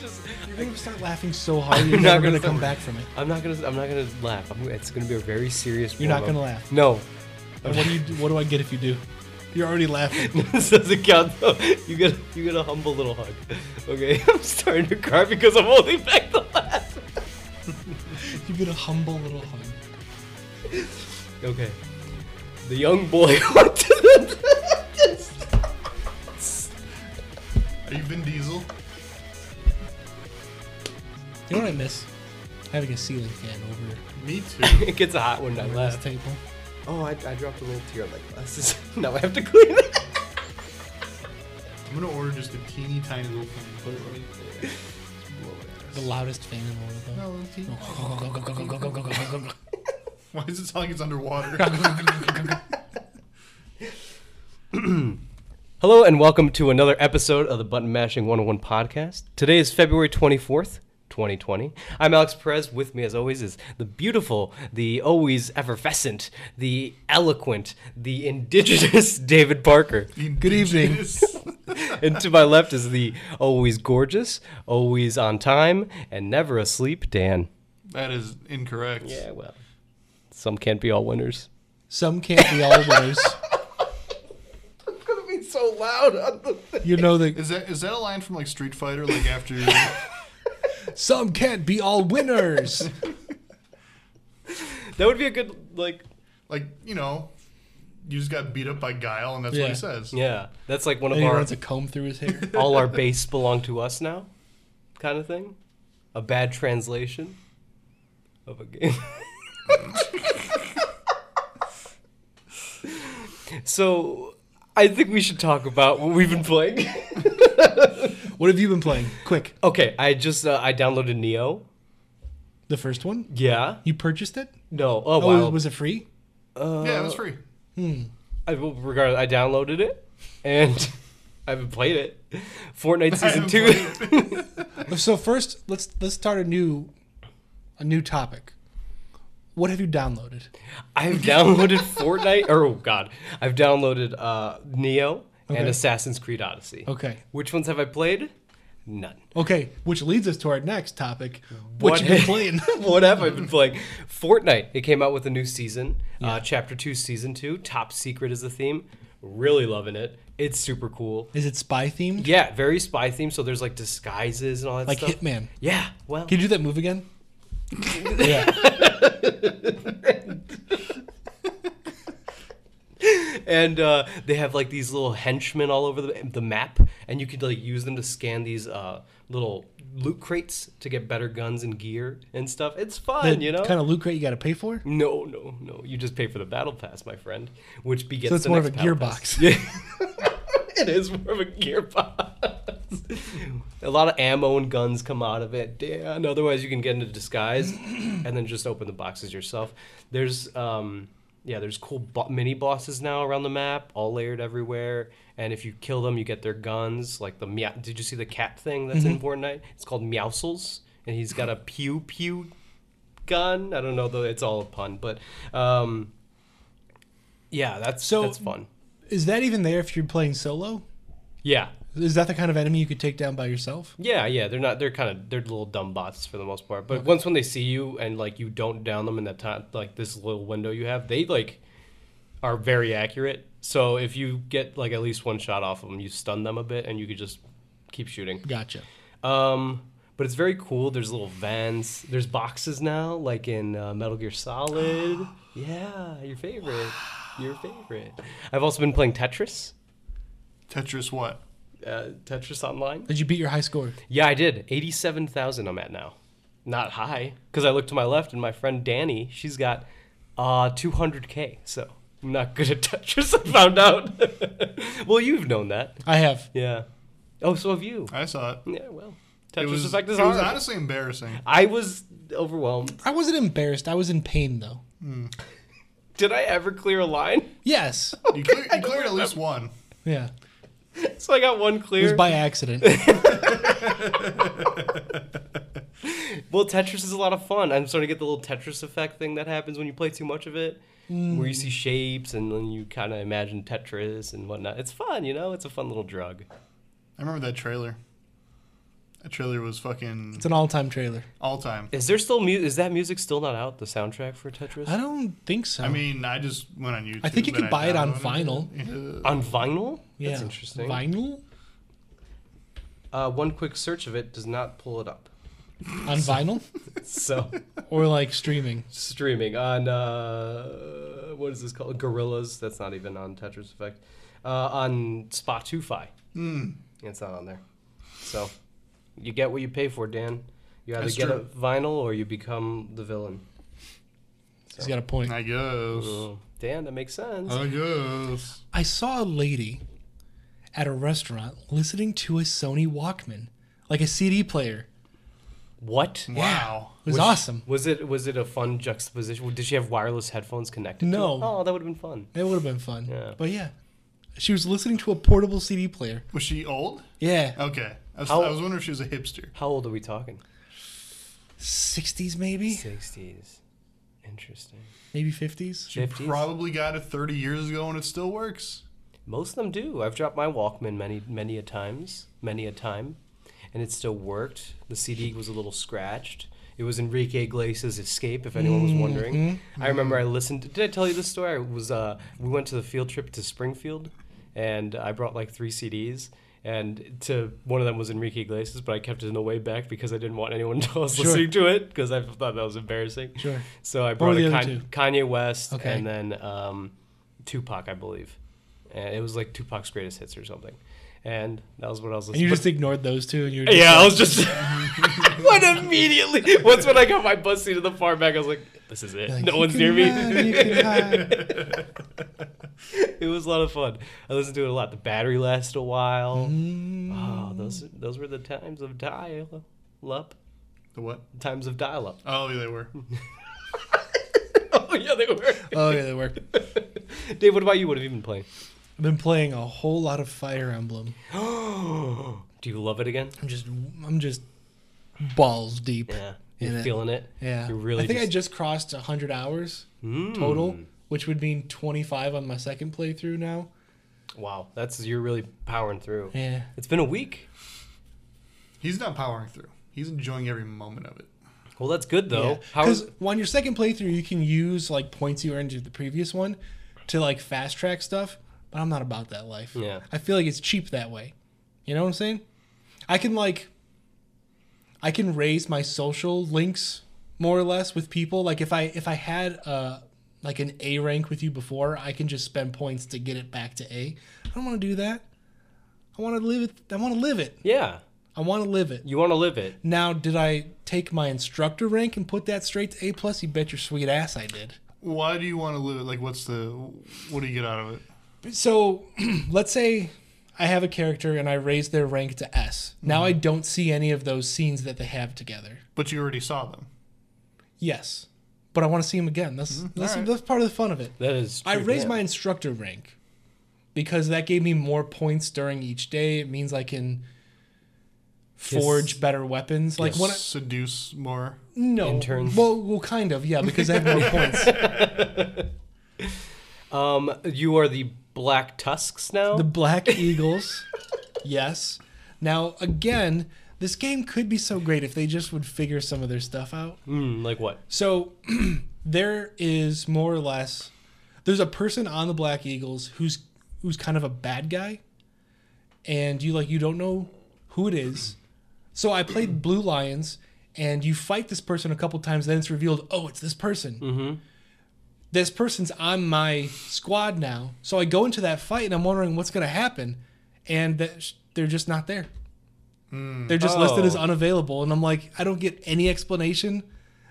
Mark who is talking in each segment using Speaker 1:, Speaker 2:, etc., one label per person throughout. Speaker 1: just.
Speaker 2: You're
Speaker 1: I-
Speaker 2: gonna start laughing so hard. You're
Speaker 1: I'm
Speaker 2: never gonna,
Speaker 1: stop-
Speaker 2: come back from it.
Speaker 1: I'm not gonna. I'm not gonna laugh. I'm, it's gonna be a very serious.
Speaker 2: You're not
Speaker 1: warm-up.
Speaker 2: gonna laugh.
Speaker 1: No,
Speaker 2: And what do you? do- What do I get if you do? You're already laughing.
Speaker 1: this doesn't count though. You get you get a humble little hug. Okay, I'm starting to cry because I'm holding back the laugh.
Speaker 2: You get a humble little hug.
Speaker 1: Okay, the young boy went to the.
Speaker 3: Are you Vin Diesel?
Speaker 2: You know what I miss? Having a ceiling fan over,
Speaker 3: Me too.
Speaker 1: it gets hot when I
Speaker 2: over
Speaker 1: laugh.
Speaker 2: this table.
Speaker 1: Oh, I, I dropped a little tear on my glasses. now I have to clean it.
Speaker 3: I'm gonna order just a teeny tiny little thing and put it right there. Just blow
Speaker 2: The
Speaker 3: it out.
Speaker 2: loudest fan in the world. Though.
Speaker 3: No, little teeny.
Speaker 2: Go, go, go, go, go, go, go, go, go, go, go.
Speaker 3: Why does it sound like it's underwater?
Speaker 1: Hello and welcome to another episode of the Button Mashing 101 podcast. Today is February 24th, 2020. I'm Alex Perez. With me, as always, is the beautiful, the always effervescent, the eloquent, the indigenous David Parker.
Speaker 3: Good
Speaker 2: evening.
Speaker 1: And to my left is the always gorgeous, always on time, and never asleep Dan.
Speaker 3: that is incorrect.
Speaker 1: Yeah, well, some can't be all winners.
Speaker 2: Some can't be all winners.
Speaker 1: It's going to be so loud on the
Speaker 2: You know that
Speaker 3: Is that is that a line from like Street Fighter? Like after
Speaker 2: some can't be all winners.
Speaker 1: That would be a good, like,
Speaker 3: like you know, you just got beat up by Guile, and that's what
Speaker 2: Yeah.
Speaker 3: he says.
Speaker 1: yeah, that's like one of
Speaker 2: and he
Speaker 1: our.
Speaker 2: runs a comb through his hair.
Speaker 1: all our base belong to us now kind of thing a bad translation of a game so i think we should talk about what we've been playing
Speaker 2: What have you been playing? Quick,
Speaker 1: okay i just uh, i downloaded neo
Speaker 2: the first one.
Speaker 1: yeah
Speaker 2: You purchased it?
Speaker 1: no oh,
Speaker 2: Oh,
Speaker 1: wow
Speaker 2: was it free?
Speaker 3: Yeah, it was free.
Speaker 1: I, well, regardless i downloaded it and i haven't played it fortnite season
Speaker 3: haven't
Speaker 1: two
Speaker 2: So first, let's let's start a new a new topic. What have you downloaded?
Speaker 1: I've downloaded Fortnite. Or, oh God, I've downloaded uh, Neo and
Speaker 2: Okay.
Speaker 1: Assassin's Creed Odyssey.
Speaker 2: Okay.
Speaker 1: Which ones have I played? None.
Speaker 2: Okay, which leads us to our next topic.
Speaker 1: What-
Speaker 2: What, you been playing?
Speaker 1: what have I been playing? Fortnite. It came out with a new season, uh, Chapter Two, Season Two. Top Secret is the theme. Really loving it. It's super cool.
Speaker 2: Is it spy themed?
Speaker 1: Yeah, very spy themed. So there's like disguises and all that
Speaker 2: like
Speaker 1: stuff.
Speaker 2: Hitman.
Speaker 1: Yeah. Well.
Speaker 2: Can you do that move again? yeah.
Speaker 1: and uh, they have like these little henchmen all over the, the map and you could like use them to scan these uh, little loot crates to get better guns and gear and stuff it's fun you know
Speaker 2: kind of loot crate you got to pay for.
Speaker 1: no no no you just pay for the battle pass my friend which begets
Speaker 2: So it's
Speaker 1: the
Speaker 2: more of
Speaker 1: next
Speaker 2: a
Speaker 1: battle
Speaker 2: gearbox.
Speaker 1: pass. yeah it is more of a gearbox a lot of ammo and guns come out of it Dan. otherwise you can get into disguise and then just open the boxes yourself there's um yeah there's cool bo- mini bosses now around the map all layered everywhere and if you kill them you get their guns like the meow did you see the cat thing that's in fortnite it's called meowsles and he's got a pew pew gun i don't know though it's all a pun but um yeah that's
Speaker 2: So-
Speaker 1: that's fun
Speaker 2: Is that even there if you're playing solo?
Speaker 1: yeah
Speaker 2: Is that the kind of enemy you could take down by yourself?
Speaker 1: Yeah, yeah, they're not. They're kind of they're little dumb bots for the most part. But once when they see you and like you don't down them in that time, like this little window you have, they like are very accurate. So if you get like at least one shot off of them, you stun them a bit, and you could just keep shooting.
Speaker 2: Gotcha.
Speaker 1: Um, but it's very cool. There's little vans. There's boxes now, like in uh, Metal Gear Solid. yeah, your favorite. Your favorite. I've also been playing Tetris.
Speaker 3: Tetris what?
Speaker 1: Uh, Tetris Online.
Speaker 2: Did you beat your high score?
Speaker 1: Yeah, I did. 87,000 I'm at now. Not high, because I look to my left and my friend Danny, she's got uh, 200K, so I'm not good at Tetris, I found out. well, you've known that.
Speaker 2: I have.
Speaker 1: Yeah. Oh, so have you.
Speaker 3: I saw it.
Speaker 1: Yeah, well,
Speaker 3: It
Speaker 1: Tetris
Speaker 3: was,
Speaker 1: Effect is
Speaker 3: it
Speaker 1: hard.
Speaker 3: was honestly embarrassing.
Speaker 1: I was overwhelmed.
Speaker 2: I wasn't embarrassed. I was in pain though.
Speaker 1: Did I ever clear a line?
Speaker 2: Yes.
Speaker 3: You, clear, you cleared at least one.
Speaker 2: Yeah.
Speaker 1: So I got one
Speaker 2: It was
Speaker 1: clear.
Speaker 2: by accident.
Speaker 1: well, Tetris is a lot of fun. I'm starting to get the little Tetris effect thing that happens when you play too much of it, where
Speaker 2: Mm.
Speaker 1: you see shapes and then you kind of imagine Tetris and whatnot. It's fun, you know. It's a fun little drug.
Speaker 3: I remember that trailer. That trailer was fucking
Speaker 2: It's an all-time trailer.
Speaker 3: all time.
Speaker 1: Is there still mu- is that music still not out? The soundtrack for Tetris
Speaker 2: I don't think so.
Speaker 3: I mean, I just went on YouTube.
Speaker 2: Oh. I think you
Speaker 3: and
Speaker 2: can buy it on
Speaker 3: downloaded it.
Speaker 1: on vinyl? That's
Speaker 2: Yeah.
Speaker 1: interesting.
Speaker 2: Vinyl
Speaker 1: uh, one quick search of it does not pull it up.
Speaker 2: on vinyl
Speaker 1: So
Speaker 2: or like streaming.
Speaker 1: streaming on uh, what is this called? Gorillas. That's not even on Tetris Effect. Uh, on Spotify,
Speaker 3: Hmm.
Speaker 1: it's not on there. So you get what you pay for, Dan. You either
Speaker 3: That's
Speaker 1: get a
Speaker 3: true.
Speaker 1: vinyl or you become the villain.
Speaker 2: He's got a point.
Speaker 3: I guess.
Speaker 1: Ooh, Dan, that makes sense.
Speaker 3: I guess.
Speaker 2: I saw a lady at a restaurant listening to a Sony Walkman, like a CD player.
Speaker 1: what?
Speaker 3: Wow.
Speaker 2: It was, awesome.
Speaker 1: Was it was it a fun juxtaposition? Did she have wireless headphones connected? To
Speaker 2: No.
Speaker 1: it? Oh, that would have been fun.
Speaker 2: It would have been fun.
Speaker 1: Yeah.
Speaker 2: But yeah, she was listening to a portable CD player.
Speaker 3: Was she old?
Speaker 2: Yeah.
Speaker 3: Okay. I was,
Speaker 1: How-
Speaker 3: I was wondering if she was a hipster.
Speaker 1: How old are we talking?
Speaker 2: 60s maybe,
Speaker 1: Sixties. Interesting.
Speaker 2: maybe 50s.
Speaker 3: She
Speaker 1: 50s?
Speaker 3: probably got it 30 years ago and it still works.
Speaker 1: Most of them do. I've dropped my Walkman many many a times, many a time, and it still worked. The CD was a little scratched. It was Enrique Iglesias' Escape, if anyone was wondering.
Speaker 2: Mm-hmm.
Speaker 1: I remember I listened. Did I tell you this story? I was uh, we went to the field trip to Springfield, and I brought like three CDs. And to one of them was Enrique Iglesias, but I kept it in the way back because I didn't want anyone to know I was
Speaker 2: Sure.
Speaker 1: listening to it because I thought that was embarrassing.
Speaker 2: Sure.
Speaker 1: So I
Speaker 2: were
Speaker 1: brought
Speaker 2: the
Speaker 1: a
Speaker 2: other
Speaker 1: Kan- Kanye West
Speaker 2: Okay.
Speaker 1: and then um, Tupac, I believe. And it was like Tupac's greatest hits or something. And that was what I was
Speaker 2: And
Speaker 1: listening
Speaker 2: you
Speaker 1: but-
Speaker 2: just ignored those two and you were just
Speaker 1: Yeah, I
Speaker 2: like,
Speaker 1: was just. went immediately. Once when I got my bus seat in the far back, I was like, this is it.
Speaker 2: like,
Speaker 1: no
Speaker 2: "You
Speaker 1: one's
Speaker 2: can
Speaker 1: near
Speaker 2: run,
Speaker 1: me.
Speaker 2: you can hide.
Speaker 1: it was a lot of fun. I listened to it a lot. The battery lasted a while.
Speaker 2: Mm.
Speaker 1: Oh, those those were the times of dial up.
Speaker 3: The what?
Speaker 1: Times of dial up.
Speaker 3: Oh, yeah, they were.
Speaker 1: oh, yeah, they were.
Speaker 2: Oh yeah, they were.
Speaker 1: Dave, what about you? What have you been playing?
Speaker 2: I've been playing a whole lot of Fire Emblem.
Speaker 1: Do you love it again?
Speaker 2: I'm just I'm just balls deep.
Speaker 1: Yeah. You're
Speaker 2: Yeah.
Speaker 1: feeling it.
Speaker 2: Yeah.
Speaker 1: You're really
Speaker 2: I think
Speaker 1: just-
Speaker 2: I just crossed 100 hours
Speaker 1: Mm.
Speaker 2: total, which would mean 25 on my second playthrough now.
Speaker 1: Wow, that's you're really powering through.
Speaker 2: Yeah.
Speaker 1: It's been a week.
Speaker 3: He's not powering through. He's enjoying every moment of it.
Speaker 1: Well, that's good though. How
Speaker 2: Because
Speaker 1: is
Speaker 2: on your second playthrough, you can use like points you earned in the previous one to like fast track stuff, but I'm not about that life.
Speaker 1: Yeah.
Speaker 2: I feel like it's cheap that way. You know what I'm saying? I can like, I can raise my social links more or less with people. Like if I if I had uh like an A rank with you before, I can just spend points to get it back to A. I don't want to do that. I want to live it. I want to live it.
Speaker 1: yeah,
Speaker 2: I want to live it.
Speaker 1: you want to live it.
Speaker 2: Now, did I take my instructor rank and put that straight to A plus? You bet your sweet ass I did.
Speaker 3: Why do you want to live it? Like, what's the. What do you get out of it?
Speaker 2: So, let's say I have a character and I raise their rank to S. Now I don't see any of those scenes that they have together.
Speaker 3: But you already saw them.
Speaker 2: Yes, but I want to see them again. That's that's,
Speaker 3: alright.
Speaker 2: that's part of the fun of it.
Speaker 1: That is.
Speaker 2: I
Speaker 1: true,
Speaker 2: raised
Speaker 1: yeah.
Speaker 2: my instructor rank because that gave me more points during each day. It means I can forge better weapons. Like when I,
Speaker 3: Seduce more.
Speaker 2: no,
Speaker 1: Interns.
Speaker 2: well, well, kind of, yeah, because I have more points.
Speaker 1: Um, you are the black tusks now.
Speaker 2: The Black Eagles. yes. Now, again, this game could be so great if they just would figure some of their stuff out.
Speaker 1: Mm, like what?
Speaker 2: So, there is more or less there's a person on the Black Eagles who's who's kind of a bad guy and you like you don't know who it is. So I played Blue Lions and you fight this person a couple times then it's revealed, "Oh, it's this person." this person's on my squad now. So I go into that fight and I'm wondering what's going to happen. And that sh- they're just not there. They're just listed as
Speaker 1: Oh.
Speaker 2: unavailable. And I'm like, I don't get any explanation.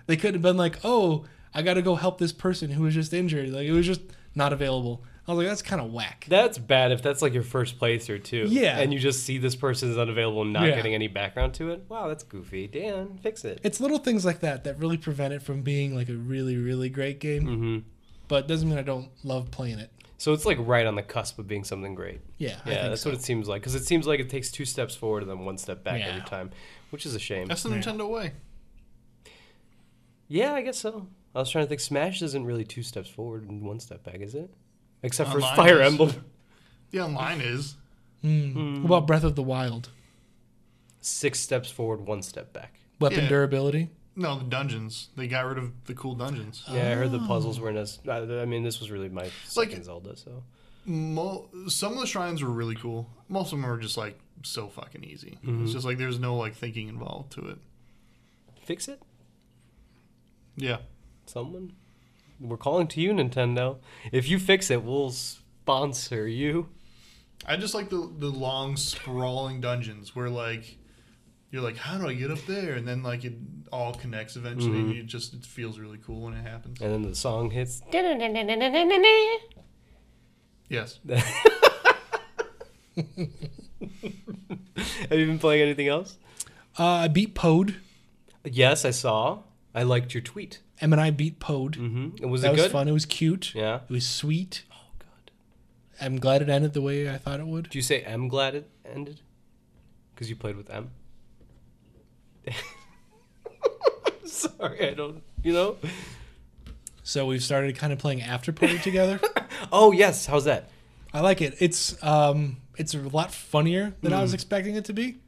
Speaker 2: They could have been like, oh, I got to go help this person who was just injured. Like, it was just not available. I was like, that's kind of whack.
Speaker 1: That's bad if that's like your first playthrough too.
Speaker 2: Yeah.
Speaker 1: And you just see this person is unavailable, and not
Speaker 2: Yeah.
Speaker 1: getting any background to it. Wow, that's goofy. Dan, fix it.
Speaker 2: It's little things like that that really prevent it from being like a really, really great game.
Speaker 1: Mm-hmm.
Speaker 2: But doesn't mean I don't love playing it.
Speaker 1: So it's like right on the cusp of being something great.
Speaker 2: Yeah, I
Speaker 1: Yeah,
Speaker 2: think
Speaker 1: that's
Speaker 2: so.
Speaker 1: what it seems like. Because it seems like it takes two steps forward and then one step back
Speaker 2: Yeah.
Speaker 1: every time, which is a shame.
Speaker 3: That's the Nintendo way.
Speaker 1: Yeah, I guess so. I was trying to think. Smash isn't really two steps forward and one step back, is it? Except for
Speaker 3: Online
Speaker 1: Fire
Speaker 3: is.
Speaker 1: Emblem.
Speaker 3: The online is.
Speaker 2: What about Breath of the Wild?
Speaker 1: six steps forward, one step back.
Speaker 2: Weapon
Speaker 3: Yeah.
Speaker 2: durability.
Speaker 3: No, the dungeons. They got rid of the cool dungeons.
Speaker 1: Yeah, I heard the puzzles weren't as. I I mean, this was really my second
Speaker 3: Like-
Speaker 1: Zelda, so
Speaker 3: Mo- some of the shrines were really cool. Most of them were just like so fucking easy. It's just like there's no like thinking involved to it.
Speaker 1: fix it.
Speaker 3: Yeah.
Speaker 1: Someone, we're calling to you, Nintendo. If you fix it, we'll sponsor you.
Speaker 3: I just like the the long sprawling dungeons where like you're like, how do I get up there? And then like it all connects eventually. And you just it feels really cool when it happens.
Speaker 1: And then the song hits.
Speaker 3: Yes.
Speaker 1: Have you been playing anything else?
Speaker 2: Uh, I beat Pode.
Speaker 1: Yes, I saw. I liked your tweet.
Speaker 2: M and I beat Pode.
Speaker 1: Mm-hmm. Was
Speaker 2: that
Speaker 1: it
Speaker 2: was
Speaker 1: good?
Speaker 2: fun. It was cute.
Speaker 1: Yeah.
Speaker 2: It was sweet.
Speaker 1: Oh god.
Speaker 2: I'm glad it ended the way I thought it would.
Speaker 1: Do you say M glad it ended? Because you played with M. Sorry, I don't. You know.
Speaker 2: So we've started kind of playing after party together.
Speaker 1: Oh yes, how's that?
Speaker 2: I like it. It's um, it's a lot funnier than I was expecting it to be.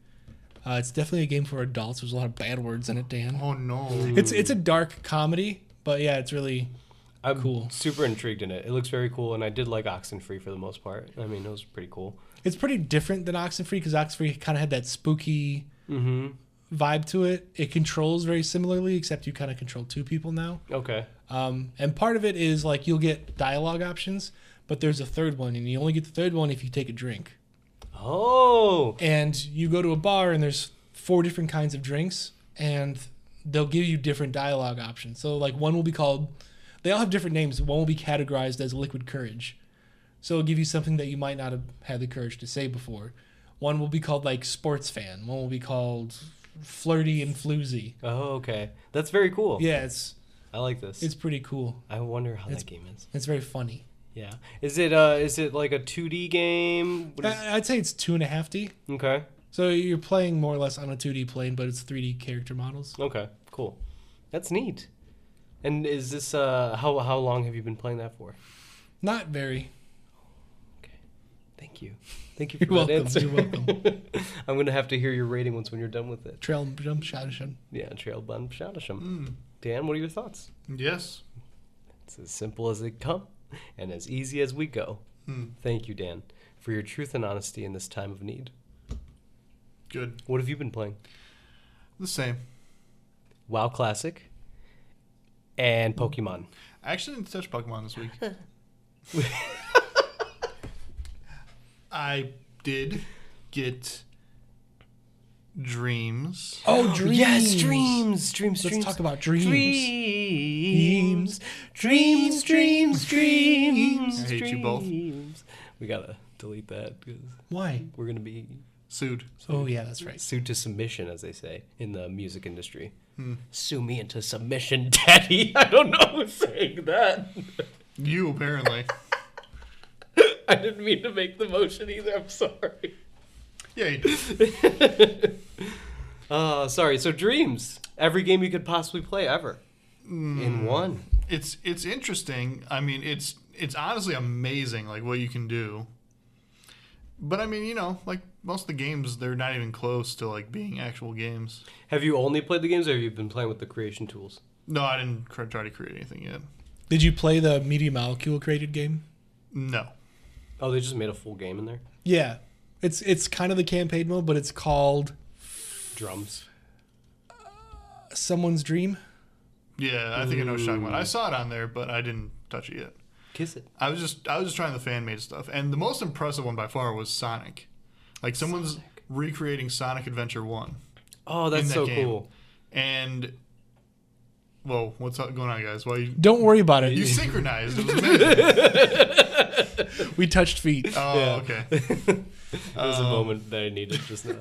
Speaker 2: Uh, it's definitely a game for adults. There's a lot of bad words in it, Dan.
Speaker 3: Oh no.
Speaker 2: It's it's a dark comedy, but yeah, it's really
Speaker 1: I'm
Speaker 2: Cool.
Speaker 1: super intrigued in it. It looks very cool, and I did like Oxenfree for the most part. I mean, it was pretty cool.
Speaker 2: it's pretty different than Oxenfree because Oxenfree kind of had that spooky
Speaker 1: Mm-hmm.
Speaker 2: vibe to it. It controls very similarly, except you kind of control two people now.
Speaker 1: Okay.
Speaker 2: Um, and part of it is like you'll get dialogue options, but there's a third one, and you only get the third one if you take a drink.
Speaker 1: Oh.
Speaker 2: and you go to a bar and there's four different kinds of drinks and they'll give you different dialogue options so like one will be called they all have different names one will be categorized as liquid courage so it'll give you something that you might not have had the courage to say before one will be called like sports fan one will be called flirty and floozy
Speaker 1: Oh, okay. That's very cool.
Speaker 2: yeah it's
Speaker 1: I like this.
Speaker 2: it's pretty cool
Speaker 1: I wonder how that game is.
Speaker 2: it's very funny
Speaker 1: Yeah. Is it uh? Is it like a 2D game? What is,
Speaker 2: I- i'd say it's two and a half d
Speaker 1: okay.
Speaker 2: so you're playing more or less on a 2d plane but it's 3d character models
Speaker 1: Okay. Cool. That's neat. And is this uh? How how long have you been playing that for?
Speaker 2: not very
Speaker 1: Thank you. Thank you for
Speaker 2: You're
Speaker 1: that
Speaker 2: welcome.
Speaker 1: answer.
Speaker 2: You're welcome.
Speaker 1: I'm gonna have to hear your rating once when you're done with it.
Speaker 2: Trail jump shot shot.
Speaker 1: Yeah, Trail Bun Shoutisham.
Speaker 3: Mm.
Speaker 1: Dan, what are your thoughts?
Speaker 3: Yes.
Speaker 1: It's as simple as it come and as easy as we go.
Speaker 3: Hmm.
Speaker 1: Thank you, Dan, for your truth and honesty in this time of need.
Speaker 3: Good.
Speaker 1: What have you been playing?
Speaker 3: The same.
Speaker 1: WoW Classic and
Speaker 2: Hmm.
Speaker 1: Pokemon.
Speaker 3: I actually didn't touch Pokemon this week. I did get dreams.
Speaker 2: Oh, dreams.
Speaker 1: Yes, dreams, dreams,
Speaker 2: Let's
Speaker 1: dreams.
Speaker 2: talk about dreams.
Speaker 1: Dreams, dreams, dreams, dreams.
Speaker 3: I hate you both.
Speaker 1: dreams. We gotta delete that because
Speaker 2: Why?
Speaker 1: we're gonna be
Speaker 3: Sued.
Speaker 2: Oh yeah, that's right.
Speaker 1: sued to submission, as they say in the music industry. Sue me into submission, daddy. I don't know who's saying that.
Speaker 3: You apparently.
Speaker 1: I didn't mean to make the motion either. I'm sorry.
Speaker 3: yeah, you did.
Speaker 1: Uh, sorry. So dreams. Every game you could possibly play ever in one.
Speaker 3: it's it's interesting. I mean, it's it's honestly amazing, like what you can do. But I mean, you know, like most of the games, they're not even close to like being actual games.
Speaker 1: Have you only played the games, or have you been playing with the creation tools?
Speaker 3: No, I didn't cr- try to create anything yet.
Speaker 2: Did you play the Media Molecule created game?
Speaker 3: No.
Speaker 1: Oh, they just made a full game in there.
Speaker 2: Yeah, it's it's kind of the campaign mode, but it's called
Speaker 1: Drums.
Speaker 2: Someone's Dream.
Speaker 3: Yeah, I think I know what you're talking about. I saw it on there, but I didn't touch it yet.
Speaker 1: Kiss it.
Speaker 3: I was just I was just trying the fan made stuff, and the most impressive one by far was Sonic. Like someone's recreating Sonic Adventure One,
Speaker 1: Oh, that's
Speaker 3: that
Speaker 1: so
Speaker 3: game.
Speaker 1: cool.
Speaker 3: and whoa, what's going on, guys? Why you,
Speaker 2: Don't worry about it.
Speaker 3: you synchronized? It was amazing.
Speaker 2: we touched feet.
Speaker 3: Oh,
Speaker 1: Yeah.
Speaker 3: okay.
Speaker 1: That was a
Speaker 3: Oh.
Speaker 1: moment that I needed just now.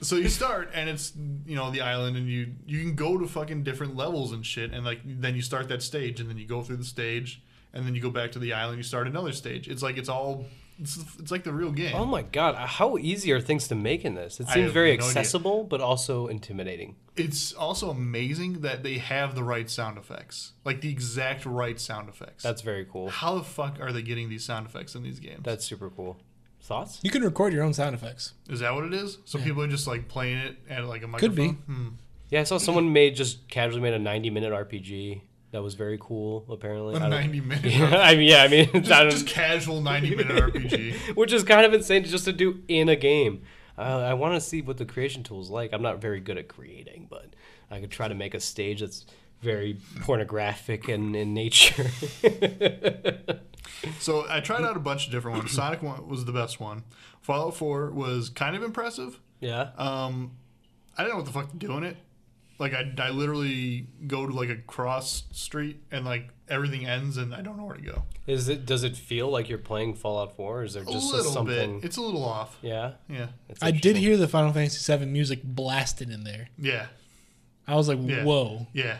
Speaker 3: So you start, and it's you know the island, and you you can go to fucking different levels and shit, and like then you start that stage, and then you go through the stage, and then you go back to the island, you start another stage. It's like it's all it's, it's like the real game.
Speaker 1: oh my god, how easy are things to make in this? It
Speaker 3: I
Speaker 1: seems
Speaker 3: have
Speaker 1: very
Speaker 3: no idea.
Speaker 1: accessible, but also intimidating.
Speaker 3: It's also amazing that they have the right sound effects, like the exact right sound effects.
Speaker 1: That's very cool.
Speaker 3: how the fuck are they getting these sound effects in these games?
Speaker 1: That's super cool. Thoughts?
Speaker 2: You can record your own sound effects.
Speaker 3: Is that what it is? So people are just like playing it at like a microphone.
Speaker 2: Could be.
Speaker 3: Hmm.
Speaker 1: Yeah, I saw someone made just casually made a 90 minute RPG that was very cool. Apparently,
Speaker 3: A
Speaker 1: I don't-
Speaker 3: ninety minute.
Speaker 1: Yeah, I mean, yeah, I mean, I
Speaker 3: Just,
Speaker 1: don't-
Speaker 3: just casual ninety minute RPG.
Speaker 1: which is kind of insane just to do in a game. Uh, I want to see what the creation tool's like. I'm not very good at creating, but I could try to make a stage that's very pornographic and in nature.
Speaker 3: So I tried out a bunch of different ones. Sonic one was the best one. Fallout Four was kind of impressive.
Speaker 1: yeah,
Speaker 3: Um, I didn't know what the fuck to do in it. Like I, I literally go to like a cross street and like everything ends and I don't know where to go.
Speaker 1: is it? Does it feel like you're playing Fallout 4? Or is there
Speaker 3: A
Speaker 1: just a
Speaker 3: little
Speaker 1: something?
Speaker 3: bit. It's a little off.
Speaker 1: Yeah,
Speaker 3: Yeah.
Speaker 1: That's
Speaker 2: I did
Speaker 1: interesting.
Speaker 2: hear the Final Fantasy VII music blasted in there.
Speaker 3: Yeah.
Speaker 2: I was like,
Speaker 3: Yeah.
Speaker 2: whoa.
Speaker 3: Yeah.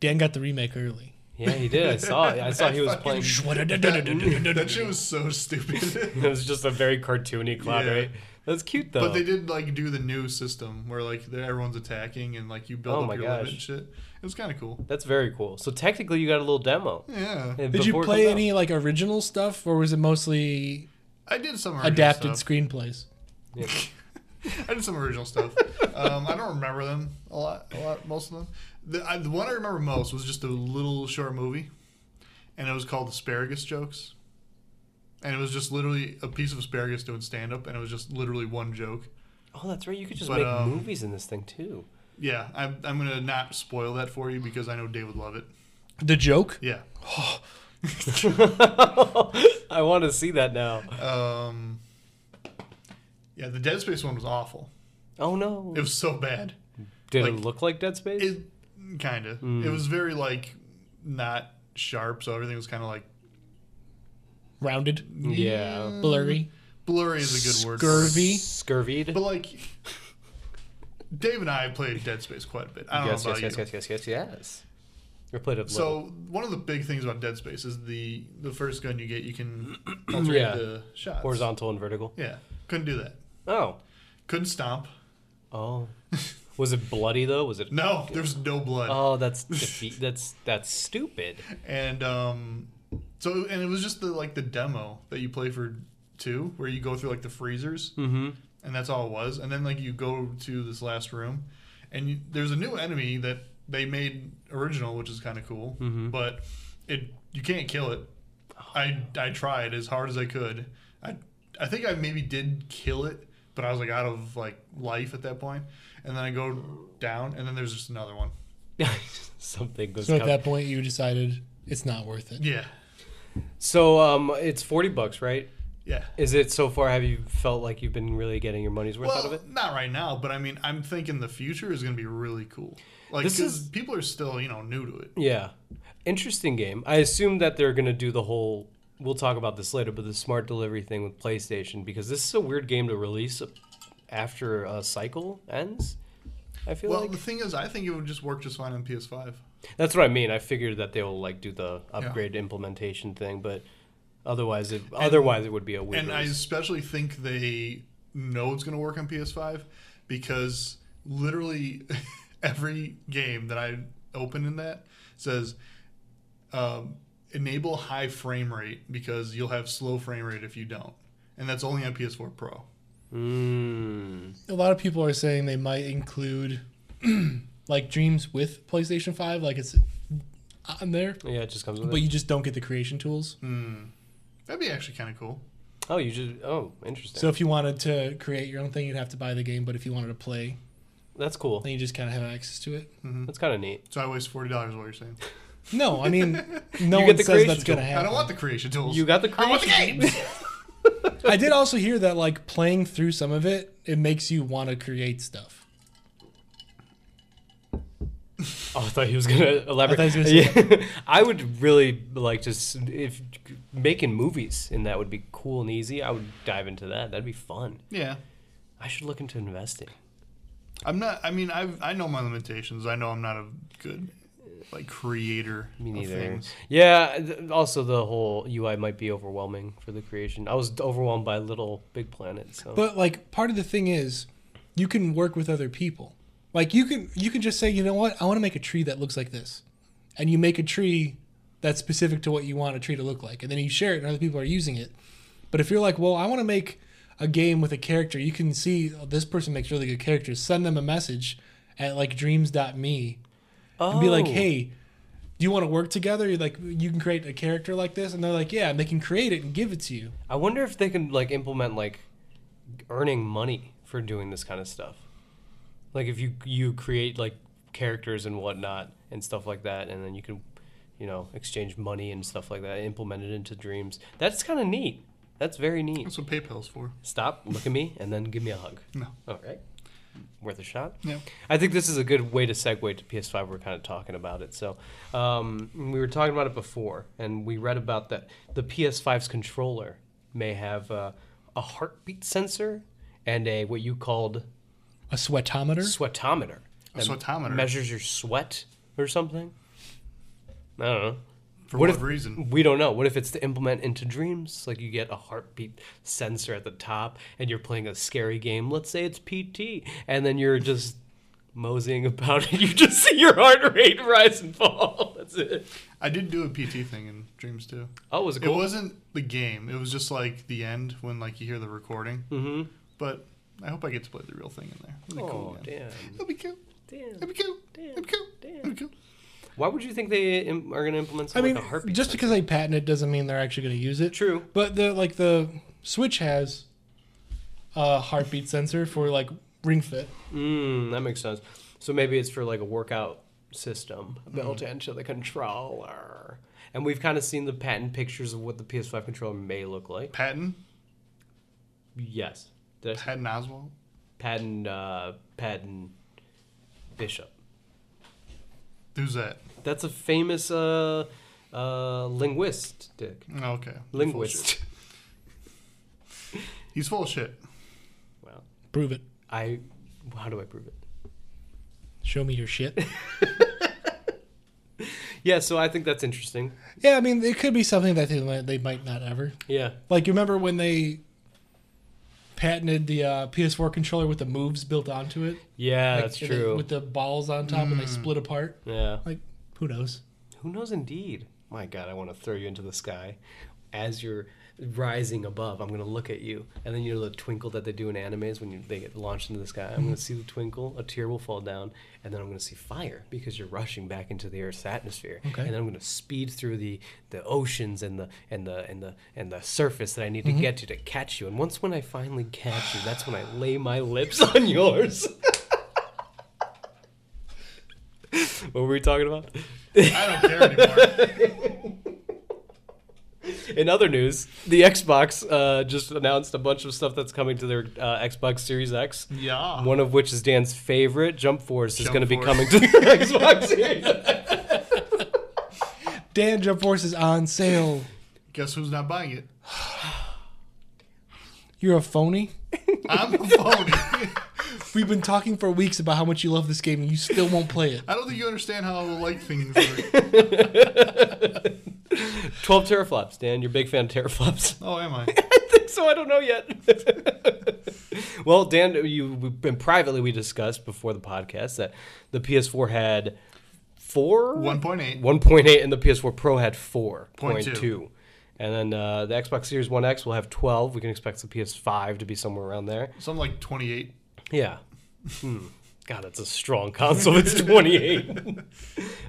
Speaker 2: Dan got the remake early.
Speaker 1: Yeah, he did. I saw. I saw he was playing.
Speaker 3: that shit was so stupid.
Speaker 1: It was just a very cartoony cloud,
Speaker 3: Yeah.
Speaker 1: right? That's cute though.
Speaker 3: But they did like do the new system where like they're- everyone's attacking and like you
Speaker 1: Oh
Speaker 3: build
Speaker 1: my
Speaker 3: up your limit
Speaker 1: gosh.
Speaker 3: and shit. It was kind of cool.
Speaker 1: That's very cool. So technically, you got a little demo.
Speaker 3: Yeah,
Speaker 1: And
Speaker 2: Did you
Speaker 1: before it
Speaker 2: play
Speaker 1: comes out-
Speaker 2: any like original stuff, or was it mostly
Speaker 3: I did some original
Speaker 2: adapted
Speaker 3: Stuff.
Speaker 2: screenplays?
Speaker 3: I did some original stuff. um, I don't remember them a lot. A lot, most of them. The, I, the one I remember most was just a little short movie, and it was called Asparagus Jokes. And it was just literally a piece of asparagus doing stand up, and it was just literally one joke.
Speaker 1: Oh, that's right. You could just
Speaker 3: But,
Speaker 1: make
Speaker 3: um,
Speaker 1: movies in this thing too.
Speaker 3: Yeah, I'm, I'm gonna not spoil that for you because I know Dave would love it.
Speaker 2: The joke?
Speaker 3: Yeah.
Speaker 1: I want to see that now.
Speaker 3: Um, yeah, the Dead Space one was awful.
Speaker 1: Oh no!
Speaker 3: It was so bad.
Speaker 1: Did it
Speaker 3: like-
Speaker 1: look like Dead Space?
Speaker 3: It kind of.
Speaker 1: Mm.
Speaker 3: It was very like not sharp, so everything was kind of like
Speaker 2: Rounded,
Speaker 3: Mm.
Speaker 1: yeah.
Speaker 2: blurry,
Speaker 3: blurry is a good word. for it.
Speaker 2: scurvy.
Speaker 1: Scurvied.
Speaker 3: But like, Dave and I played Dead Space quite a bit. I don't
Speaker 1: Yes,
Speaker 3: know
Speaker 1: yes,
Speaker 3: about
Speaker 1: yes,
Speaker 3: you.
Speaker 1: yes, yes, yes, yes. I played it.
Speaker 3: So
Speaker 1: So
Speaker 3: one of the big things about Dead Space is the the first gun you get, you can alter
Speaker 1: Yeah.
Speaker 3: the shots.
Speaker 1: horizontal and vertical.
Speaker 3: Yeah, couldn't do that.
Speaker 1: Oh,
Speaker 3: Couldn't stomp.
Speaker 1: oh. Was it bloody though? Was it?
Speaker 3: No, there's no blood.
Speaker 1: Oh, that's defeat. that's that's stupid.
Speaker 3: and um so and it was just the like the demo that you play for two where you go through like the freezers
Speaker 1: Mm-hmm.
Speaker 3: and that's all it was and then like you go to this last room and you, there's a new enemy that they made original which is kind of cool
Speaker 1: Mhm.
Speaker 3: but it you can't kill it
Speaker 1: Oh.
Speaker 3: i i tried as hard as i could i i think i maybe did kill it but i was like out of like life at that point and then i go down and then there's just another one
Speaker 1: Something goes.
Speaker 2: So at
Speaker 1: com-
Speaker 2: that point, you decided it's not worth it.
Speaker 3: yeah
Speaker 1: So um, it's forty bucks, right?
Speaker 3: yeah
Speaker 1: Is it so far? Have you felt like you've been really getting your money's worth
Speaker 3: well,
Speaker 1: out of it?
Speaker 3: Not right now, but I mean, I'm thinking the future is going to be really cool. Like,
Speaker 1: This
Speaker 3: 'cause
Speaker 1: is-
Speaker 3: people are still, you know, new to it.
Speaker 1: Yeah, interesting game. I assume that they're gonna do the whole. We'll talk about this later, but the smart delivery thing with PlayStation because this is a weird game to release after a cycle ends. I feel
Speaker 3: Well,
Speaker 1: like
Speaker 3: the thing is, I think it would just work just fine on PS5.
Speaker 1: that's what I mean. I figured that they'll like do the upgrade implementation thing, but otherwise, it otherwise it would be a weird.
Speaker 3: And I
Speaker 1: release.
Speaker 3: especially think they know it's going to work on PS5 because literally every game that I open in that says um, enable high frame rate because you'll have slow frame rate if you don't. And that's only on PS4 Pro.
Speaker 1: Mm.
Speaker 2: A lot of people are saying they might include like dreams with PlayStation Five, like it's on there,
Speaker 1: Yeah, it just comes with.
Speaker 2: but
Speaker 1: it.
Speaker 2: you just don't get the creation tools.
Speaker 1: Mm.
Speaker 3: That'd be actually kind of cool.
Speaker 1: oh, you just oh, interesting.
Speaker 2: So if you wanted to create your own thing, you'd have to buy the game. But if you wanted to play,
Speaker 1: that's cool.
Speaker 2: then you just kind of have access to it.
Speaker 1: That's kind of neat.
Speaker 3: So I waste $40 is what you're saying.
Speaker 2: No, I mean, no
Speaker 1: You get
Speaker 2: one
Speaker 1: the
Speaker 2: says that's
Speaker 1: creation
Speaker 2: going to
Speaker 1: tool.
Speaker 2: happen.
Speaker 3: I don't want the creation tools.
Speaker 1: You got the
Speaker 3: I want the
Speaker 1: creation.
Speaker 3: games.
Speaker 2: I did also hear that like playing through some of it, it makes you want to create stuff.
Speaker 1: Oh, I thought he was gonna elaborate.
Speaker 2: I
Speaker 1: I,
Speaker 2: thought he was
Speaker 1: I would really like to s- if making movies and that would be cool and easy. I would dive into that. That'd be fun.
Speaker 3: yeah.
Speaker 1: I should look into investing.
Speaker 3: I'm not. I mean, I I know my limitations. I know I'm not a good like creator.
Speaker 1: Me neither.
Speaker 3: Of things.
Speaker 1: Yeah. th- Also, the whole UI might be overwhelming for the creation. I was overwhelmed by Little Big Planet. So
Speaker 2: But like part of the thing is, you can work with other people. Like you can you can just say, you know what, I want to make a tree that looks like this, and you make a tree that's specific to what you want a tree to look like, and then you share it, and other people are using it, But if you're like, well, I want to make a game with a character, you can see oh, this person makes really good characters. Send them a message at like dreams.me
Speaker 1: Oh.
Speaker 2: and be like, hey, do you want to work together? You're like, you can create a character like this, and they're like, yeah, and they can create it and give it to you.
Speaker 1: I wonder if they can like implement like earning money for doing this kind of stuff. Like if you you create like characters and whatnot and stuff like that, and then you can, you know, exchange money and stuff like that, implement it into dreams. That's kind of neat. That's very neat.
Speaker 3: That's what PayPal's for.
Speaker 1: Stop, look at me, and then give me a hug.
Speaker 3: No.
Speaker 1: All right, worth a shot.
Speaker 3: Yeah.
Speaker 1: I think this is a good way to segue to PS5. We're kind of talking about it. So um, we were talking about it before, and we read about that the PS5's controller may have uh, a heartbeat sensor and a what you called
Speaker 2: A sweatometer?
Speaker 1: sweatometer.
Speaker 3: A
Speaker 1: that
Speaker 3: sweatometer.
Speaker 1: measures your sweat or something. I don't know.
Speaker 3: For
Speaker 1: What
Speaker 3: what,
Speaker 1: if-
Speaker 3: reason?
Speaker 1: We don't know. What if it's to implement into dreams? Like you get a heartbeat sensor at the top and you're playing a scary game. Let's say it's PT. And then you're just moseying about and you just see your heart rate rise and fall. That's it.
Speaker 3: I did do a PT thing in Dreams too.
Speaker 1: Oh, was it
Speaker 3: It
Speaker 1: cool?
Speaker 3: wasn't the game. It was just like the end when like you hear the recording.
Speaker 1: hmm
Speaker 3: But I hope I get to play the real thing in there. It'll be cool
Speaker 1: Oh,
Speaker 3: again.
Speaker 1: damn.
Speaker 3: It'll be cool. It'll
Speaker 1: Damn.
Speaker 3: be cool.
Speaker 1: Damn.
Speaker 3: It'll be cool. It'll be cool.
Speaker 1: Why would you think they im- are going to implement
Speaker 2: I
Speaker 1: something
Speaker 2: mean,
Speaker 1: like a heartbeat?
Speaker 2: just because they patent it doesn't mean they're actually going to use it.
Speaker 1: True.
Speaker 2: But the like the Switch has a heartbeat sensor for like Ring Fit.
Speaker 1: Mm, that makes sense. So maybe it's for like a workout system built
Speaker 2: Hmm.
Speaker 1: into the controller. And we've kind of seen the patent pictures of what the PS5 controller may look like.
Speaker 3: Patton.
Speaker 1: Yes. Did I say
Speaker 3: Patton Oswald.
Speaker 1: Patton, uh, Patton Bishop.
Speaker 3: Who's that?
Speaker 1: That's a famous uh, uh, linguist, Dick.
Speaker 3: Oh, Okay.
Speaker 1: Linguist.
Speaker 3: He's full of shit.
Speaker 1: Well,
Speaker 2: Prove it.
Speaker 1: I. How do I prove it?
Speaker 2: Show me your shit.
Speaker 1: Yeah, so I think that's interesting.
Speaker 2: yeah, I mean, it could be something that they might, they might not ever.
Speaker 1: Yeah.
Speaker 2: Like, you remember when they patented the uh, PS4 controller with the moves built onto it?
Speaker 1: Yeah,
Speaker 2: Like,
Speaker 1: that's
Speaker 2: and they-
Speaker 1: true. Hmm.
Speaker 2: with the balls on top and they split apart?
Speaker 1: yeah.
Speaker 2: Like, who knows?
Speaker 1: Who knows indeed? My God, I want to throw you into the sky. As you're rising above, I'm going to look at you. And then you know the twinkle that they do in animes when you, they get launched into the sky? I'm going to see the twinkle, a tear will fall down, and then I'm going to see fire because you're rushing back into the Earth's atmosphere.
Speaker 2: Okay.
Speaker 1: And then I'm going to speed through the, the oceans and the, and, the, and, the, and the surface that I need to get to to catch you. And once when I finally catch you, that's when I lay my lips on yours. what were we talking about?
Speaker 3: I don't care anymore.
Speaker 1: In other news, the Xbox uh, just announced a bunch of stuff that's coming to their uh, Xbox Series X.
Speaker 3: yeah.
Speaker 1: One of which is Dan's favorite, Jump Force, is
Speaker 3: Jump
Speaker 1: going to be
Speaker 3: Force.
Speaker 1: coming to the Xbox Series. X.
Speaker 2: Dan Jump Force is on sale.
Speaker 3: Guess who's not buying it?
Speaker 2: You're a phony.
Speaker 3: I'm a phony.
Speaker 2: We've been talking for weeks about how much you love this game and you still won't play it.
Speaker 3: I don't think you understand how like things work.
Speaker 1: Twelve teraflops, Dan. You're a big fan of teraflops.
Speaker 3: Oh, am I?
Speaker 1: I think so. I don't know yet. well, Dan, you and privately we discussed before the podcast that the PS4 had four
Speaker 3: 1.8.
Speaker 1: 1.8 and the PS4 Pro had four
Speaker 3: Point two.
Speaker 1: 0.2. And then uh, the Xbox Series One X will have 12. We can expect the PS5 to be somewhere around there.
Speaker 3: Something like 28.
Speaker 1: Yeah. Hmm. God, that's a strong console. It's 28.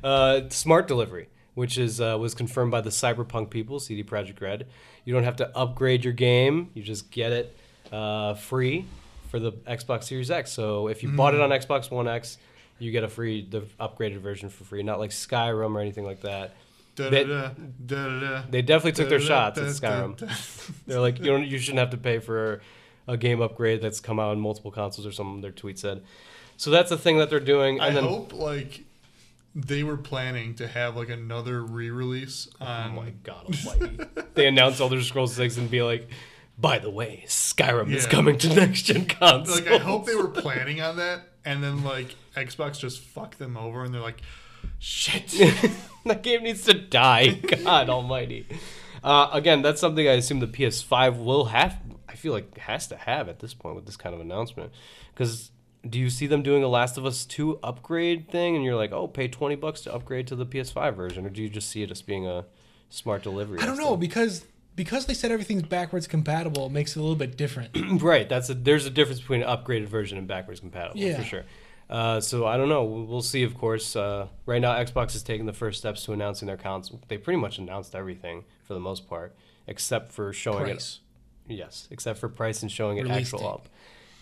Speaker 1: uh, smart delivery, which is uh, was confirmed by the Cyberpunk people, CD Projekt Red. You don't have to upgrade your game; you just get it uh, free for the Xbox Series X. So if you bought it on Xbox One X, you get a free the upgraded version for free. Not like Skyrim or anything like that.
Speaker 3: Da,
Speaker 1: They-
Speaker 3: da, da, da,
Speaker 1: They definitely took their
Speaker 3: da,
Speaker 1: shots at
Speaker 3: da, da,
Speaker 1: Skyrim.
Speaker 3: da.
Speaker 1: They're like, you don't, you shouldn't have to pay for a game upgrade that's come out on multiple consoles or something. Their tweet said. So that's the thing that they're doing. And
Speaker 3: I
Speaker 1: then,
Speaker 3: hope like they were planning to have like another re-release
Speaker 1: oh
Speaker 3: on
Speaker 1: my God Almighty! they announce Elder Scrolls Six and be like, by the way, Skyrim is
Speaker 3: Yeah.
Speaker 1: coming to next gen consoles.
Speaker 3: like I hope they were planning on that and then like Xbox just fucked them over and they're like shit.
Speaker 1: that game needs to die. God Almighty! Uh, again, that's something I assume the PS5 will have. I feel like has to have at this point with this kind of announcement, because. Do you see them doing a Last of Us 2 upgrade thing and you're like, oh, pay 20 bucks to upgrade to the PS5 version? Or do you just see it as being a smart delivery?
Speaker 2: I don't know because because they said everything's backwards compatible, it makes it a little bit different.
Speaker 1: Right. That's a, there's a difference between an upgraded version and backwards compatible
Speaker 2: Yeah.
Speaker 1: for sure. Uh, so I don't know. We'll we'll see. Of course, uh, right now Xbox is taking the first steps to announcing their console. They pretty much announced everything for the most part, except for showing
Speaker 2: Price.
Speaker 1: it. Yes, except for price and showing it
Speaker 2: Release
Speaker 1: actual
Speaker 2: date.
Speaker 1: up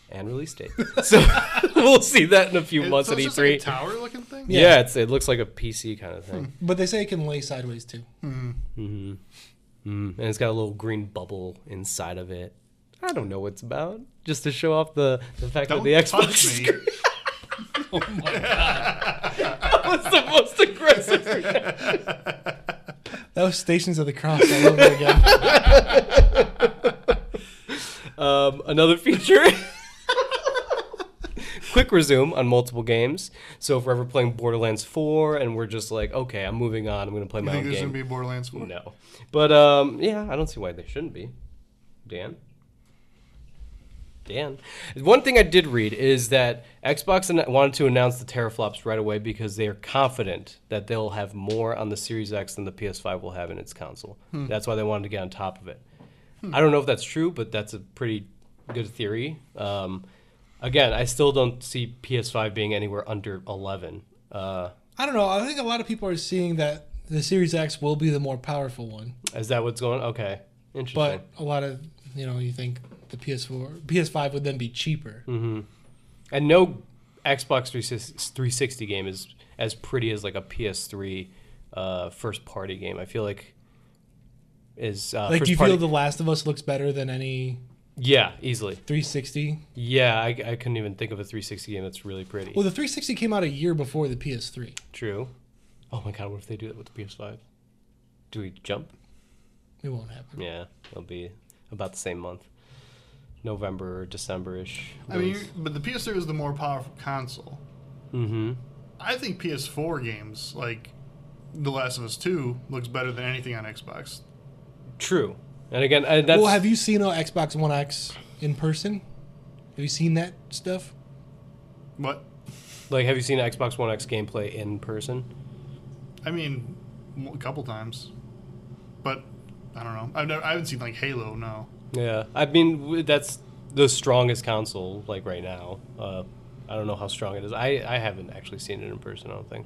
Speaker 1: and release date. so we'll see that in a few
Speaker 3: It-
Speaker 1: months
Speaker 3: so
Speaker 1: at
Speaker 3: it's just
Speaker 1: E3.
Speaker 3: Like a tower looking thing.
Speaker 1: yeah,
Speaker 2: Yeah.
Speaker 1: it's, it looks like a PC kind of thing,
Speaker 2: But they say it can lay sideways too.
Speaker 1: mm. and it's got a little green bubble inside of it. I don't know what it's about. Just to show off the, the fact
Speaker 3: Don't
Speaker 1: that the Xbox
Speaker 3: touch
Speaker 1: is
Speaker 3: me.
Speaker 1: That's the most aggressive.
Speaker 2: That was Stations of the Cross all over again.
Speaker 1: Um, another feature. Quick resume on multiple games. So if we're ever playing Borderlands 4 and we're just like, okay, I'm moving on, I'm going to play
Speaker 3: You
Speaker 1: my
Speaker 3: think
Speaker 1: own
Speaker 3: there's gonna
Speaker 1: game.
Speaker 3: be a Borderlands 4?
Speaker 1: no. But um, yeah, I don't see why they shouldn't be. Dan? Dan. One thing I did read is that Xbox an- wanted to announce the teraflops right away because they are confident that they'll have more on the Series X than the PS5 will have in its console. That's why they wanted to get on top of it. I don't know if that's true, but that's a pretty good theory. Um, again, I still don't see PS5 being anywhere under 11. Uh,
Speaker 2: I don't know. I think a lot of people are seeing that the Series X will be the more powerful one,
Speaker 1: is that what's going? Okay, interesting.
Speaker 2: but a lot of you know you think the PS4, PS5 would then be cheaper.
Speaker 1: Mm, And no Xbox 360 360 game is as pretty as like a PS3 uh, first party game. I feel like is uh,
Speaker 2: Like,
Speaker 1: first
Speaker 2: do you
Speaker 1: party-
Speaker 2: feel The Last of Us looks better than any
Speaker 1: yeah easily
Speaker 2: 360?
Speaker 1: yeah I, I couldn't even think of a 360 game that's really pretty.
Speaker 2: Well, the 360 came out a year before the PS3.
Speaker 1: True. Oh my god, what if they do that with the PS5? Do we jump?
Speaker 2: It won't happen.
Speaker 1: Yeah, it'll be about the same month, November or December ish.
Speaker 3: I mean, you- but the PS3 is the more powerful console.
Speaker 1: mm-hmm.
Speaker 3: I think PS4 games like The Last of Us 2 looks better than anything on Xbox.
Speaker 1: True. And again, I, that's
Speaker 2: Well, have you seen an Xbox One X in person? Have you seen that stuff?
Speaker 3: But
Speaker 1: like have you seen Xbox One X gameplay in person?
Speaker 3: I mean, m- a couple times. But I don't know. I've never, I haven't seen like Halo. No.
Speaker 1: Yeah, I mean w- that's the strongest console like right now. Uh, I don't know how strong it is. I, I haven't actually seen it in person. I don't think.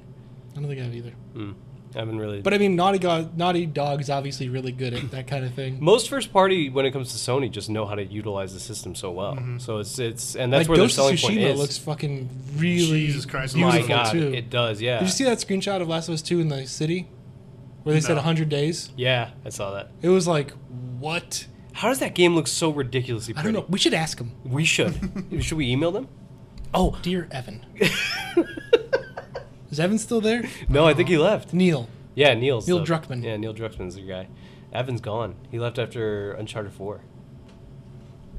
Speaker 2: I don't think I have either.
Speaker 1: Mm. I haven't really.
Speaker 2: But I mean, Naughty, Go- Naughty Dog is obviously really good at that kind of thing.
Speaker 1: most first party when it comes to Sony just know how to utilize the system so well. So it's it's and that's
Speaker 2: Mm-hmm.
Speaker 1: where
Speaker 2: like
Speaker 1: their
Speaker 2: Ghost of
Speaker 1: selling point
Speaker 2: Tsushima
Speaker 1: is.
Speaker 2: looks fucking really.
Speaker 3: Jesus Christ,
Speaker 1: My
Speaker 2: beautiful
Speaker 1: God,
Speaker 2: too.
Speaker 1: it does. Yeah.
Speaker 2: Did you see that screenshot of Last of Us 2 in the city? Where they said
Speaker 3: No.
Speaker 2: 100 days?
Speaker 1: Yeah, I saw that.
Speaker 2: It was like, what?
Speaker 1: How does that game look so ridiculously
Speaker 2: I
Speaker 1: pretty?
Speaker 2: don't know. We should ask him.
Speaker 1: We should. should we email them? Oh
Speaker 2: Dear Evan. is Evan still there?
Speaker 1: no, I think he left.
Speaker 2: Neil.
Speaker 1: Yeah, Neil's
Speaker 2: Neil
Speaker 1: the-
Speaker 2: Druckmann.
Speaker 1: Yeah, Neil Druckmann's the guy. Evan's gone. He left after Uncharted Four.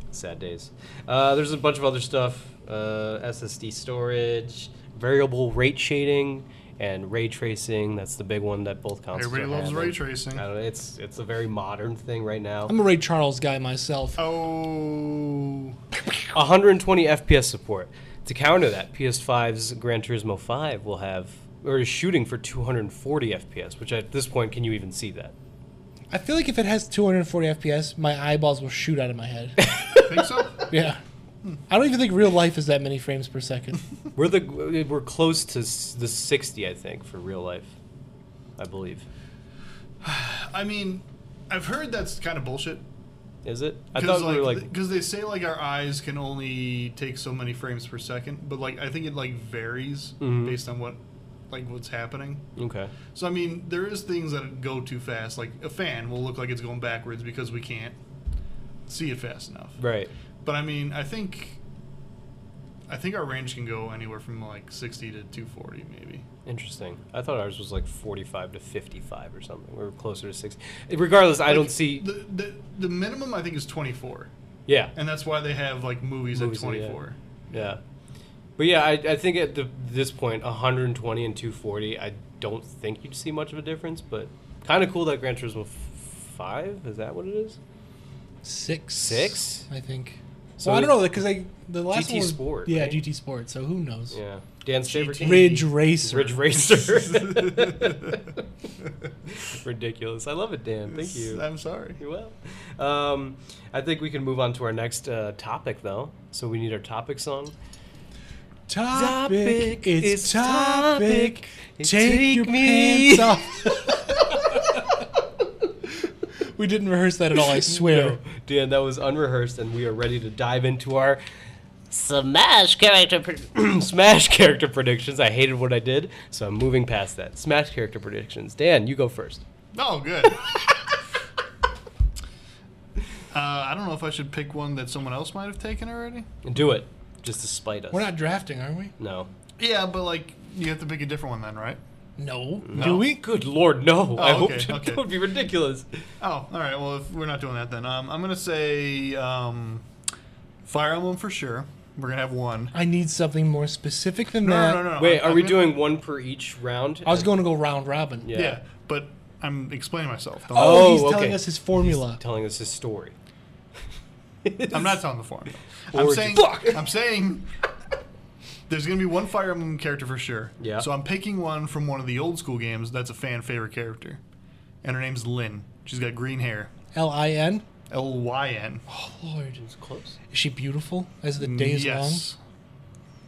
Speaker 1: Sad days. Uh, there's a bunch of other stuff: uh, SSD storage, variable rate shading, and ray tracing. That's the big one that both consoles.
Speaker 3: Everybody
Speaker 1: are
Speaker 3: loves ray
Speaker 1: having.
Speaker 3: tracing.
Speaker 1: I don't know, it's it's a very modern thing right now.
Speaker 2: I'm a Ray Charles guy myself.
Speaker 3: Oh.
Speaker 1: 120 FPS support. To counter that, PS5's Gran Turismo 5 will have or is shooting for 240 FPS, which at this point, can you even see that?
Speaker 2: I feel like if it has 240 FPS, my eyeballs will shoot out of my head.
Speaker 3: Think so?
Speaker 2: yeah. I don't even think real life is that many frames per second.
Speaker 1: We're the we're close to s- the 60, I think, for real life. I believe.
Speaker 3: I mean, I've heard that's kind of bullshit.
Speaker 1: Is it? I
Speaker 3: Because
Speaker 1: thought
Speaker 3: like,
Speaker 1: we were like
Speaker 3: because they say like our eyes can only take so many frames per second, but like I think it like varies
Speaker 1: Mhm.
Speaker 3: based on what like what's happening.
Speaker 1: okay.
Speaker 3: So I mean, there is things that go too fast. Like a fan will look like it's going backwards because we can't see it fast enough.
Speaker 1: Right.
Speaker 3: But I mean, I think I think our range can go anywhere from like 60 to 240 maybe.
Speaker 1: Interesting. I thought ours was like 45 to 55 or something. We were closer to 60. Regardless, I don't
Speaker 3: Like,
Speaker 1: see
Speaker 3: the, the the minimum I think is 24.
Speaker 1: Yeah.
Speaker 3: And that's why they have like movies,
Speaker 1: Movies,
Speaker 3: at
Speaker 1: yeah.
Speaker 3: 24.
Speaker 1: Yeah. But yeah, I, I think at the, this point 120 and 240, I don't think you'd see much of a difference, but kind of cool that Gran Turismo 5 is that what it is?
Speaker 2: Six.
Speaker 1: Six?
Speaker 2: I think.
Speaker 1: So
Speaker 2: well, I
Speaker 1: it-
Speaker 2: don't know because they the last
Speaker 1: GT
Speaker 2: one was,
Speaker 1: Sport,
Speaker 2: Yeah,
Speaker 1: right?
Speaker 2: GT Sport. So who knows?
Speaker 1: Yeah. Dan's favorite
Speaker 3: GT.
Speaker 1: game?
Speaker 2: Ridge Racer.
Speaker 1: Ridge Racer. Ridiculous. I love it, Dan. Thank you.
Speaker 3: I'm sorry.
Speaker 1: You're well. Um, I think we can move on to our next uh, topic, though. So we need our topic song.
Speaker 2: Topic.
Speaker 1: Topic
Speaker 2: It's
Speaker 1: is
Speaker 2: topic.
Speaker 1: topic.
Speaker 2: Take,
Speaker 1: Take
Speaker 2: your
Speaker 1: me.
Speaker 2: pants off. we didn't rehearse that at all. I swear.
Speaker 1: No, Dan, that was unrehearsed, and we are ready to dive into our
Speaker 4: Smash character. Pre-
Speaker 1: Smash character predictions. I hated what I did, so I'm moving past that. Smash character predictions. Dan, you go first.
Speaker 3: Oh, good. uh, I don't know if I should pick one that someone else might have taken already.
Speaker 1: Do it, just to spite us.
Speaker 2: We're not drafting, are we?
Speaker 1: No.
Speaker 3: Yeah, but like you have to pick a different one then, right?
Speaker 2: No.
Speaker 3: No.
Speaker 2: Do we?
Speaker 1: Good lord, no. I hope
Speaker 3: Oh, okay, okay.
Speaker 1: that would be ridiculous.
Speaker 3: Oh, all right. Well, if we're not doing that, then um, I'm gonna say um, Fire Emblem for sure. We're gonna have one.
Speaker 2: I need something more specific than
Speaker 3: No,
Speaker 2: that.
Speaker 3: no, no, no.
Speaker 1: Wait,
Speaker 3: I'm-
Speaker 1: are we
Speaker 3: I'm gonna-
Speaker 1: doing one per each round?
Speaker 2: I was going to go round robin.
Speaker 1: Yeah.
Speaker 3: Yeah. but I'm explaining myself. Don't-
Speaker 2: Oh, he's
Speaker 1: Oh,
Speaker 2: telling
Speaker 1: okay.
Speaker 2: us his formula.
Speaker 1: telling us his story.
Speaker 3: I'm not telling the form. I'm
Speaker 1: Origin.
Speaker 3: saying. I'm saying. There's gonna be one Fire Emblem character for sure.
Speaker 1: Yeah.
Speaker 3: So I'm picking one from one of the old school games. That's a fan favorite character, and her name's Lynn. She's got green hair.
Speaker 2: L I N.
Speaker 3: L Y N.
Speaker 2: Oh Lord,
Speaker 1: It's close.
Speaker 2: is she beautiful as
Speaker 1: Mm,
Speaker 2: the day is
Speaker 3: Yes.
Speaker 2: long?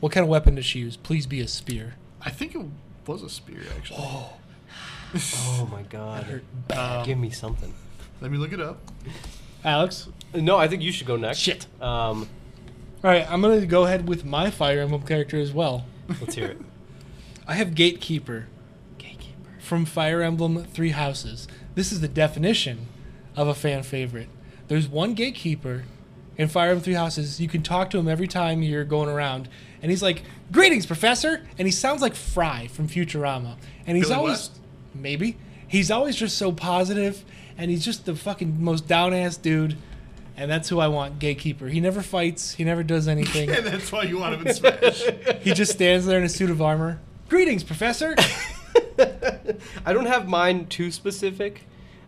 Speaker 2: What kind of weapon does she use? Please be a spear.
Speaker 3: I think it was a spear actually.
Speaker 1: Oh my god.
Speaker 3: Um,
Speaker 1: Give me something.
Speaker 3: Let me look it up.
Speaker 2: Alex.
Speaker 1: No, I think you should go next.
Speaker 2: Shit.
Speaker 1: Um,
Speaker 2: All right, I'm gonna go ahead with my Fire Emblem character as well.
Speaker 1: let's hear it.
Speaker 2: I have Gatekeeper
Speaker 1: Gatekeeper.
Speaker 2: from Fire Emblem Three Houses. This is the definition of a fan favorite. There's one gatekeeper in Fire Emblem Three Houses. You can talk to him every time you're going around, and he's like, "Greetings, Professor," and he sounds like Fry from Futurama, and he's
Speaker 3: Billy
Speaker 2: always
Speaker 3: West?
Speaker 2: maybe he's always just so positive, and he's just the fucking most down ass dude. And that's who I want, Gatekeeper. He never fights. He never does anything.
Speaker 3: And that's why you want him in Smash.
Speaker 2: he just stands there in a suit of armor. Greetings, Professor.
Speaker 1: I don't have mine too specific.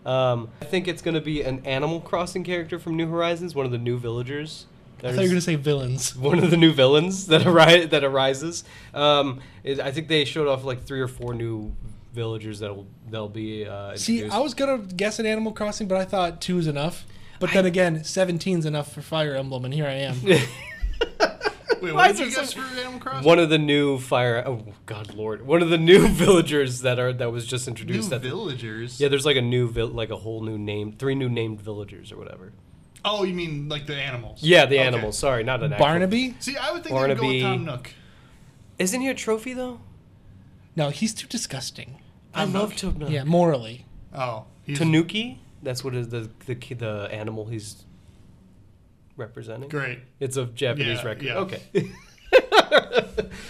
Speaker 1: Um, I think it's going to be an Animal Crossing character from New Horizons, one of the new villagers.
Speaker 2: I
Speaker 1: There's
Speaker 2: thought you were gonna say villains.
Speaker 1: one of the new villains that ari- that arises. Um, is, I think they showed off like three or four new villagers that'll they'll be. Uh,
Speaker 2: See,
Speaker 1: introduced.
Speaker 2: I was gonna guess an Animal Crossing, but I thought two is enough. But then again, 17's enough for Fire Emblem, and here I am.
Speaker 3: Wait,
Speaker 1: Why
Speaker 3: what
Speaker 1: is
Speaker 3: did you
Speaker 1: there
Speaker 3: guess
Speaker 1: so-
Speaker 3: for Animal Crossing?
Speaker 1: one of the new fire. Oh God, Lord! One of the new villagers that are that was just
Speaker 3: New
Speaker 1: introduced. at the-
Speaker 3: villagers.
Speaker 1: yeah, there's like a new vil- like a whole new name, three new named villagers or whatever.
Speaker 3: Oh, you mean like the animals?
Speaker 1: Yeah, the
Speaker 3: Okay.
Speaker 1: animals. Sorry, not an actual-
Speaker 2: Barnaby?
Speaker 3: See, I would think they would go
Speaker 1: Barnaby.
Speaker 3: with Tom Nook.
Speaker 1: Isn't he a trophy though?
Speaker 2: No, he's too disgusting.
Speaker 1: I
Speaker 3: Tom
Speaker 1: love
Speaker 3: Nook.
Speaker 1: Tanuki.
Speaker 2: Yeah, morally.
Speaker 3: Oh, he's
Speaker 1: Tanuki. That's what is the the ki- the animal he's representing.
Speaker 3: great.
Speaker 1: It's a Japanese
Speaker 3: Yeah,
Speaker 1: record.
Speaker 3: yeah.
Speaker 1: Okay.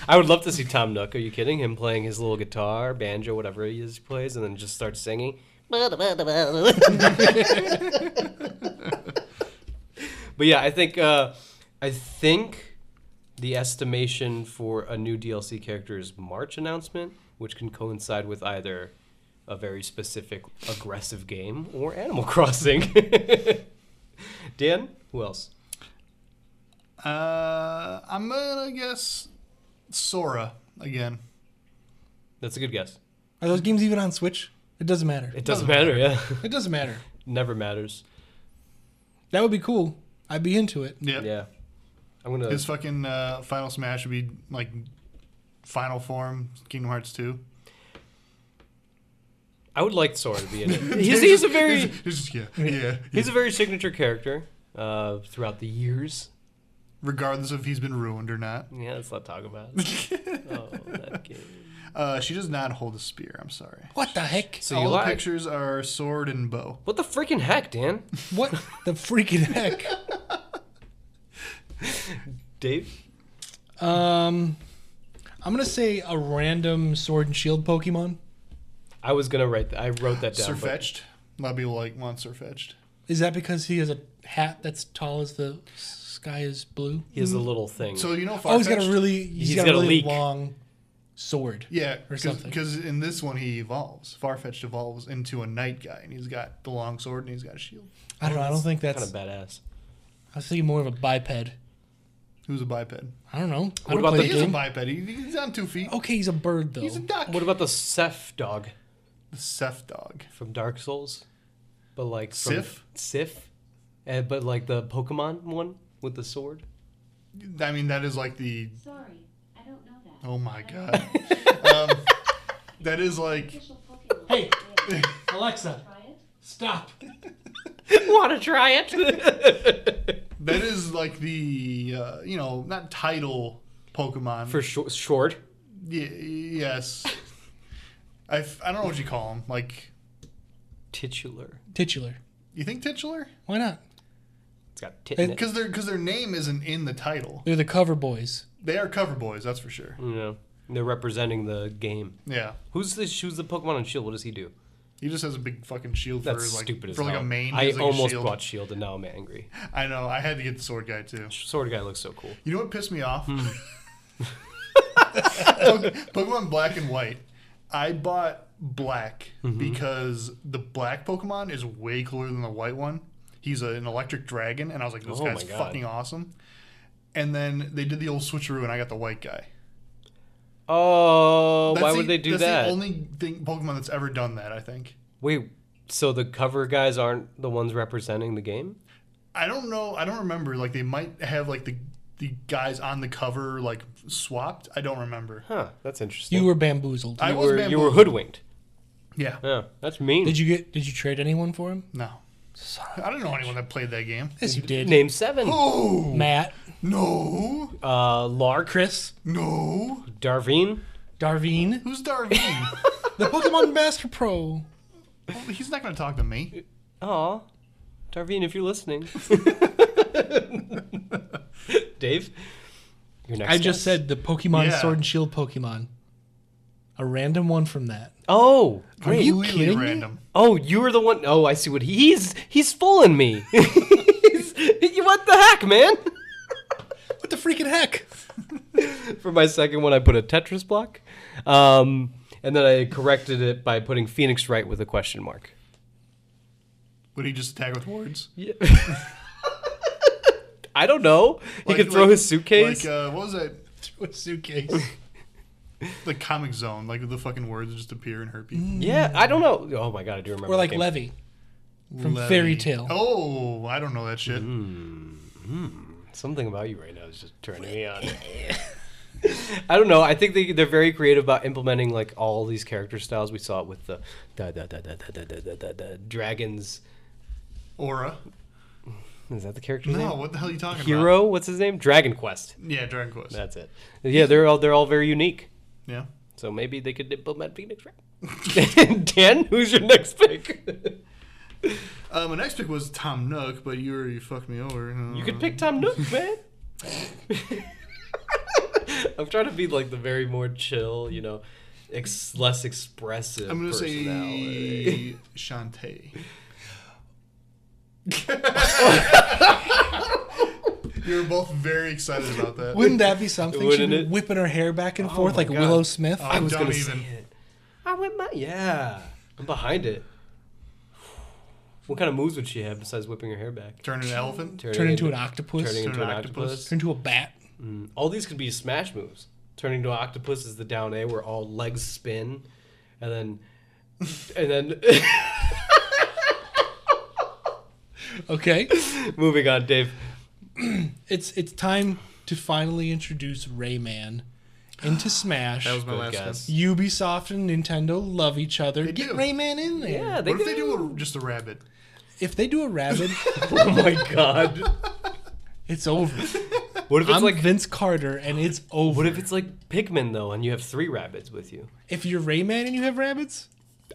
Speaker 1: I would love to see Tom Nook. Are you kidding? Him playing his little guitar, banjo, whatever he is, plays, and then just start singing. But yeah, I think uh, I think the estimation for a new DLC character's March announcement, which can coincide with either a very specific aggressive game or Animal Crossing. Dan, who else?
Speaker 3: Uh, I'm gonna guess Sora again.
Speaker 1: That's a good guess.
Speaker 2: Are those games even on Switch? It doesn't matter.
Speaker 1: It doesn't matter. Yeah,
Speaker 2: It doesn't matter.
Speaker 1: never matters.
Speaker 2: That would be cool. I'd be into it.
Speaker 3: Yep.
Speaker 1: Yeah, I'm gonna.
Speaker 3: His fucking uh, final smash would be like final form Kingdom Hearts two.
Speaker 1: I would like Sora to be in it. he's, he's a very
Speaker 3: He's just- yeah, yeah.
Speaker 1: he's a very signature character uh, throughout the years.
Speaker 3: Regardless of if he's been ruined or not,
Speaker 1: Yeah, let's not talk about it. oh, that game.
Speaker 3: uh, she does not hold a spear. I'm sorry.
Speaker 2: What the heck?
Speaker 1: So
Speaker 3: All
Speaker 1: you
Speaker 3: the
Speaker 1: like?
Speaker 3: pictures are sword and bow.
Speaker 1: What the freaking heck, Dan?
Speaker 2: What the freaking heck?
Speaker 1: Dave?
Speaker 2: Um, I'm gonna say a random Sword and Shield Pokemon.
Speaker 1: I was gonna write. That. I wrote that down. but-
Speaker 3: Surfetched. A lot of people like want Surfetched.
Speaker 2: Is that because he has a hat that's tall as the sky is blue?
Speaker 1: He has a little thing.
Speaker 3: Mm-hmm. So you know,
Speaker 2: Oh, he's got
Speaker 3: Farfetch'd?
Speaker 2: a really he's
Speaker 1: He's
Speaker 2: got,
Speaker 1: got
Speaker 2: a
Speaker 1: a
Speaker 2: really
Speaker 1: leak.
Speaker 2: long sword.
Speaker 3: Yeah,
Speaker 2: or
Speaker 3: cause,
Speaker 2: something.
Speaker 3: Because in this one he evolves. Farfetch'd evolves into a knight guy, and he's got the long sword and he's got a shield.
Speaker 2: I don't know. I don't think
Speaker 1: kind
Speaker 2: that's.
Speaker 1: of badass.
Speaker 2: I was thinking more of a biped.
Speaker 3: Who's a biped?
Speaker 2: I don't know. I
Speaker 1: What
Speaker 2: don't
Speaker 1: about
Speaker 2: play
Speaker 1: the-
Speaker 3: He
Speaker 2: the
Speaker 3: is a
Speaker 2: game.
Speaker 3: biped. He, he's on two feet.
Speaker 2: Okay, he's a bird though.
Speaker 3: He's a duck.
Speaker 1: What about the Seth dog
Speaker 3: the Seth dog?
Speaker 1: from Dark Souls? But like from
Speaker 3: Sif?
Speaker 1: Sif, and, but like the Pokemon one with the sword.
Speaker 3: I mean, that is like the.
Speaker 5: Sorry, I don't know that.
Speaker 3: Oh my god. um, that is like.
Speaker 5: Official Pokemon.
Speaker 2: Hey.
Speaker 5: Yeah,
Speaker 2: Alexa,
Speaker 5: Try it.
Speaker 2: stop.
Speaker 1: Want to try it?
Speaker 3: That is like the. Uh, you know, not title Pokemon.
Speaker 1: For short, short.
Speaker 3: Y- yes. I, f- I don't know what you call him. Like,
Speaker 1: Titular.
Speaker 2: Titular.
Speaker 3: you think titular?
Speaker 2: Why not?
Speaker 1: It's got tit in it.
Speaker 3: Because their because their name isn't in the title.
Speaker 2: They're the cover boys.
Speaker 3: They are cover boys, that's for sure.
Speaker 1: You know, they're representing the game.
Speaker 3: Yeah.
Speaker 1: Who's the who's the Pokemon on Shield? E What does he do?
Speaker 3: He just has a big fucking shield for
Speaker 1: That's
Speaker 3: like
Speaker 1: stupid as
Speaker 3: for like
Speaker 1: hell.
Speaker 3: a main. he
Speaker 1: I
Speaker 3: has, like, a
Speaker 1: almost
Speaker 3: shield.
Speaker 1: bought Shield and now I'm angry.
Speaker 3: I know. I had to get the sword guy too.
Speaker 1: Sword guy looks so cool.
Speaker 3: You know what pissed me off?
Speaker 1: Hmm.
Speaker 3: Pok- Pokemon Black and White. I bought Black
Speaker 1: Mm-hmm.
Speaker 3: because the black Pokemon is way cooler than the white one. He's a- an electric dragon, and I was like, this
Speaker 1: Oh
Speaker 3: guy's
Speaker 1: my God.
Speaker 3: fucking awesome. And then they did the old switcheroo, and I got the white guy.
Speaker 1: Oh, why
Speaker 3: That's
Speaker 1: would
Speaker 3: the-
Speaker 1: they do
Speaker 3: that's
Speaker 1: that?
Speaker 3: The only thing Pokemon that's ever done that, I think.
Speaker 1: Wait, so the cover guys aren't the ones representing the game?
Speaker 3: I don't know. I don't remember. Like they might have like the the guys on the cover like swapped. I don't remember.
Speaker 1: Huh, that's interesting.
Speaker 2: You were bamboozled.
Speaker 3: I
Speaker 1: You
Speaker 3: was
Speaker 1: were, you were
Speaker 3: bamboozled.
Speaker 1: hoodwinked.
Speaker 3: Yeah.
Speaker 1: Yeah, that's mean.
Speaker 2: Did you get? Did you trade anyone for him?
Speaker 3: No. I don't know anyone that played that game.
Speaker 2: Yes, you did.
Speaker 1: Name seven.
Speaker 3: Oh
Speaker 2: Matt,
Speaker 3: no,
Speaker 1: Uh, Lark,
Speaker 2: Chris,
Speaker 3: no.
Speaker 1: Darveen.
Speaker 2: Darveen,
Speaker 3: Who's Darveen?
Speaker 2: the Pokemon Master Pro.
Speaker 3: Well, He's not gonna talk to me.
Speaker 1: Aw, Darveen, if you're listening. Dave, your next.
Speaker 2: I just
Speaker 1: guess?
Speaker 2: said the Pokemon
Speaker 3: Yeah.
Speaker 2: Sword and Shield Pokemon. A random one from that.
Speaker 1: Oh,
Speaker 2: Are
Speaker 1: wait.
Speaker 2: you
Speaker 3: Completely
Speaker 2: kidding me?
Speaker 3: random.
Speaker 1: Oh, you were the one oh I see what he, he's he's fooling me. He's- he- what the heck, man?
Speaker 2: What the freaking heck?
Speaker 1: For my second one, I put a Tetris block, um, and then I corrected it by putting Phoenix Wright with a question mark.
Speaker 3: Would he just attack with words?
Speaker 1: Yeah. I don't know. He could throw his suitcase.
Speaker 3: Like uh, what was that?
Speaker 2: Through a suitcase.
Speaker 3: The comic zone. Like the fucking words just appear and hurt people.
Speaker 1: yeah, I don't know. Oh my god, I do remember. that
Speaker 2: or like
Speaker 1: game.
Speaker 2: Levy. From
Speaker 3: Levy.
Speaker 2: Fairy Tale.
Speaker 3: Oh, I don't know that shit.
Speaker 1: Something about you right now is just turning me on. I don't know. I think they they're very creative about implementing like all these character styles. We saw it with the da da da da da da da da, da, da dragons.
Speaker 3: Aura.
Speaker 1: Is that the character
Speaker 3: No,
Speaker 1: name?
Speaker 3: what the hell are you talking about?
Speaker 1: Hero. What's his name? Dragon Quest.
Speaker 3: Yeah, Dragon Quest.
Speaker 1: That's it. Yeah, they're all they're all very unique.
Speaker 3: Yeah.
Speaker 1: So maybe they could implement Phoenix Wright. Dan, who's your next pick?
Speaker 3: Uh, my next pick was Tom Nook, but you already fucked me over.
Speaker 1: you could pick Tom Nook, man. I'm trying to be like the very more chill, you know, ex- less expressive.
Speaker 3: I'm gonna
Speaker 1: personality.
Speaker 3: say Shantae. you were both very excited about that.
Speaker 2: Wouldn't that be something?
Speaker 1: Wouldn't
Speaker 2: She'd be
Speaker 1: it? Oh
Speaker 2: whipping her hair back and forth
Speaker 1: my
Speaker 2: like
Speaker 1: God.
Speaker 2: Willow Smith.
Speaker 3: I was
Speaker 1: gonna
Speaker 3: don't even.
Speaker 1: say it. I went my yeah. I'm behind it. What kind of moves would she have besides whipping her hair back?
Speaker 3: Turn an elephant.
Speaker 2: Turn into an octopus.
Speaker 1: Turning
Speaker 2: Turn
Speaker 1: into an
Speaker 3: an
Speaker 1: octopus.
Speaker 3: octopus.
Speaker 2: into a bat.
Speaker 1: All these could be smash moves. Turning to an octopus is the down A where all legs spin, and then, and then
Speaker 2: Okay.
Speaker 1: moving on, Dave.
Speaker 2: it's it's time to finally introduce Rayman into Smash.
Speaker 3: That was my
Speaker 1: Good
Speaker 3: last
Speaker 1: guess.
Speaker 3: guess.
Speaker 2: Ubisoft and Nintendo love each other.
Speaker 3: They
Speaker 2: Get
Speaker 3: do.
Speaker 2: Rayman in there.
Speaker 1: Yeah, they
Speaker 3: What if they
Speaker 1: do.
Speaker 3: do a, just a rabbit?
Speaker 2: If they do a rabbit,
Speaker 1: Oh my god.
Speaker 2: it's over.
Speaker 1: What if it's
Speaker 2: I'm
Speaker 1: like
Speaker 2: Vince Carter, and it's over.
Speaker 1: what if it's like Pikmin though, and you have three rabbits with you?
Speaker 2: if you're Rayman and you have rabbits?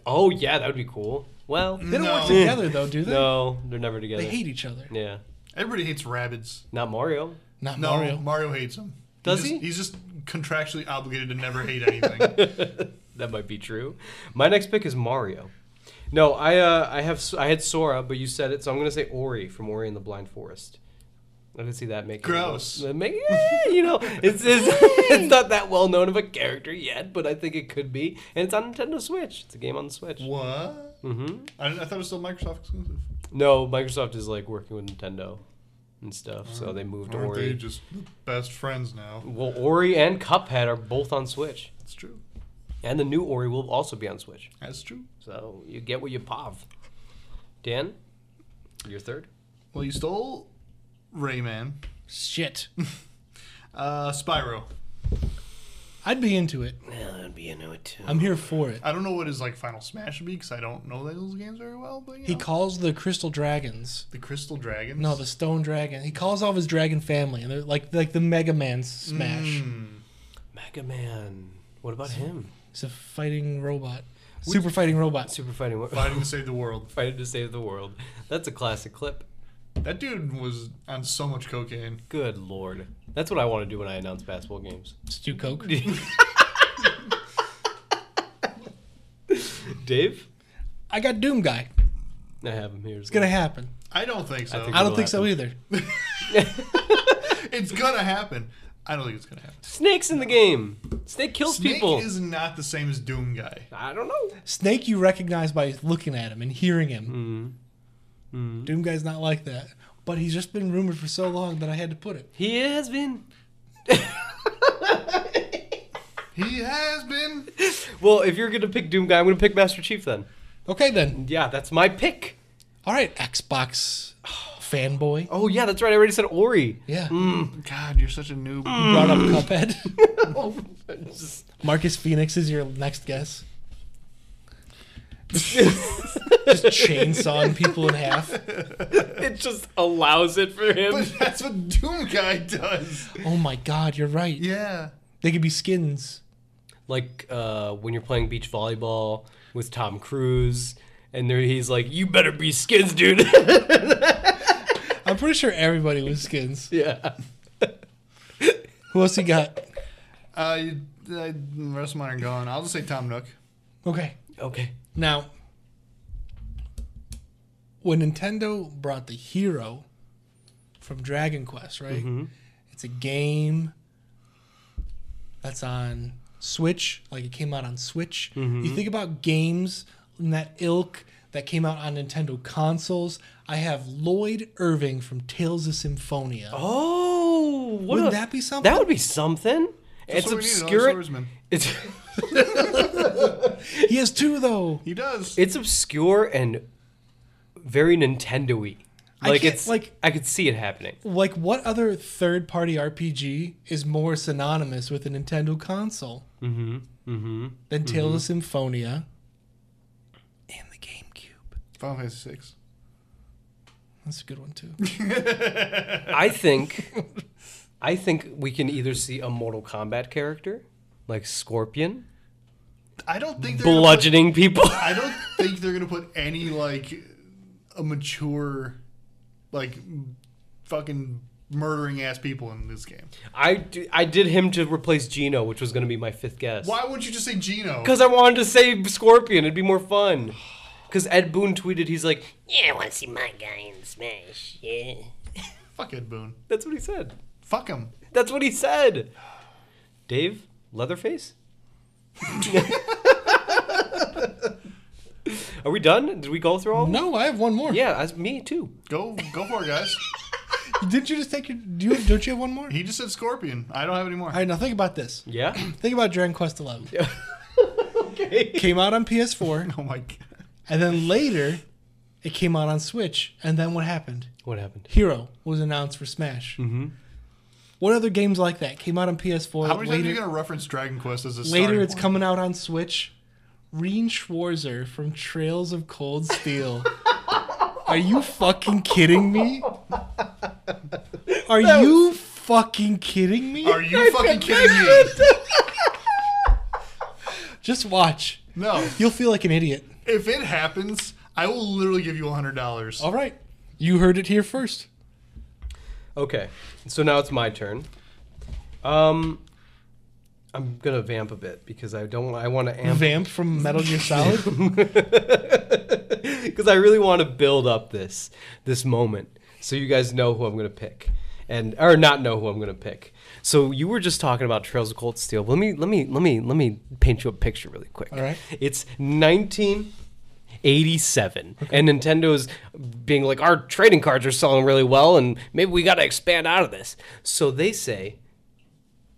Speaker 1: Oh yeah, that would be cool. Well,
Speaker 2: They don't work
Speaker 3: No.
Speaker 2: together though, do they?
Speaker 1: no, they're never together.
Speaker 2: Mm. They hate each other.
Speaker 1: yeah,
Speaker 3: Everybody hates rabbits.
Speaker 1: not Mario.
Speaker 2: Not
Speaker 3: No, Mario,
Speaker 2: Mario.
Speaker 3: hates them.
Speaker 1: Does
Speaker 3: just,
Speaker 1: he?
Speaker 3: He's just contractually obligated to never hate anything.
Speaker 1: That might be true. My next pick is Mario. No, I uh, I have I had Sora, but you said it, so I'm gonna say Ori from Ori and the Blind Forest. I didn't see that make
Speaker 3: Gross.
Speaker 1: That make, yeah, you know, it's, it's it's not that well known of a character yet, but I think it could be, and it's on Nintendo Switch. It's a game on the Switch.
Speaker 3: what?
Speaker 1: hmm
Speaker 3: I, didn't- I thought it was still Microsoft exclusive.
Speaker 1: No, Microsoft is like working with Nintendo and stuff. So they moved
Speaker 3: Aren't they
Speaker 1: Ori.
Speaker 3: just best friends now?
Speaker 1: Well, Ori and Cuphead are both on Switch,
Speaker 3: That's true.
Speaker 1: and the new Ori will also be on Switch.
Speaker 3: That's true.
Speaker 1: So you get what you pov. Dan, your third.
Speaker 3: Well, you stole Rayman,
Speaker 2: Shit.
Speaker 3: uh, Spyro.
Speaker 2: I'd be into it.
Speaker 1: Yeah, that'd be into it too.
Speaker 2: I'm here for it.
Speaker 3: I don't know what his like final smash would be because I don't know those games very well. But you
Speaker 2: He
Speaker 3: know.
Speaker 2: calls the crystal dragons.
Speaker 3: the Crystal Dragons.
Speaker 2: No, the stone dragon. He calls all of his dragon family, and they're like like the Mega Man smash.
Speaker 3: Mm.
Speaker 1: Mega Man. What about him?
Speaker 2: He's a fighting robot, super fighting robot.
Speaker 1: Super fighting. Wo-
Speaker 3: fighting to save the world.
Speaker 1: fighting to save the world. That's a classic clip.
Speaker 3: That dude was on so much cocaine.
Speaker 1: Good lord. That's what I want to do when I announce basketball games.
Speaker 2: Stu Coke.
Speaker 1: Dave,
Speaker 2: I got Doom Guy.
Speaker 1: I have him here. It's
Speaker 2: It's gonna happen.
Speaker 3: I don't think so.
Speaker 1: think-
Speaker 2: I don't think so either.
Speaker 3: it's gonna happen. I don't think it's gonna happen.
Speaker 1: Snakes in the game. Snake kills
Speaker 3: Snake
Speaker 1: people.
Speaker 3: is not the same as Doom guy.
Speaker 1: I don't know.
Speaker 2: Snake, you recognize by looking at him and hearing him. Doom Guy's not like that, but he's just been rumored for so long that I had to put it.
Speaker 1: He has been.
Speaker 3: He has been.
Speaker 1: Well, if you're gonna pick Doom Guy, I'm gonna pick Master Chief then.
Speaker 2: Okay then.
Speaker 1: Yeah, that's my pick.
Speaker 2: All right, Xbox fanboy.
Speaker 1: Oh yeah, that's right. I already said Ori.
Speaker 2: Yeah,
Speaker 3: God, you're such a noob.
Speaker 2: brought up Cuphead.
Speaker 1: Just-
Speaker 2: Mm. Marcus Phoenix is your next guess. just chainsawing people in half.
Speaker 1: it just allows it for him.
Speaker 3: But that's what Doom guy does.
Speaker 2: Oh my God, you're right.
Speaker 3: Yeah.
Speaker 2: They could be skins.
Speaker 1: like uh, when you're playing beach volleyball with Tom Cruise, and there he's like, "You better be skins, dude."
Speaker 2: I'm pretty sure everybody was skins.
Speaker 1: yeah.
Speaker 2: Who else you got?
Speaker 3: Uh, you, uh, the rest of mine are gone. I'll just say Tom Nook.
Speaker 2: Okay.
Speaker 1: Okay.
Speaker 2: Now, when Nintendo brought the hero from Dragon Quest, right?
Speaker 1: Mm-hmm.
Speaker 2: It's a game that's on Switch, like it came out on Switch.
Speaker 1: Mm-hmm.
Speaker 2: You think about games in that ilk that came out on Nintendo consoles. I have Lloyd Irving from Tales of Symphonia.
Speaker 1: Oh, what
Speaker 2: Wouldn't
Speaker 1: a-
Speaker 2: that be something?
Speaker 1: That would be something.
Speaker 3: That's
Speaker 1: it's
Speaker 3: what we need, another
Speaker 1: obscure.
Speaker 3: swordsman.
Speaker 1: It's
Speaker 2: He has two though.
Speaker 3: He does.
Speaker 1: it's obscure and very Nintendo-y.
Speaker 2: I
Speaker 1: Like
Speaker 2: can't-
Speaker 1: it's
Speaker 2: like-
Speaker 1: like I could see it happening.
Speaker 2: Like, what other third party RPG is more synonymous with a Nintendo console? Mm hmm. Mm hmm. Than Tales of Symphonia and the GameCube.
Speaker 3: Final Fantasy Six.
Speaker 2: That's a good one, too.
Speaker 1: I think, I think we can either see a Mortal Kombat character, like Scorpion,
Speaker 3: I don't think they're gonna put-
Speaker 1: bludgeoning people.
Speaker 3: I don't think they're gonna put any like a mature, like fucking murdering ass people in this game.
Speaker 1: I, d- I did him to replace Gino, which was going to be my fifth guess.
Speaker 3: Why would you just say Gino?
Speaker 1: Because I wanted to say Scorpion. It'd be more fun. Because Ed Boon tweeted, he's like,
Speaker 4: Yeah, I want to see my guy in Smash. Yeah.
Speaker 3: Fuck Ed Boon.
Speaker 1: that's what he said.
Speaker 3: Fuck him.
Speaker 1: That's what he said. Dave, Leatherface? Are we done? Did we go through all? of them?
Speaker 2: no, I have one more.
Speaker 1: Yeah, as me too.
Speaker 3: Go go for it, guys.
Speaker 2: Didn't you just take your. Do you, don't you have one more? All
Speaker 3: He just said Scorpion. I don't have any more.
Speaker 2: right, now think about this.
Speaker 1: Yeah.
Speaker 2: Think about Dragon Quest Eleven.
Speaker 1: okay.
Speaker 2: Came out on PS4,
Speaker 3: oh my god.
Speaker 2: and then later, it came out on Switch. And then what happened?
Speaker 1: What happened?
Speaker 2: Hero was announced for Smash. Mm-hmm. What other games like that came out on PS4?
Speaker 3: How many times are you
Speaker 2: later,
Speaker 3: gonna reference Dragon Quest as a
Speaker 2: later
Speaker 3: starting
Speaker 2: it's
Speaker 3: point?
Speaker 2: coming out on Switch. Reen Schwarzer from Trails of Cold Steel. are you fucking kidding me? Are you fucking kidding me?
Speaker 3: Are you fucking kidding me?
Speaker 2: Just watch.
Speaker 3: No.
Speaker 2: You'll feel like an idiot.
Speaker 3: If it happens, I will literally give you hundred dollars.
Speaker 2: All right. You heard it here first.
Speaker 1: Okay. So now it's my turn. Um, I'm gonna vamp a bit because I don't. I want to amp
Speaker 2: Vamp from Metal Gear Solid.
Speaker 1: because I really want to build up this this moment so you guys know who I'm gonna pick and or not know who I'm gonna pick. So you were just talking about Trails of Cold Steel. Let me let me let me let me paint you a picture really quick.
Speaker 2: All right.
Speaker 1: It's 19 87. And Nintendo's being like, our trading cards are selling really well, and maybe we got to expand out of this. So they say,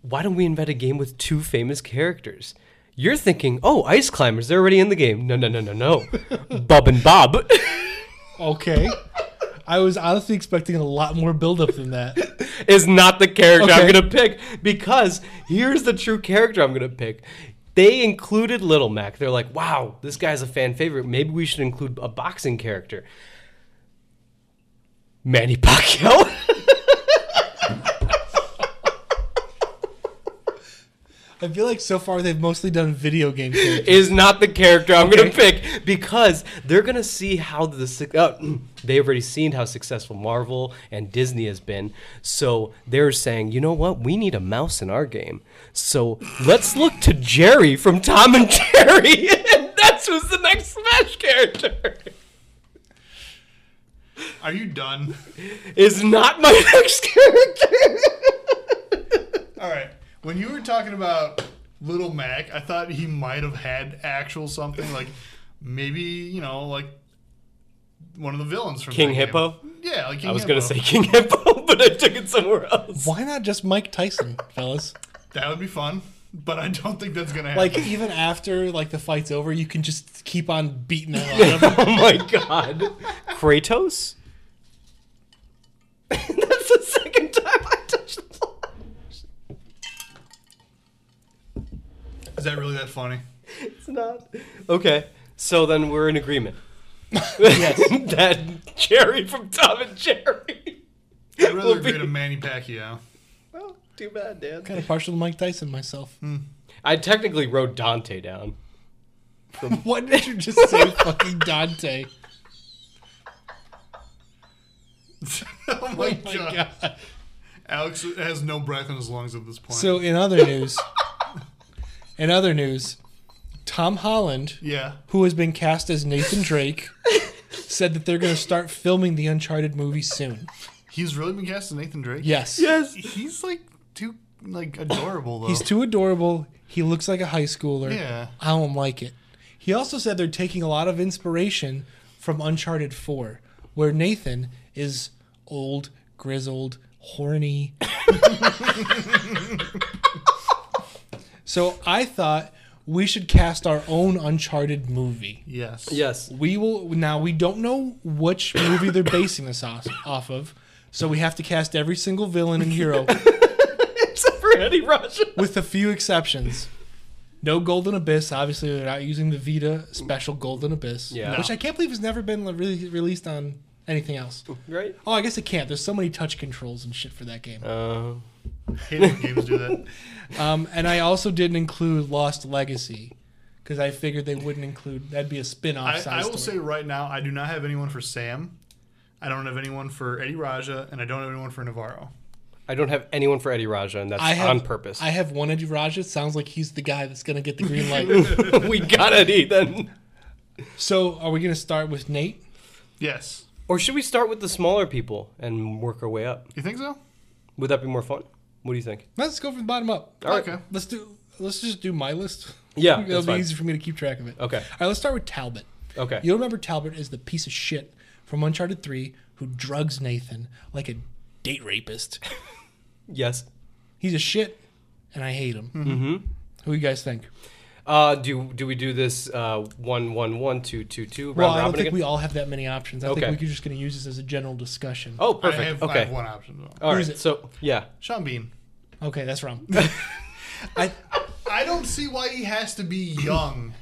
Speaker 1: why don't we invent a game with two famous characters? You're thinking, oh, Ice Climbers, they're already in the game. No, no, no, no, no. Bub and Bob.
Speaker 2: Okay. I was honestly expecting a lot more buildup than that.
Speaker 1: is not the character I'm
Speaker 2: Okay.
Speaker 1: going to pick because here's the true character I'm going to pick. They included Little Mac. They're like, wow, this guy's a fan favorite. Maybe we should include a boxing character. Manny Pacquiao.
Speaker 2: I feel like so far they've mostly done video game characters.
Speaker 1: is not the character I'm going to pick because they're going to see how the suc- uh, they've already seen how successful Marvel and Disney has been. So they're saying, you know what? We need a mouse in our game. So let's look to Jerry from Tom and Jerry, and that's who's the next Smash character.
Speaker 3: Are you done?
Speaker 1: Is not my next character.
Speaker 3: All right. When you were talking about Little Mac, I thought he might have had actual something like maybe you know like one of the villains from
Speaker 1: King
Speaker 3: that game.
Speaker 1: Hippo?
Speaker 3: Yeah, like King
Speaker 1: I was
Speaker 3: Hippo.
Speaker 1: going to say King Hippo, but I took it somewhere else.
Speaker 2: Why not just Mike Tyson, fellas?
Speaker 3: that would be fun, but I don't think that's gonna happen.
Speaker 2: Like even after like the fight's over, you can just keep on beating the hell out of him.
Speaker 1: Oh my god. Kratos? That's the second time I touched the ball.
Speaker 3: is that really that funny?
Speaker 1: It's not. Okay, so then we're in agreement. that Jerry from Tom and Jerry.
Speaker 3: I'd rather
Speaker 1: Will
Speaker 3: agree
Speaker 1: be-
Speaker 3: to Manny Pacquiao.
Speaker 1: Well, too bad, Dan.
Speaker 2: kind of partial to Mike Tyson myself.
Speaker 1: I technically wrote Dante down.
Speaker 2: What did you just say, fucking Dante?
Speaker 3: oh my, god. Alex has no breath in his lungs at this point.
Speaker 2: So in other news, in other news, Tom Holland,
Speaker 3: yeah,
Speaker 2: who has been cast as Nathan Drake, said that they're going to start filming the Uncharted movie soon.
Speaker 3: he's really been cast as Nathan Drake.
Speaker 2: Yes.
Speaker 1: Yes.
Speaker 3: he's like too like adorable though.
Speaker 2: He's too adorable. He looks like a high schooler.
Speaker 3: Yeah.
Speaker 2: I don't like it. He also said they're taking a lot of inspiration from Uncharted 4, where Nathan is old, grizzled, horny. so I thought we should cast our own Uncharted movie.
Speaker 3: yes.
Speaker 1: Yes.
Speaker 2: We will now. We don't know which movie they're basing this off, off of, so we have to cast every single villain and hero
Speaker 1: Except for Eddie Rush.
Speaker 2: with a few exceptions. No Golden Abyss. Obviously, they're not using the Vita special Golden Abyss,
Speaker 1: Yeah.
Speaker 2: which I can't believe has never been like, really released on anything else.
Speaker 1: Right?
Speaker 2: Oh, I guess it can't. There's so many touch controls and shit for that game.
Speaker 1: Uh,
Speaker 3: Hate when games do that.
Speaker 2: Um, and I also didn't include Lost Legacy because I figured they wouldn't include. That'd be a spin-off.
Speaker 3: I,
Speaker 2: side
Speaker 3: I will
Speaker 2: story.
Speaker 3: say right now, I do not have anyone for Sam. I don't have anyone for Eddie Raja, and I don't have anyone for Navarro.
Speaker 1: I don't have anyone for Eddie Raja, and that's
Speaker 2: I have,
Speaker 1: on purpose.
Speaker 2: I have one Eddie Raja. It sounds like he's the guy that's going to get the green light.
Speaker 1: we got Eddie then.
Speaker 2: so, are we going to start with Nate?
Speaker 3: Yes.
Speaker 1: Or should we start with the smaller people and work our way up?
Speaker 3: You think so?
Speaker 1: Would that be more fun? What do you think?
Speaker 2: Let's go from the bottom up.
Speaker 1: All right.
Speaker 3: Okay.
Speaker 2: Let's do. Let's just do my list.
Speaker 1: Yeah,
Speaker 2: it'll
Speaker 1: that's
Speaker 2: be
Speaker 1: fine.
Speaker 2: easy for me to keep track of it.
Speaker 1: Okay.
Speaker 2: All right. Let's start with Talbot.
Speaker 1: Okay.
Speaker 2: You remember Talbot is the piece of shit from Uncharted Three who drugs Nathan like a date rapist.
Speaker 1: yes.
Speaker 2: He's a shit, and I hate him. Mm-hmm. Who you guys think?
Speaker 1: Uh, do do we do this uh, one one one two two two round
Speaker 2: well, I
Speaker 1: robin
Speaker 2: don't think
Speaker 1: again?
Speaker 2: we all have that many options. I
Speaker 1: Okay.
Speaker 2: think we're just going to use this as a general discussion.
Speaker 1: oh,
Speaker 3: I
Speaker 1: perfect.
Speaker 3: have, I
Speaker 1: okay. Uh,
Speaker 3: have one option though.
Speaker 1: all
Speaker 2: Who's
Speaker 1: right.
Speaker 2: it?
Speaker 1: So yeah,
Speaker 3: Sean Bean.
Speaker 1: Oh.
Speaker 2: Okay, that's wrong. I,
Speaker 3: I don't see why he has to be young.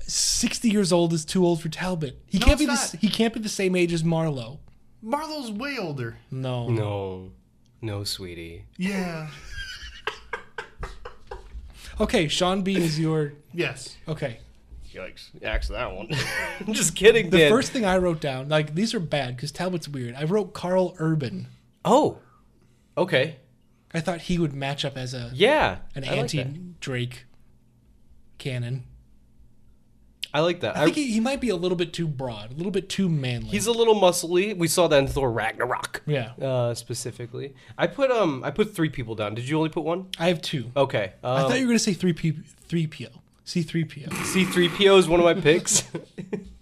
Speaker 2: 60 years old is too old for Talbot. He
Speaker 3: No,
Speaker 2: can't be
Speaker 3: it's
Speaker 2: the,
Speaker 3: not.
Speaker 2: he can't be the same age as Marlowe.
Speaker 3: Marlowe's way older.
Speaker 2: No.
Speaker 1: no, no, sweetie.
Speaker 3: Yeah.
Speaker 2: Okay, Sean Bean is your
Speaker 3: Yes.
Speaker 2: Okay.
Speaker 1: Yikes! Axe that one. Just kidding.
Speaker 2: The
Speaker 1: Dan.
Speaker 2: first thing I wrote down, like these are bad cuz Talbot's weird. I wrote Carl Urban.
Speaker 1: Oh, okay.
Speaker 2: I thought he would match up as a
Speaker 1: Yeah.
Speaker 2: an
Speaker 1: I like
Speaker 2: anti
Speaker 1: that.
Speaker 2: Drake canon.
Speaker 1: I like that.
Speaker 2: I think
Speaker 1: I-
Speaker 2: he, he might be a little bit too broad, a little bit too manly.
Speaker 1: he's a little muscly. We saw that in Thor Ragnarok.
Speaker 2: yeah.
Speaker 1: Uh, specifically, I put um I put three people down. Did you only put one?
Speaker 2: I have two.
Speaker 1: Okay.
Speaker 2: I
Speaker 1: Um,
Speaker 2: thought you were going to say 3P 3PO. C3PO.
Speaker 1: C three PO is one of my picks.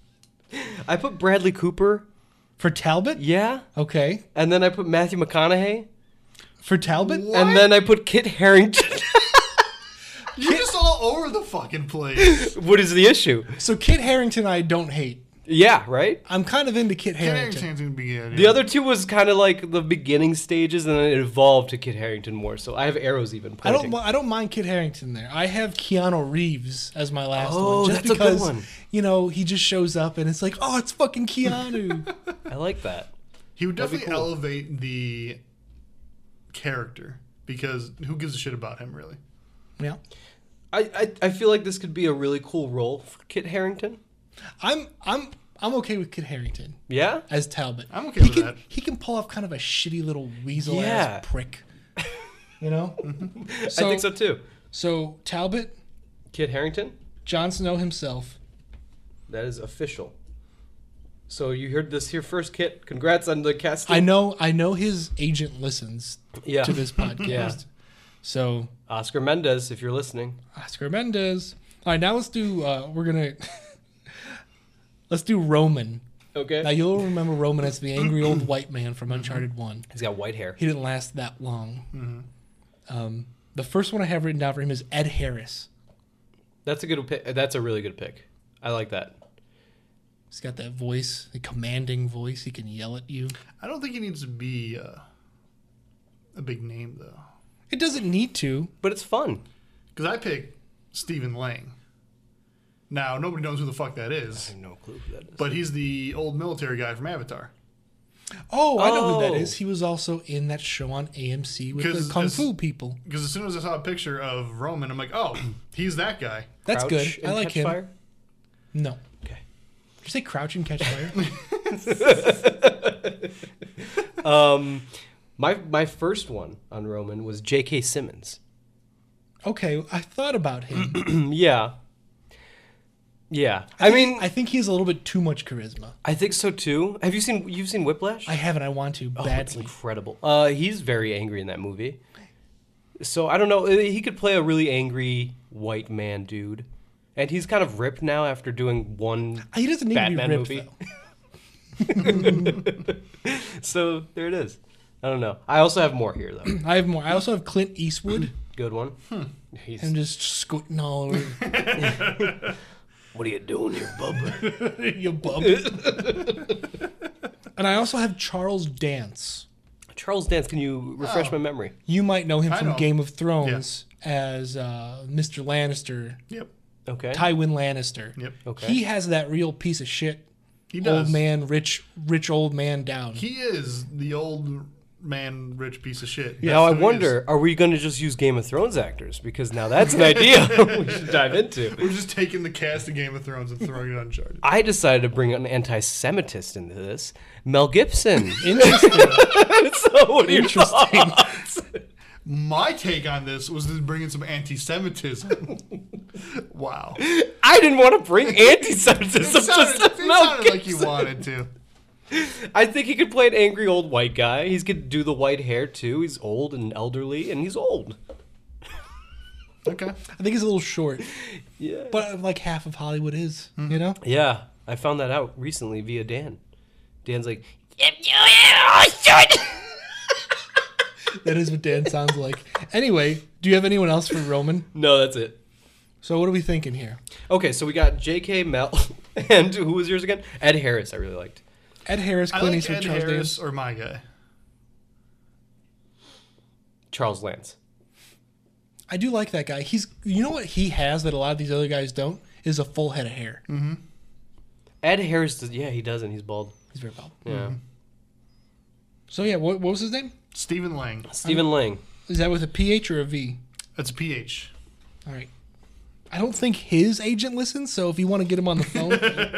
Speaker 1: I put Bradley Cooper.
Speaker 2: For Talbot?
Speaker 1: Yeah.
Speaker 2: Okay.
Speaker 1: And then I put Matthew McConaughey.
Speaker 2: For Talbot?
Speaker 1: And then I put Kit Harrington.
Speaker 3: You're just all over the fucking place.
Speaker 1: what is the issue?
Speaker 2: So Kit Harrington I don't hate.
Speaker 1: Yeah, right?
Speaker 2: I'm kind of into Kit
Speaker 3: Kit
Speaker 2: Harrington.
Speaker 3: Harington's gonna be good.
Speaker 1: The other two was kind of like the beginning stages, and then it evolved to Kit Harrington more. So I have arrows even
Speaker 2: I
Speaker 1: pointing.
Speaker 2: don't. mi- I don't mind Kid Harrington there. I have Keanu Reeves as my last one,
Speaker 1: Oh,
Speaker 2: just
Speaker 1: that's a good
Speaker 2: because
Speaker 1: one.
Speaker 2: you know he just shows up and it's like, oh, it's fucking Keanu.
Speaker 1: I like that.
Speaker 3: He would
Speaker 1: That'd be
Speaker 3: definitely
Speaker 1: cool.
Speaker 3: elevate the character because who gives a shit about him really?
Speaker 2: yeah,
Speaker 1: I, I I feel like this could be a really cool role for Kit Harrington.
Speaker 2: I'm I'm I'm okay with Kid Harrington
Speaker 1: Yeah.
Speaker 2: as Talbot.
Speaker 3: I'm okay
Speaker 2: he
Speaker 3: with
Speaker 2: can,
Speaker 3: that.
Speaker 2: He can pull off kind of a shitty little weasel
Speaker 1: Yeah.
Speaker 2: ass prick. You know. Mm-hmm.
Speaker 1: I think so too.
Speaker 2: So Talbot,
Speaker 1: Kit Harrington.
Speaker 2: Jon Snow himself.
Speaker 1: That is official. So you heard this here first, Kit. Congrats on the casting.
Speaker 2: I know. I know his agent listens
Speaker 1: Yeah.
Speaker 2: to this podcast.
Speaker 1: Yeah.
Speaker 2: So
Speaker 1: Oscar Mendez, if you're listening.
Speaker 2: Oscar Mendez. All right, now let's do. Uh, we're gonna let's do Roman.
Speaker 1: Okay.
Speaker 2: Now you'll remember Roman as the angry old white man from Uncharted One.
Speaker 1: He's got white hair.
Speaker 2: He didn't last that long.
Speaker 1: Mm-hmm.
Speaker 2: Um, the first one I have written down for him is Ed Harris.
Speaker 1: That's a good pick. That's a really good pick. I like that.
Speaker 2: He's got that voice, the commanding voice. He can yell at you.
Speaker 3: I don't think he needs to be uh, a big name though,
Speaker 2: It doesn't need to.
Speaker 1: But it's fun.
Speaker 3: because I picked Stephen Lang. Now nobody knows who the fuck that is,
Speaker 1: no clue who that is.
Speaker 3: but he's the old military guy from Avatar.
Speaker 2: Oh, I know who that
Speaker 1: Oh.
Speaker 2: is. He was also in that show on AMC with
Speaker 3: 'Cause
Speaker 2: the kung
Speaker 3: it's-
Speaker 2: fu people.
Speaker 3: Because as soon as I saw a picture of Roman, I'm like, oh, he's that guy.
Speaker 2: That's
Speaker 1: Crouch
Speaker 2: good.
Speaker 1: and
Speaker 2: I like
Speaker 1: Catch
Speaker 2: him.
Speaker 1: Fire?
Speaker 2: No.
Speaker 1: Okay.
Speaker 2: Did you say crouch and catch fire?
Speaker 1: Um, my my first one on Roman was J.K. Simmons.
Speaker 2: okay, I thought about him.
Speaker 1: Hmm, yeah. Yeah. I mean,
Speaker 2: I think he has a little bit too much charisma.
Speaker 1: I think so too. Have you seen you've seen Whiplash?
Speaker 2: I haven't. I want to
Speaker 1: Oh, it's
Speaker 2: badly.
Speaker 1: incredible. Uh, he's very angry in that movie. So I don't know. uh, He could play a really angry white man dude, and he's kind of ripped now after doing one.
Speaker 2: Uh, he doesn't need
Speaker 1: Batman
Speaker 2: to be ripped
Speaker 1: movie.
Speaker 2: though.
Speaker 1: So there it is. I don't know. I also have more here though.
Speaker 2: I have more. I also have Clint Eastwood.
Speaker 1: Good one.
Speaker 3: Hmm.
Speaker 1: He's,
Speaker 2: I'm just scooting all over
Speaker 1: what are you doing here, Bubba?
Speaker 2: your bum. and I also have Charles Dance.
Speaker 1: Charles Dance. Can you refresh
Speaker 3: Oh.
Speaker 1: my memory?
Speaker 2: You might know him
Speaker 3: I
Speaker 2: from
Speaker 3: know.
Speaker 2: Game of Thrones as uh, Mr. Lannister,
Speaker 3: Yep,
Speaker 1: Okay.
Speaker 2: Tywin Lannister.
Speaker 3: yep.
Speaker 1: Okay.
Speaker 2: He has that real piece of shit
Speaker 3: He
Speaker 2: old
Speaker 3: does.
Speaker 2: man, rich, rich old man down.
Speaker 3: He is the old man, rich piece of shit.
Speaker 1: now I
Speaker 3: That's who he is.
Speaker 1: wonder, are we going to just use Game of Thrones actors? Because now that's an idea we should dive into.
Speaker 3: We're just taking the cast of Game of Thrones and throwing it on Uncharted.
Speaker 1: I decided to bring an anti-Semitist into this. Mel Gibson.
Speaker 2: Interesting.
Speaker 1: so what do you
Speaker 2: Interesting.
Speaker 3: My take on this was to bring in some anti-Semitism. wow,
Speaker 1: I didn't want to bring anti-Semitism
Speaker 3: it sounded,
Speaker 1: to
Speaker 3: it
Speaker 1: Mel
Speaker 3: sounded
Speaker 1: Gibson.
Speaker 3: like you wanted to.
Speaker 1: I think he could play an angry old white guy. He's could do the white hair too. He's old and elderly, and he's old.
Speaker 3: Okay,
Speaker 2: I think he's a little short,
Speaker 1: Yeah.
Speaker 2: but like half of Hollywood is.
Speaker 3: Hmm.
Speaker 2: You know.
Speaker 1: Yeah, I found that out recently via Dan. Dan's like,
Speaker 4: If you hear Austin!
Speaker 2: That is what Dan sounds like. Anyway, do you have anyone else for Roman?
Speaker 1: no, that's it.
Speaker 2: So what are we thinking here?
Speaker 1: Okay, so we got J.K. Mel, and who was yours again? Ed Harris. I really liked.
Speaker 2: Ed Harris,
Speaker 3: I
Speaker 2: Clint
Speaker 3: like
Speaker 2: Eastwood,
Speaker 3: Ed
Speaker 2: Charles
Speaker 3: Harris
Speaker 2: Dance.
Speaker 3: or my guy.
Speaker 1: Charles Lance.
Speaker 2: I do like that guy. He's you know what he has that a lot of these other guys don't is a full head of hair.
Speaker 3: Mm.
Speaker 1: Ed Harris. Does, yeah, he doesn't. He's bald.
Speaker 2: He's very bald.
Speaker 1: Yeah.
Speaker 2: So yeah, what, what was his name?
Speaker 3: Stephen Lang.
Speaker 1: Stephen Lang.
Speaker 2: Is that with a PH or a V?
Speaker 3: That's a PH.
Speaker 2: All right. I don't think his agent listens, so if you want to get him on the phone.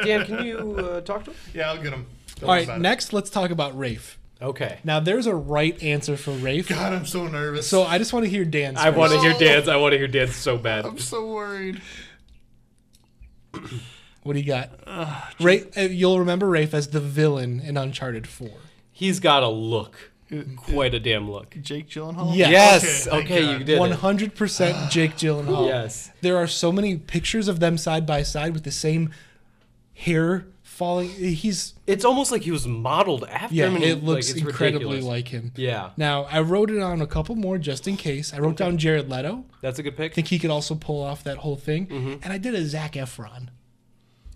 Speaker 1: Dan, can you uh, talk to him?
Speaker 3: Yeah, I'll get him. Don't
Speaker 2: All
Speaker 3: worry
Speaker 2: right,
Speaker 3: about it.
Speaker 2: next let's talk about Rafe.
Speaker 1: Okay.
Speaker 2: Now there's a right answer for Rafe.
Speaker 3: God, I'm so nervous.
Speaker 2: So I just want to hear Dan's.
Speaker 1: I
Speaker 2: first.
Speaker 1: want to hear Dan's. I want to hear Dan's so bad.
Speaker 3: I'm so worried.
Speaker 2: What do you got? Rafe, uh, you'll remember Rafe as the villain in Uncharted 4.
Speaker 1: He's got a look. Quite a damn look.
Speaker 3: Jake Gyllenhaal.
Speaker 2: Yeah.
Speaker 1: Yes.
Speaker 3: Okay,
Speaker 1: Okay,
Speaker 3: thank
Speaker 1: you
Speaker 3: God.
Speaker 1: did it.
Speaker 2: 100% Jake Gyllenhaal.
Speaker 1: Yes.
Speaker 2: There are so many pictures of them side by side with the same hair falling. He's
Speaker 1: It's almost like he was modeled after
Speaker 2: yeah.
Speaker 1: him. and,
Speaker 2: It looks
Speaker 1: like, it's
Speaker 2: incredibly
Speaker 1: ridiculous.
Speaker 2: like him.
Speaker 1: Yeah,
Speaker 2: Now I wrote it on a couple more just in case. I wrote down Jared Leto.
Speaker 1: that's a good pick.
Speaker 2: I think he could also pull off that whole thing.
Speaker 1: Mm-hmm.
Speaker 2: And I did a Zach Efron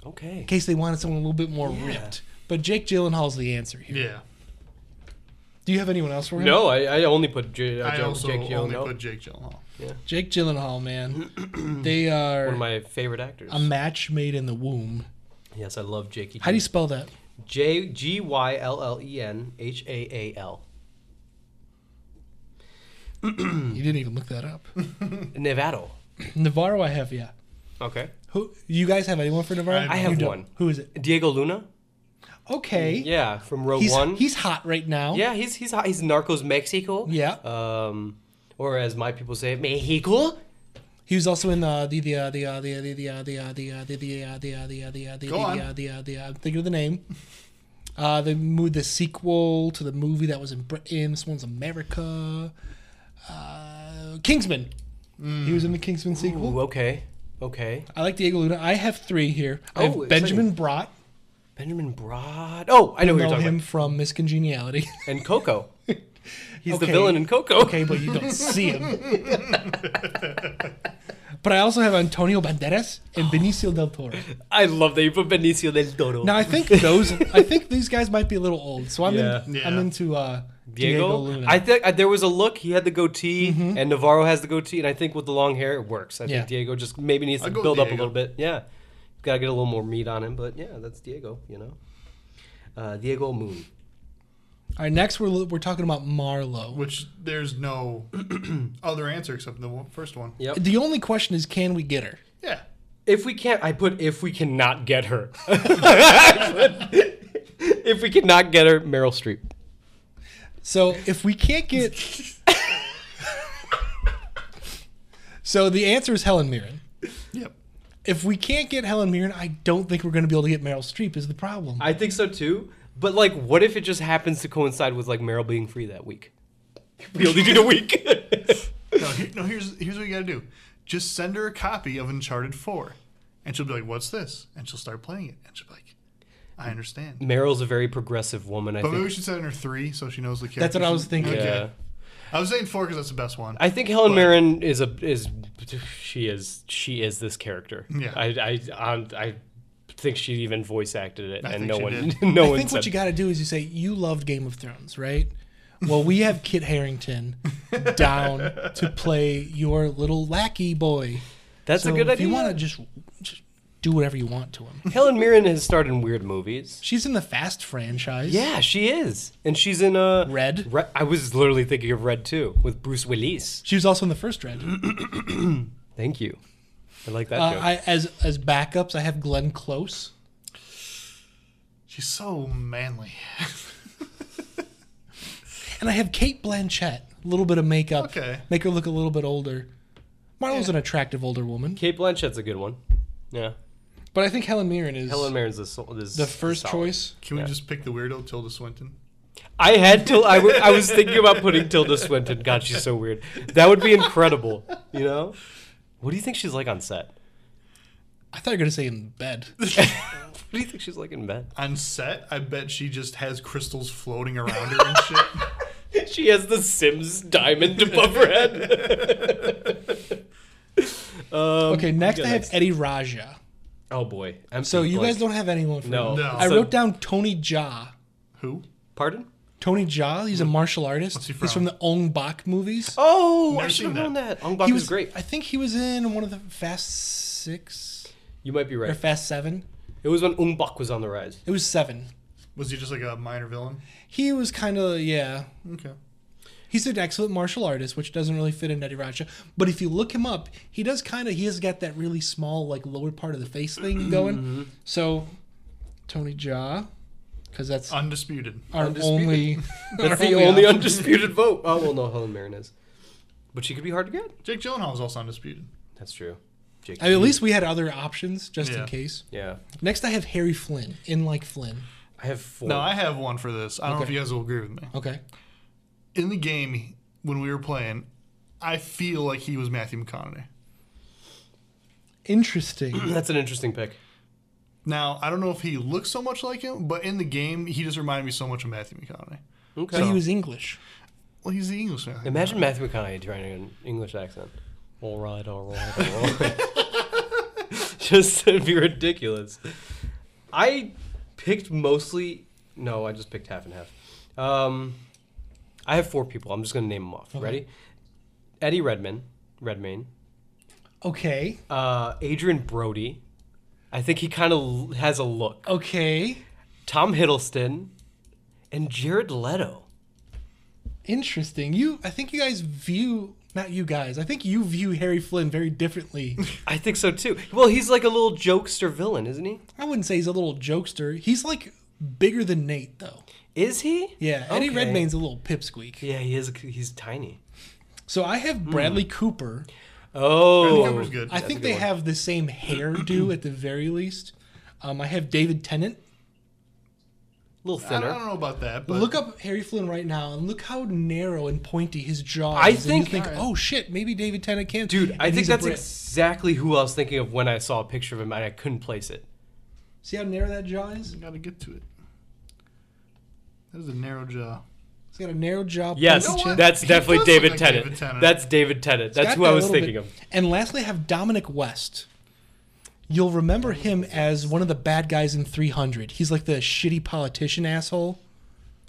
Speaker 1: Okay.
Speaker 2: in case they wanted someone a little bit more
Speaker 1: Yeah.
Speaker 2: ripped. But Jake Gyllenhaal's the answer here.
Speaker 3: Yeah.
Speaker 2: Do you have anyone else for him?
Speaker 1: No, I, I only put J- uh,
Speaker 3: I
Speaker 1: J-
Speaker 3: also
Speaker 1: Jake Gyllenhaal.
Speaker 3: only put Jake Gyllenhaal.
Speaker 2: Jake Gyllenhaal, man. they are
Speaker 1: One of my favorite actors.
Speaker 2: a match made in the womb.
Speaker 1: yes, I love Jakey.
Speaker 2: Um, How do you spell that?
Speaker 1: J G Y L L E N H A A L. Hmm.
Speaker 2: You didn't even look that up.
Speaker 1: Nevado.
Speaker 2: Navarro, I have, yeah.
Speaker 1: Okay.
Speaker 2: Who you guys have anyone for Navarro?
Speaker 3: I
Speaker 1: I
Speaker 2: You
Speaker 1: have
Speaker 2: don't.
Speaker 1: one.
Speaker 2: Who is it?
Speaker 1: Diego Luna.
Speaker 2: Okay.
Speaker 1: Yeah, from Rogue
Speaker 2: He's,
Speaker 1: One.
Speaker 2: he's hot right now.
Speaker 1: yeah, he's he's hot. he's Narcos Mexico.
Speaker 2: Yeah.
Speaker 1: Um, or as my people say, Mexico.
Speaker 2: He was also in the the the uh, the uh, the uh, the the uh, the uh, the uh, the the uh, the uh, the uh, the uh, the uh, the
Speaker 3: Go on.
Speaker 2: uh, the uh, the uh, I'm thinking of the name. Uh, the movie, the sequel to the movie that was in Britain. This one's America. Uh, Kingsman. He was in the Kingsman sequel.
Speaker 1: Hmm. Ooh, okay. Okay.
Speaker 2: I like Diego Luna. I have three here. I
Speaker 1: Oh,
Speaker 2: have
Speaker 1: exciting.
Speaker 2: Benjamin Bratt.
Speaker 1: Benjamin Broad. Oh, I know who
Speaker 2: You
Speaker 1: you're
Speaker 2: know
Speaker 1: talking
Speaker 2: him
Speaker 1: about.
Speaker 2: from Miss Congeniality.
Speaker 1: And Coco. He's the
Speaker 2: Okay.
Speaker 1: villain in Coco.
Speaker 2: okay, but you don't see him. but I also have Antonio Banderas and Benicio del Toro.
Speaker 1: I love that you put Benicio del Toro.
Speaker 2: Now I think those, I think these guys might be a little old, so I'm
Speaker 1: Yeah.
Speaker 2: in,
Speaker 3: Yeah.
Speaker 2: I'm into uh, Diego,
Speaker 1: Diego,
Speaker 2: Luna. Mm-hmm.
Speaker 1: I think uh, there was a look. He had the goatee, and Navarro has the goatee, and I think with the long hair, it works. I
Speaker 2: Yeah.
Speaker 1: think Diego just maybe needs to
Speaker 3: I'd go
Speaker 1: build up a
Speaker 3: Diego.
Speaker 1: little bit. Yeah, got to get a little more meat on him, but yeah, that's Diego. You know, uh, Diego Moon.
Speaker 2: All right, next we're we're talking about Marlowe.
Speaker 3: Which there's no other answer except the one- first one.
Speaker 1: Yep.
Speaker 2: The only question is, can we get her?
Speaker 3: Yeah.
Speaker 1: If we can't, I put if we cannot get her. I put, if we cannot get her, Meryl Streep.
Speaker 2: So if we can't get, so the answer is Helen Mirren.
Speaker 3: Yep.
Speaker 2: If we can't get Helen Mirren, I don't think we're going to be able to get Meryl Streep. Is the problem?
Speaker 1: I think so too. But like, what if it just happens to coincide with like Meryl being free that week? We only need a week.
Speaker 3: No, here, no here's here's what you got to do. Just send her a copy of Uncharted 4 and she'll be like, "What's this?" and she'll start playing it and she'll be like, "I understand."
Speaker 1: Meryl's a very progressive woman. I
Speaker 3: But maybe
Speaker 1: think
Speaker 3: we should send her 3 so she knows the character.
Speaker 2: That's what I was thinking.
Speaker 1: Yeah.
Speaker 3: I was saying 4 cuz that's the best one.
Speaker 1: I think Helen
Speaker 3: But-
Speaker 1: Mirren is a is she is she is this character.
Speaker 3: Yeah.
Speaker 1: I I I'm- I, think she even voice acted it,
Speaker 3: I
Speaker 1: and
Speaker 3: think
Speaker 1: no
Speaker 3: she
Speaker 1: one
Speaker 3: did.
Speaker 1: no
Speaker 2: I
Speaker 1: one
Speaker 2: think
Speaker 1: said.
Speaker 2: what you got to do is you say you loved Game of Thrones, right? Well, we have Kit Harrington down to play your little lackey boy.
Speaker 1: That's
Speaker 2: so
Speaker 1: a good
Speaker 2: if
Speaker 1: idea.
Speaker 2: you want to just, just do whatever you want to him.
Speaker 1: Helen Mirren has starred in weird movies.
Speaker 2: She's in the Fast franchise.
Speaker 1: Yeah, she is, and she's in a
Speaker 2: Red?
Speaker 1: Re- I was literally thinking of Red too with Bruce Willis.
Speaker 2: She was also in the first Red. Uh,
Speaker 1: Thank you. I like that joke.
Speaker 2: I, as as backups, I have Glenn Close.
Speaker 3: She's so manly.
Speaker 2: And I have Kate Blanchett. A little bit of makeup.
Speaker 3: Okay.
Speaker 2: Make her look a little bit older. Marlowe's an attractive older woman.
Speaker 1: Kate Blanchett's a good one. Yeah,
Speaker 2: But I think Helen Mirren is
Speaker 1: Helen Mirren's a sol- is
Speaker 2: the first
Speaker 1: solid.
Speaker 2: choice.
Speaker 3: Can we
Speaker 1: Yeah.
Speaker 3: just pick the weirdo Tilda Swinton?
Speaker 1: I had till I wa- I was thinking about putting Tilda Swinton. God, she's so weird. That would be incredible. You know, what do you think she's like on set?
Speaker 2: I thought you were going to say in bed.
Speaker 1: What do you think she's like in bed?
Speaker 3: On set, I bet she just has crystals floating around her and shit.
Speaker 1: She has the Sims diamond above her head. Um,
Speaker 2: Okay, next
Speaker 1: go
Speaker 2: I have
Speaker 1: next.
Speaker 2: Eddie Raja.
Speaker 1: Oh boy. I'm
Speaker 2: So you
Speaker 1: blank.
Speaker 2: guys don't have anyone for
Speaker 1: No.
Speaker 2: me.
Speaker 3: No.
Speaker 2: I
Speaker 1: So-
Speaker 2: wrote down Tony Jaa.
Speaker 3: Who?
Speaker 1: Pardon?
Speaker 2: Tony Jaa, he's a martial artist.
Speaker 3: he
Speaker 2: He's from
Speaker 3: from?
Speaker 2: the Ong Bak movies.
Speaker 1: Oh, I
Speaker 3: Never
Speaker 1: should have
Speaker 3: seen
Speaker 1: known that. Ong Bak
Speaker 2: he
Speaker 1: is great.
Speaker 2: I think he was in one of the Fast Six
Speaker 1: You might be
Speaker 2: or
Speaker 1: right.
Speaker 2: Fast Seven.
Speaker 1: It was when Ong Bak was on the rise.
Speaker 2: It was seven.
Speaker 3: Was he just like a minor villain?
Speaker 2: He was kind of yeah.
Speaker 3: Okay.
Speaker 2: He's an excellent martial artist, which doesn't really fit in Eddie Raja. But if you look him up, he does kind of he has got that really small like lower part of the face
Speaker 1: Mm-hmm.
Speaker 2: thing going. so Tony Jaa, because that's
Speaker 3: Undisputed.
Speaker 2: our
Speaker 1: Uh, Undisputed.
Speaker 2: only.
Speaker 1: That's
Speaker 2: our
Speaker 1: the only
Speaker 2: option.
Speaker 1: undisputed vote. Oh well, no, Helen Mirren is, but she could be hard to get.
Speaker 3: Jake Gyllenhaal is also undisputed.
Speaker 1: That's true. Jake.
Speaker 2: I mean, at least we had other options just in
Speaker 3: Yeah.
Speaker 2: case.
Speaker 1: Yeah.
Speaker 2: Next, I have Harry Flynn in like Flynn.
Speaker 1: I have four.
Speaker 3: No, I have one for this. I don't know
Speaker 2: Okay.
Speaker 3: if you guys will agree with me.
Speaker 2: Okay.
Speaker 3: In the game, when we were playing, I feel like he was Matthew McConaughey.
Speaker 2: Interesting.
Speaker 1: That's an interesting pick.
Speaker 3: Now, I don't know if he looks so much like him, but in the game, he just reminded me so much of Matthew McConaughey.
Speaker 1: Okay.
Speaker 2: But he was English.
Speaker 3: Well, he's the Englishman. I think.
Speaker 1: Imagine Matthew McConaughey trying an English accent. All right, all right, all right. just it'd be ridiculous. I picked mostly. No, I just picked half and half. Um, I have four people. I'm just gonna name them off. Ready? Eddie Redman, Redmayne,
Speaker 2: Okay.
Speaker 1: uh, Adrian Brody. I think he kind of has a look.
Speaker 2: Okay.
Speaker 1: Tom Hiddleston, and Jared Leto.
Speaker 2: Interesting. You I think you guys view not you guys. I think you view Harry Flynn very differently.
Speaker 1: I think so too. Well, he's like a little jokester villain, isn't he?
Speaker 2: I wouldn't say he's a little jokester. He's like bigger than Nate though.
Speaker 1: Is he?
Speaker 2: Yeah, Eddie
Speaker 1: Okay.
Speaker 2: Redmayne's a little pipsqueak.
Speaker 1: Yeah, he is. He's tiny.
Speaker 2: So I have Bradley Cooper.
Speaker 1: Oh,
Speaker 3: Bradley Cooper's Hmm. good.
Speaker 2: I think they have the same hairdo at the very least. Um, I have David Tennant.
Speaker 1: a little
Speaker 3: I don't, I
Speaker 1: thinner.
Speaker 3: don't know about that, but
Speaker 2: look up Harry Flynn right now and look how narrow and pointy his jaw
Speaker 1: I
Speaker 2: is. and
Speaker 1: think-
Speaker 2: you think oh shit, maybe David Tennant can.
Speaker 1: Dude,
Speaker 2: And
Speaker 1: I think
Speaker 2: he's a
Speaker 1: that's
Speaker 2: Brit.
Speaker 1: exactly who I was thinking of when I saw a picture of him, and I couldn't place it.
Speaker 2: See how narrow that jaw is?
Speaker 3: got to get to it. That is a narrow jaw.
Speaker 2: He's got a narrow jaw.
Speaker 1: Yes,
Speaker 2: pointy chin.
Speaker 1: that's
Speaker 3: He
Speaker 1: definitely
Speaker 3: does look
Speaker 1: David,
Speaker 3: like
Speaker 1: Tennant.
Speaker 3: David Tennant.
Speaker 1: That's David Tennant. That's
Speaker 2: got
Speaker 1: who I
Speaker 2: that
Speaker 1: was
Speaker 2: little
Speaker 1: thinking
Speaker 2: bit.
Speaker 1: of.
Speaker 2: And lastly, I have Dominic West. You'll remember him as one of the bad guys in 300. He's like the shitty politician asshole.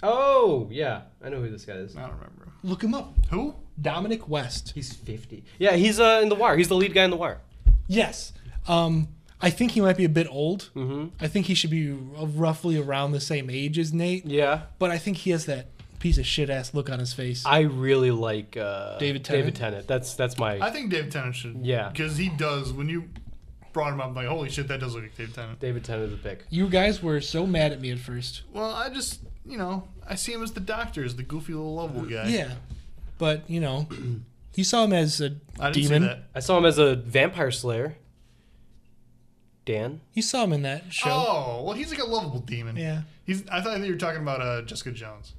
Speaker 1: Oh, yeah, I know who this guy is.
Speaker 3: I don't remember.
Speaker 2: Look him up.
Speaker 3: Who?
Speaker 2: Dominic West.
Speaker 1: He's fifty. Yeah, he's uh, in the Wire. He's the lead guy in the Wire.
Speaker 2: Yes. Um, I think he might be a bit old.
Speaker 1: Mm-hmm.
Speaker 2: I think he should be roughly around the same age as Nate.
Speaker 1: Yeah,
Speaker 2: But I think he has that piece of shit ass look on his face.
Speaker 1: I really like uh,
Speaker 2: David
Speaker 1: David
Speaker 2: Tennant?
Speaker 1: Tennant. That's that's my
Speaker 3: I think David Tennant should.
Speaker 1: Yeah.
Speaker 3: Because he does. When you brought him up, I'm like, holy shit, that does look like David Tennant.
Speaker 1: David Tennant is a pick.
Speaker 2: you guys were so mad at me at first.
Speaker 3: Well, I just, you know, I see him as the doctor, as the goofy little lovable guy.
Speaker 2: Yeah. But, you know, you saw him as a
Speaker 3: I didn't
Speaker 2: demon.
Speaker 3: see that.
Speaker 1: I saw him as a vampire slayer. Dan.
Speaker 2: You saw him in that show.
Speaker 3: Oh, well, he's like a lovable demon.
Speaker 2: Yeah.
Speaker 3: He's. I thought that you were talking about uh, Jessica Jones.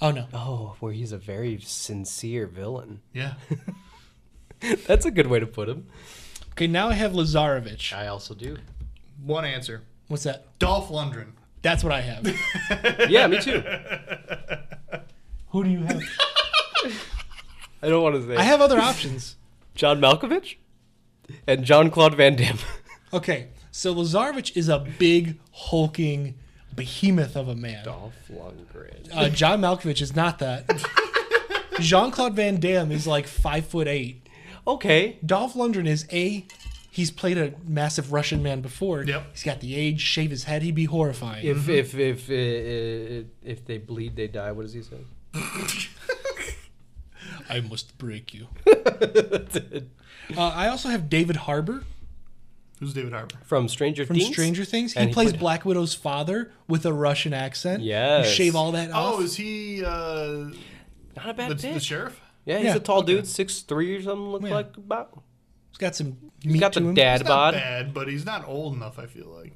Speaker 2: Oh, no.
Speaker 1: Oh, where he's a very sincere villain.
Speaker 3: Yeah.
Speaker 1: That's a good way to put him.
Speaker 2: Okay, now I have Lazarevich.
Speaker 1: I also do.
Speaker 3: One answer.
Speaker 2: What's that?
Speaker 3: Dolph Lundgren.
Speaker 2: That's what I have.
Speaker 1: Yeah, me too.
Speaker 2: Who do you have?
Speaker 1: I don't want to say.
Speaker 2: I have other options.
Speaker 1: John Malkovich and John Claude Van Damme.
Speaker 2: Okay, so Lazarevich is a big, hulking behemoth of a man.
Speaker 1: Dolph Lundgren.
Speaker 2: Uh, John Malkovich is not that. Jean Claude Van Damme is like five foot eight.
Speaker 1: Okay.
Speaker 2: Dolph Lundgren is a. He's played a massive Russian man before.
Speaker 3: Yep.
Speaker 2: He's got the age. Shave his head. He'd be horrifying.
Speaker 1: If if if uh, if, if they bleed, they die. What does he say?
Speaker 2: I must break you. Uh, I also have David Harbour
Speaker 3: Who's David Harbour?
Speaker 1: From Stranger
Speaker 2: from
Speaker 1: Things.
Speaker 2: Stranger Things. He
Speaker 1: And he
Speaker 2: plays
Speaker 1: played-
Speaker 2: Black Widow's father with a Russian accent.
Speaker 1: Yes.
Speaker 2: You shave all that off.
Speaker 3: Oh, is he uh,
Speaker 1: Not a
Speaker 3: the,
Speaker 1: bad
Speaker 3: the
Speaker 1: pick.
Speaker 3: sheriff?
Speaker 1: yeah, he's
Speaker 2: Yeah,
Speaker 1: a tall dude, six three or something. Look
Speaker 2: Yeah.
Speaker 1: like about.
Speaker 2: He's got some.
Speaker 1: He's
Speaker 2: meat
Speaker 1: got
Speaker 2: to
Speaker 1: the
Speaker 2: him.
Speaker 1: dad
Speaker 3: He's not
Speaker 1: bod.
Speaker 3: bad, but he's not old enough. I feel like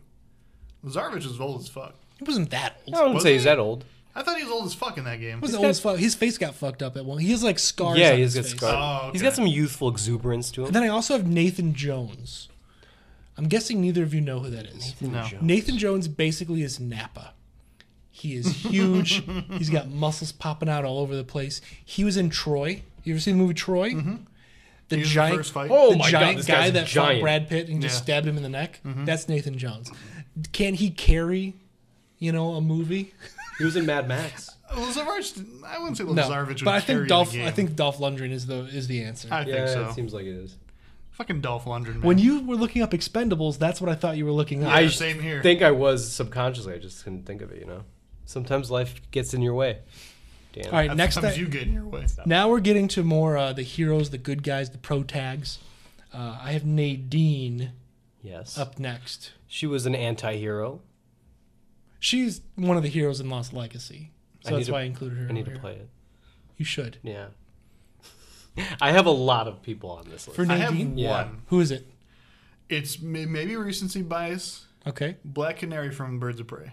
Speaker 3: Lazarevich is old as fuck.
Speaker 2: He wasn't that old.
Speaker 1: I wouldn't
Speaker 3: Was
Speaker 1: say he's
Speaker 3: he?
Speaker 1: that old.
Speaker 3: I thought he was old as fuck in that game.
Speaker 2: He was old as fuck. His face got fucked up at one. He has like scars.
Speaker 1: Yeah,
Speaker 2: on
Speaker 1: he's
Speaker 2: his
Speaker 1: got
Speaker 2: face.
Speaker 1: scars.
Speaker 3: Oh,
Speaker 1: He's
Speaker 3: okay.
Speaker 1: got some youthful exuberance to him.
Speaker 2: And then I also have Nathan Jones. I'm guessing neither of you know who that is.
Speaker 1: No.
Speaker 2: Nathan Jones basically is Napa. He is huge. He's got muscles popping out all over the place. He was in Troy. You ever seen the movie Troy? Mm-hmm. The
Speaker 3: He was in
Speaker 2: giant,
Speaker 3: the first fight.
Speaker 1: Oh
Speaker 2: the
Speaker 1: my
Speaker 2: giant
Speaker 1: god, this
Speaker 2: guy
Speaker 1: guy's
Speaker 2: that fought
Speaker 1: giant.
Speaker 2: Brad Pitt and just
Speaker 3: Yeah. Mm-hmm.
Speaker 2: stabbed him in the neck. That's Nathan Jones. Can he carry, you know, a movie?
Speaker 1: He was in Mad Max.
Speaker 3: Lazarevich. I wouldn't say
Speaker 2: No,
Speaker 3: Lazarevich would
Speaker 2: but I
Speaker 3: carry
Speaker 2: think Dolph.
Speaker 3: the game.
Speaker 2: I think Dolph Lundgren is the is the answer.
Speaker 3: I think
Speaker 1: Yeah,
Speaker 3: so.
Speaker 1: it seems like it is.
Speaker 3: Fucking Dolph Lundgren. Man.
Speaker 2: When you were looking up Expendables, that's what I thought you were looking up.
Speaker 3: Yeah,
Speaker 1: I
Speaker 3: same here.
Speaker 1: think I was subconsciously. I just couldn't think of it. You know, sometimes life gets in your way. Damn.
Speaker 2: All right,
Speaker 3: That's
Speaker 2: next
Speaker 3: sometimes
Speaker 2: up,
Speaker 3: you get in your way.
Speaker 2: now we're getting to more uh, the heroes, the good guys, the pro tags. Uh, I have Nadine
Speaker 1: Yes.
Speaker 2: up next.
Speaker 1: She was an anti-hero.
Speaker 2: She's one of the heroes in Lost Legacy, so
Speaker 1: I need
Speaker 2: that's
Speaker 1: to-
Speaker 2: why I included her.
Speaker 1: I need to
Speaker 2: earlier.
Speaker 1: play it.
Speaker 2: You should.
Speaker 1: Yeah. I have a lot of people on this list.
Speaker 2: For
Speaker 3: I have
Speaker 2: Nadine,
Speaker 1: Yeah.
Speaker 3: one.
Speaker 2: who is it?
Speaker 3: It's may- maybe recency bias.
Speaker 2: Okay.
Speaker 3: Black Canary from Birds of Prey.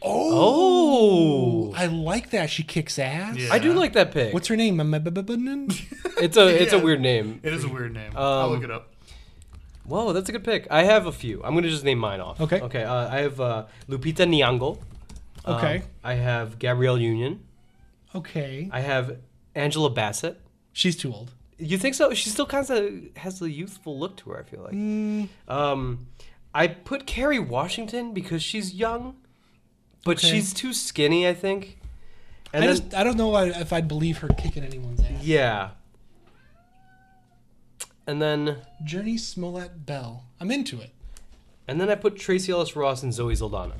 Speaker 1: oh,
Speaker 2: I like that. She kicks ass.
Speaker 3: Yeah.
Speaker 1: I do like that pick.
Speaker 2: What's her name? Am I- b- b- b- n-
Speaker 1: it's a it's
Speaker 3: Yeah.
Speaker 1: a weird name. Um,
Speaker 3: It is a weird name. I'll look it up.
Speaker 1: Whoa, that's a good pick. I have a few. I'm gonna just name mine off.
Speaker 2: Okay.
Speaker 1: Okay. Uh, I have uh, Lupita Nyong'o. Um,
Speaker 2: Okay.
Speaker 1: I have Gabrielle Union.
Speaker 2: Okay.
Speaker 1: I have Angela Bassett.
Speaker 2: She's too old.
Speaker 1: You think so? She still kind of has the youthful look to her. I feel like. Um, I put Carrie Washington because she's young, but
Speaker 2: Okay.
Speaker 1: she's too skinny. I think. And
Speaker 2: I
Speaker 1: then,
Speaker 2: just I don't know why- if I'd believe her kicking anyone's ass.
Speaker 1: yeah. And then
Speaker 2: Journey Smollett Bell. I'm into it.
Speaker 1: and then I put Tracy Ellis Ross and Zoe Saldana.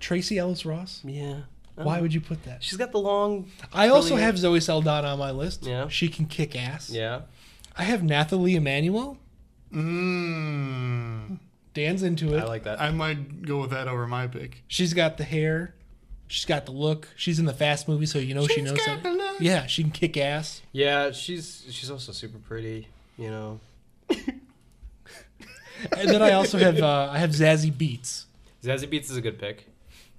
Speaker 2: Tracy Ellis Ross.
Speaker 1: Yeah.
Speaker 2: Why would you put that?
Speaker 1: She's got the long.
Speaker 2: I also
Speaker 1: Curly hair.
Speaker 2: have Zoe Saldana on my list.
Speaker 1: Yeah.
Speaker 2: She can kick ass.
Speaker 1: Yeah.
Speaker 2: I have Nathalie Emanuel.
Speaker 3: Mm,
Speaker 2: Dan's into it.
Speaker 1: I like that.
Speaker 3: I might go with that over my pick.
Speaker 2: She's got the hair. She's got the look. She's in the fast movie, so you know she
Speaker 3: She's
Speaker 2: knows
Speaker 3: got
Speaker 2: something.
Speaker 3: the look.
Speaker 2: Yeah, she can kick ass.
Speaker 1: yeah, she's she's also super pretty. You know,
Speaker 2: And then I also have uh, I have Zazie Beats.
Speaker 1: Zazie Beats is a good pick.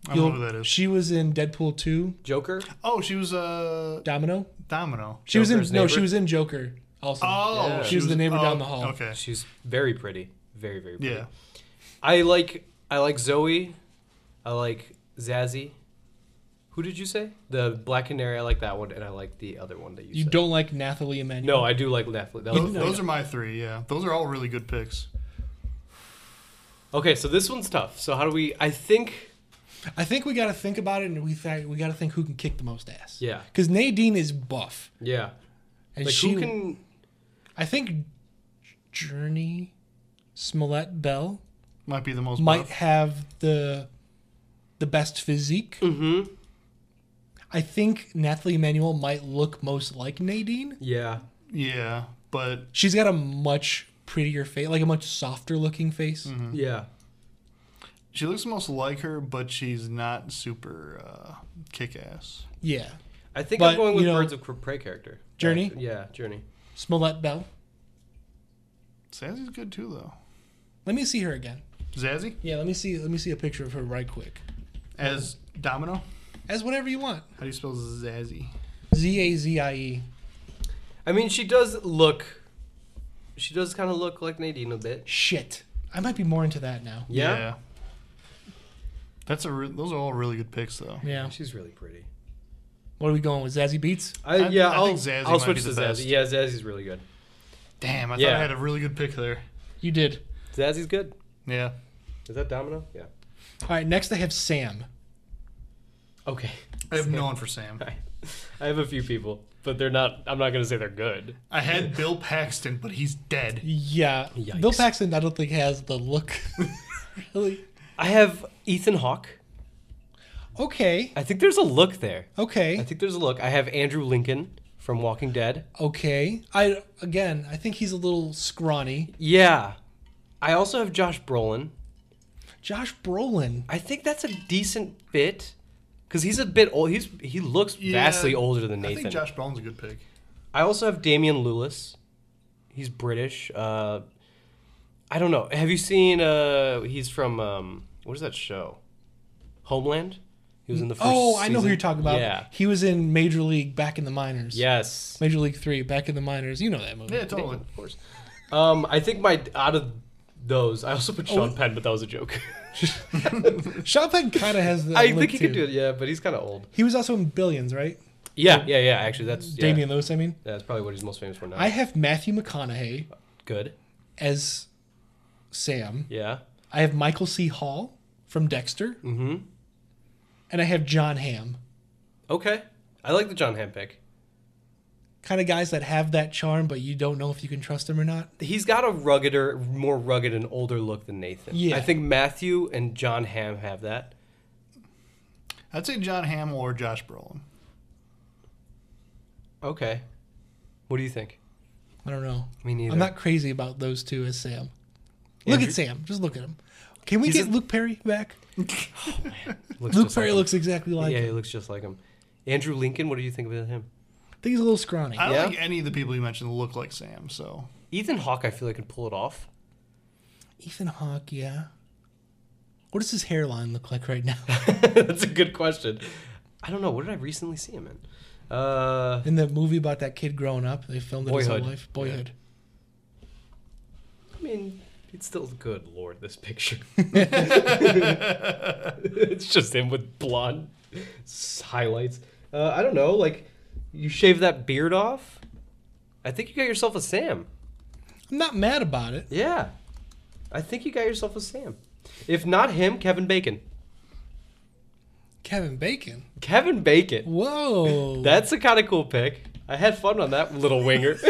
Speaker 3: I don't know who that is.
Speaker 2: She was in Deadpool 2,
Speaker 1: Joker.
Speaker 3: Oh, she was uh,
Speaker 2: Domino.
Speaker 3: Domino.
Speaker 2: She was
Speaker 1: Joker's
Speaker 2: in no, she
Speaker 1: neighbor.
Speaker 2: was in Joker also.
Speaker 3: Oh,
Speaker 1: Yeah.
Speaker 2: She was the neighbor
Speaker 3: oh,
Speaker 2: down the hall.
Speaker 3: Okay.
Speaker 1: She's very pretty. Very very pretty.
Speaker 3: Yeah.
Speaker 1: I like I like Zoe. I like Zazie. Who did you say? The Black Canary. I like that one, and I like the other one that you.
Speaker 2: You
Speaker 1: said.
Speaker 2: don't like Nathalie Emanuel?
Speaker 1: No, I do like Netflix. That
Speaker 3: Those,
Speaker 1: was,
Speaker 3: those are my three. Yeah. Those are all really good picks.
Speaker 1: okay, so this one's tough. So how do we? I think.
Speaker 2: I think we got to think about it, and we th- we got to think who can kick the most ass.
Speaker 1: Yeah.
Speaker 2: Because Nadine is buff,
Speaker 1: Yeah.
Speaker 2: and
Speaker 1: Like
Speaker 2: she
Speaker 1: who can?
Speaker 2: I think Journey Smollett Bell
Speaker 3: Might be the most.
Speaker 2: might
Speaker 3: buff.
Speaker 2: have the the best physique.
Speaker 1: hmm
Speaker 2: I think Nathalie Emanuel might look most like Nadine.
Speaker 1: Yeah.
Speaker 3: Yeah, but
Speaker 2: She's got a much prettier face, like a much softer looking face.
Speaker 1: Yeah.
Speaker 3: she looks the most like her, but she's not super uh, kick ass.
Speaker 2: Yeah.
Speaker 1: I think
Speaker 2: But,
Speaker 1: I'm going with
Speaker 2: you know-
Speaker 1: Birds of Prey character.
Speaker 2: Journey?
Speaker 1: Yeah, Journey.
Speaker 2: Smollett Bell.
Speaker 3: Zazzy's good too, though.
Speaker 2: Let me see her again.
Speaker 3: Zazzy
Speaker 2: Yeah, let me see let me see a picture of her right quick.
Speaker 3: as Domino.
Speaker 2: As whatever you want.
Speaker 3: How do you spell Zazzy?
Speaker 2: Z A Z I E.
Speaker 1: I mean, she does look. She does kind of look like Nadine a bit.
Speaker 2: Shit. I might be more into that now.
Speaker 1: Yeah.
Speaker 3: That's a. Re- those are all really good picks, though.
Speaker 2: Yeah.
Speaker 1: She's really pretty.
Speaker 2: What are we going with? Zazie Beats?
Speaker 1: I,
Speaker 3: I-
Speaker 1: yeah,
Speaker 3: I
Speaker 1: I will
Speaker 3: think Zazie
Speaker 1: I'll
Speaker 3: might
Speaker 1: switch
Speaker 3: be
Speaker 1: to
Speaker 3: the best.
Speaker 1: Zazzy. Yeah, Zazzy's really good.
Speaker 3: Damn, I thought
Speaker 1: Yeah.
Speaker 3: I had a really good pick there.
Speaker 2: You did.
Speaker 1: Zazzy's good.
Speaker 3: Yeah.
Speaker 1: Is that Domino? Yeah.
Speaker 2: All right, next I have Sam.
Speaker 1: Okay.
Speaker 3: I have no one for Sam.
Speaker 1: I have a few people, but they're not. I'm not gonna say they're good.
Speaker 3: I had Bill Paxton, but he's dead.
Speaker 2: Yeah. Bill
Speaker 1: Yikes.
Speaker 2: Paxton I don't think has the look. really?
Speaker 1: I have Ethan Hawke.
Speaker 2: Okay.
Speaker 1: I think there's a look there. I
Speaker 2: Okay.
Speaker 1: think there's a look. I have Andrew Lincoln from Walking Dead.
Speaker 2: Okay. I again, I think he's a little scrawny.
Speaker 1: Yeah. I also have Josh Brolin.
Speaker 2: Josh Brolin.
Speaker 1: I think that's a decent fit because he's a bit old. He's he looks vastly
Speaker 3: Yeah,
Speaker 1: older than Nathan.
Speaker 3: I think Josh Brown's a good pick.
Speaker 1: I also have Damian Lewis. He's British. Uh, I don't know. Have you seen? Uh, he's from um, what is that show? Homeland. He was in the first.
Speaker 2: Oh, I know who
Speaker 1: season.
Speaker 2: you're talking about.
Speaker 1: Yeah.
Speaker 2: He was in Major League back in the minors.
Speaker 1: Yes.
Speaker 2: Major League Three, back in the minors. You know that movie.
Speaker 3: Yeah, totally.
Speaker 1: Of course. Um, I think my out of those, I also
Speaker 2: Oh,
Speaker 1: put Sean Penn, but that was a joke.
Speaker 2: Sean Penn kind of has the.
Speaker 1: I think he could do it. Yeah, but he's kind of old.
Speaker 2: He was also in Billions, right?
Speaker 1: Yeah, yeah, yeah. Actually, that's yeah.
Speaker 2: Damian Lewis. I mean,
Speaker 1: That's probably what he's most famous for now.
Speaker 2: I have Matthew McConaughey
Speaker 1: Good.
Speaker 2: as Sam.
Speaker 1: Yeah.
Speaker 2: I have Michael C. Hall from Dexter,
Speaker 1: Mm-hmm.
Speaker 2: and I have John Hamm.
Speaker 1: Okay. I like the John Hamm pick.
Speaker 2: Kind of guys that have that charm, but you don't know if you can trust them or not.
Speaker 1: He's got a ruggeder, more rugged and older look than Nathan.
Speaker 2: Yeah.
Speaker 1: I think Matthew and John Hamm have that.
Speaker 3: I'd say John Hamm or Josh Brolin.
Speaker 1: Okay. What do you think?
Speaker 2: I don't know.
Speaker 1: Me neither.
Speaker 2: I'm not crazy about those two as Sam. Look
Speaker 1: Andrew-
Speaker 2: at Sam. Just look at him. Can we
Speaker 1: He's
Speaker 2: get
Speaker 1: a-
Speaker 2: Luke Perry back?
Speaker 1: Looks
Speaker 2: Luke
Speaker 1: just like
Speaker 2: Perry
Speaker 1: him.
Speaker 2: looks exactly like
Speaker 1: Yeah,
Speaker 2: him.
Speaker 1: he looks just like him. Andrew Lincoln. What do you think about him?
Speaker 2: I think he's a little scrawny.
Speaker 3: I don't
Speaker 1: Yeah.
Speaker 3: think any of the people you mentioned look like Sam, so
Speaker 1: Ethan Hawke. I feel like could pull it off.
Speaker 2: Ethan Hawke, yeah. What does his hairline look like right now?
Speaker 1: That's a good question. I don't know. What did I recently see him in? Uh,
Speaker 2: In the movie about that kid growing up, they filmed it his whole
Speaker 1: Boyhood.
Speaker 2: life. Boyhood.
Speaker 1: I mean, it's still good. Lord, this picture. it's just him with blonde s- highlights. Uh, I don't know. Like, you shave that beard off. I think you got yourself a Sam.
Speaker 2: I'm not mad about it.
Speaker 1: Yeah, I think you got yourself a Sam. If not him, Kevin Bacon.
Speaker 2: Kevin Bacon.
Speaker 1: Kevin Bacon.
Speaker 2: Whoa.
Speaker 1: That's a kind of cool pick. I had fun on that little winger.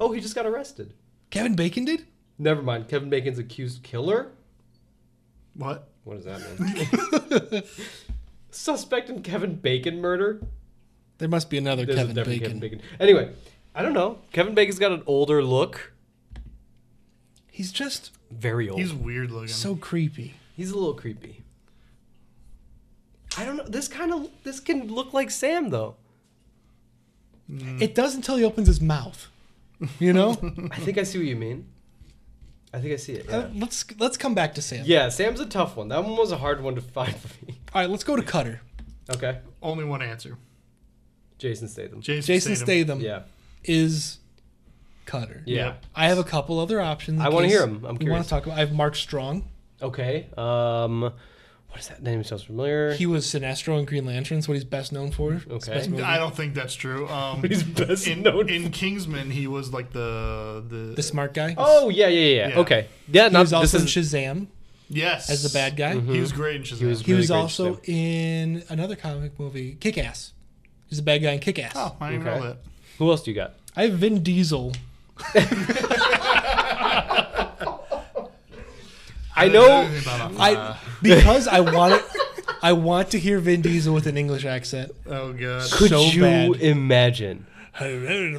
Speaker 1: oh, he just got arrested.
Speaker 2: Kevin Bacon did?
Speaker 1: Never mind. Kevin Bacon's accused killer.
Speaker 3: What?
Speaker 1: What does that mean? Suspect in Kevin Bacon murder.
Speaker 2: There must be another
Speaker 1: There's
Speaker 2: Kevin
Speaker 1: a different
Speaker 2: Bacon.
Speaker 1: Kevin Bacon. Anyway, I don't know. Kevin Bacon's got an older look.
Speaker 2: He's just
Speaker 1: Very old.
Speaker 3: He's
Speaker 1: He's,
Speaker 3: weird looking.
Speaker 2: so creepy.
Speaker 1: a little creepy. I don't know. This kind of this can look like Sam though. Mm.
Speaker 2: It does until he opens his mouth. You know?
Speaker 1: I think I see what you mean. I think I see it.
Speaker 2: Uh,
Speaker 1: Yeah.
Speaker 2: let's let's come back to Sam.
Speaker 1: Yeah, Sam's a tough one. That one was a hard one to find for me.
Speaker 2: All right, let's go to Cutter.
Speaker 1: Okay.
Speaker 3: Only one answer.
Speaker 1: Jason Statham.
Speaker 3: Jason,
Speaker 2: Jason Statham
Speaker 3: Statham.
Speaker 1: yeah.
Speaker 2: is Cutter.
Speaker 1: Yeah.
Speaker 3: Yeah.
Speaker 2: I have a couple other options. in
Speaker 1: I wanna
Speaker 2: case
Speaker 1: hear 'em. I'm
Speaker 2: We want
Speaker 1: curious.
Speaker 2: to talk about. I have Mark Strong.
Speaker 1: Okay. Um what is that name? Sounds familiar.
Speaker 2: He was Sinestro in Green Lantern. That's what he's best known for. It's
Speaker 1: Okay.
Speaker 2: best movie.
Speaker 3: I don't think that's true. Um,
Speaker 1: He's best
Speaker 3: in,
Speaker 1: known
Speaker 3: in Kingsman, he was like the the,
Speaker 2: the smart guy.
Speaker 1: Oh yeah, yeah, yeah, yeah.
Speaker 3: Yeah.
Speaker 1: Okay. Yeah,
Speaker 2: he
Speaker 1: not
Speaker 2: was
Speaker 1: this
Speaker 2: also in
Speaker 1: is
Speaker 2: Shazam
Speaker 3: yes
Speaker 2: as the bad guy.
Speaker 3: He was great in Shazam.
Speaker 1: Mm-hmm. He was-
Speaker 2: He
Speaker 1: Really
Speaker 2: was
Speaker 1: great
Speaker 2: also in another comic movie, Kick Ass. He's a bad guy in Kick Ass.
Speaker 3: oh, I didn't
Speaker 1: Okay.
Speaker 3: know that.
Speaker 1: Who else do you got?
Speaker 2: I have Vin Diesel.
Speaker 1: I
Speaker 3: didn't
Speaker 1: know
Speaker 3: anything about him.
Speaker 1: Uh.
Speaker 2: I because I want it, I want to hear Vin Diesel with an English accent.
Speaker 3: oh god.
Speaker 1: could
Speaker 2: so
Speaker 1: you
Speaker 2: bad.
Speaker 1: imagine?
Speaker 2: I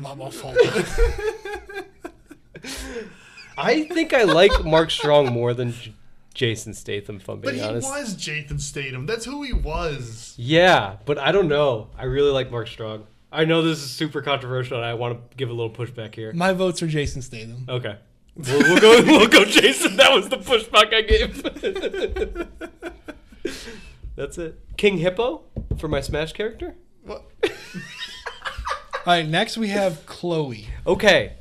Speaker 1: I think I like Mark Strong more than J- Jason Statham if I'm
Speaker 3: But
Speaker 1: being
Speaker 3: he
Speaker 1: honest.
Speaker 3: was Jason Statham. That's who he was.
Speaker 1: Yeah, but I don't know. I really like Mark Strong. I know this is super controversial and I want to give a little pushback here.
Speaker 2: My votes are Jason Statham.
Speaker 1: Okay. We'll, we'll go. We'll go, Jason. That was the pushback I gave. That's it. King Hippo for my Smash character.
Speaker 3: What?
Speaker 2: All right, next we have Chloe.
Speaker 1: Okay,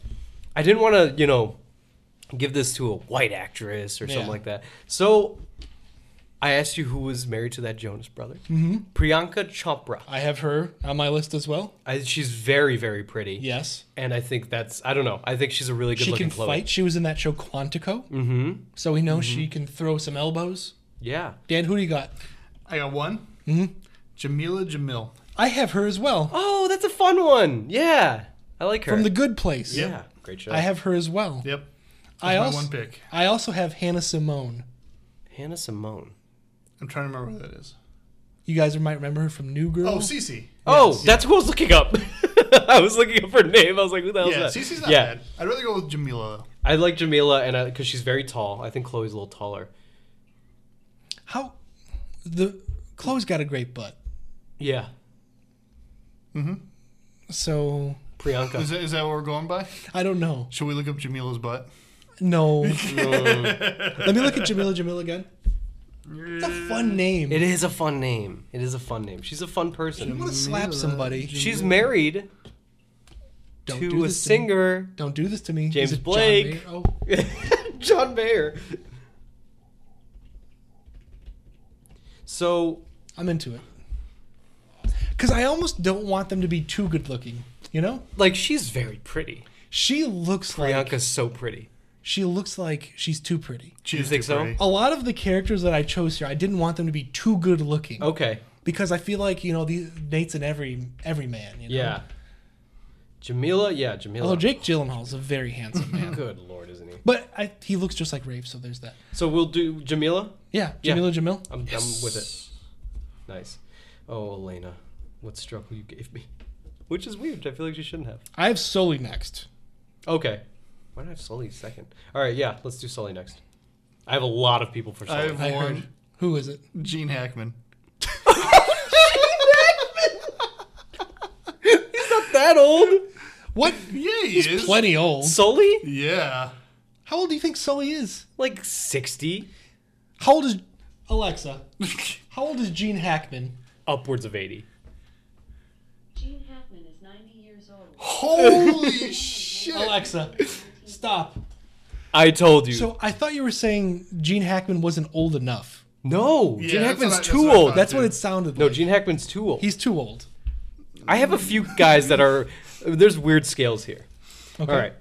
Speaker 1: I didn't want to, you know, give this to a white actress or something
Speaker 2: Yeah.
Speaker 1: like that. So I asked you who was married to that Jonas brother, mm-hmm. Priyanka Chopra.
Speaker 2: I have her on my list as well.
Speaker 1: I, she's very, very pretty.
Speaker 2: Yes,
Speaker 1: and I think that's. I don't know. I think she's a really good
Speaker 2: she
Speaker 1: looking
Speaker 2: can
Speaker 1: Chloe.
Speaker 2: fight. She was in that show Quantico, mm-hmm. so we know she
Speaker 1: Mm-hmm.
Speaker 2: can throw some elbows.
Speaker 1: Yeah.
Speaker 2: Dan, who do you got?
Speaker 3: I got one. Mm-hmm. Jamila Jamil.
Speaker 2: I have her as well
Speaker 1: Oh, that's a fun one. Yeah, I like her.
Speaker 2: from The Good Place.
Speaker 1: yeah, great show.
Speaker 2: I have her as well.
Speaker 3: Yep. That's
Speaker 2: I
Speaker 3: my
Speaker 2: also
Speaker 3: one pick.
Speaker 2: I also have Hannah Simone.
Speaker 1: Hannah Simone.
Speaker 3: I'm trying to remember who that is.
Speaker 2: You guys might remember her from New Girl.
Speaker 3: Oh, Cece.
Speaker 1: Oh, that's who I was looking up. I was looking up her name. I was like, who the hell
Speaker 3: Yeah,
Speaker 1: is that?
Speaker 3: Cece's not bad. I'd rather go with Jamila though.
Speaker 1: I like Jamila, and because she's very tall, I think Chloe's a little taller.
Speaker 2: How the Chloe's got a great butt.
Speaker 1: Yeah,
Speaker 2: So
Speaker 1: Priyanka.
Speaker 3: Is that, is that what we're going by?
Speaker 2: I don't know.
Speaker 3: Should we look up Jamila's butt?
Speaker 2: No. Let me look at Jamila Jamil again. It's a fun name.
Speaker 1: it is a fun name. It is a fun name. She's a fun
Speaker 2: I
Speaker 1: person.
Speaker 2: want to slap somebody.
Speaker 1: She's married
Speaker 2: Don't do
Speaker 1: to a
Speaker 2: this to me.
Speaker 1: singer,
Speaker 2: Don't do this to me.
Speaker 1: James
Speaker 2: Is it John
Speaker 1: Blake.
Speaker 2: Mayer? Oh.
Speaker 1: John Mayer. So
Speaker 2: I'm into it. Cause I almost don't want them to be too good looking. You know?
Speaker 1: like she's very pretty.
Speaker 2: She looks like
Speaker 1: Priyanka's so pretty.
Speaker 2: she looks like she's too pretty.
Speaker 3: She
Speaker 1: You
Speaker 3: is
Speaker 1: think
Speaker 3: too
Speaker 1: so? Oh,
Speaker 3: pretty.
Speaker 2: A lot of the characters that I chose here, I didn't want them to be too good looking.
Speaker 1: Okay.
Speaker 2: because I feel like you know these Nate's in every every man. You know?
Speaker 1: Yeah. Jamila, yeah, Jamila.
Speaker 2: Although Jake Gyllenhaal's a very handsome man,
Speaker 1: Good lord, isn't he?
Speaker 2: but I, he looks just like Rafe, so there's that.
Speaker 1: So we'll do Jamila.
Speaker 2: Yeah,
Speaker 1: Yeah.
Speaker 2: Jamila Jamil.
Speaker 1: I'm, I'm with it. Nice. Oh, Elena, what struggle you gave me. Which is weird. I feel like you shouldn't have.
Speaker 2: I have Sully next.
Speaker 1: Okay. Why did I have Sully second? All right, yeah, let's do Sully next. I have a lot of people for
Speaker 3: I
Speaker 1: Sully.
Speaker 3: have
Speaker 2: I
Speaker 3: one.
Speaker 2: heard. Who is it?
Speaker 3: Gene Hackman.
Speaker 1: that old?
Speaker 2: What?
Speaker 3: Yeah, he is.
Speaker 2: Plenty old.
Speaker 1: Sully?
Speaker 3: Yeah.
Speaker 2: How old do you think Sully is?
Speaker 1: Like 60?
Speaker 2: How old is Alexa? How old is Gene Hackman?
Speaker 1: Upwards of 80.
Speaker 5: Gene Hackman is 90 years old.
Speaker 3: Holy shit!
Speaker 2: Alexa, stop.
Speaker 1: I told you.
Speaker 2: So I thought you were saying Gene Hackman wasn't old enough.
Speaker 1: no,
Speaker 3: Yeah,
Speaker 1: Gene
Speaker 3: that's
Speaker 1: Hackman's
Speaker 3: what I- that's
Speaker 1: too
Speaker 3: what I
Speaker 1: old.
Speaker 3: thought.
Speaker 1: That's
Speaker 2: That's what it sounded like.
Speaker 1: no, Gene Hackman's too old.
Speaker 2: He's too old.
Speaker 1: I have a few guys that are. There's weird scales here. All right,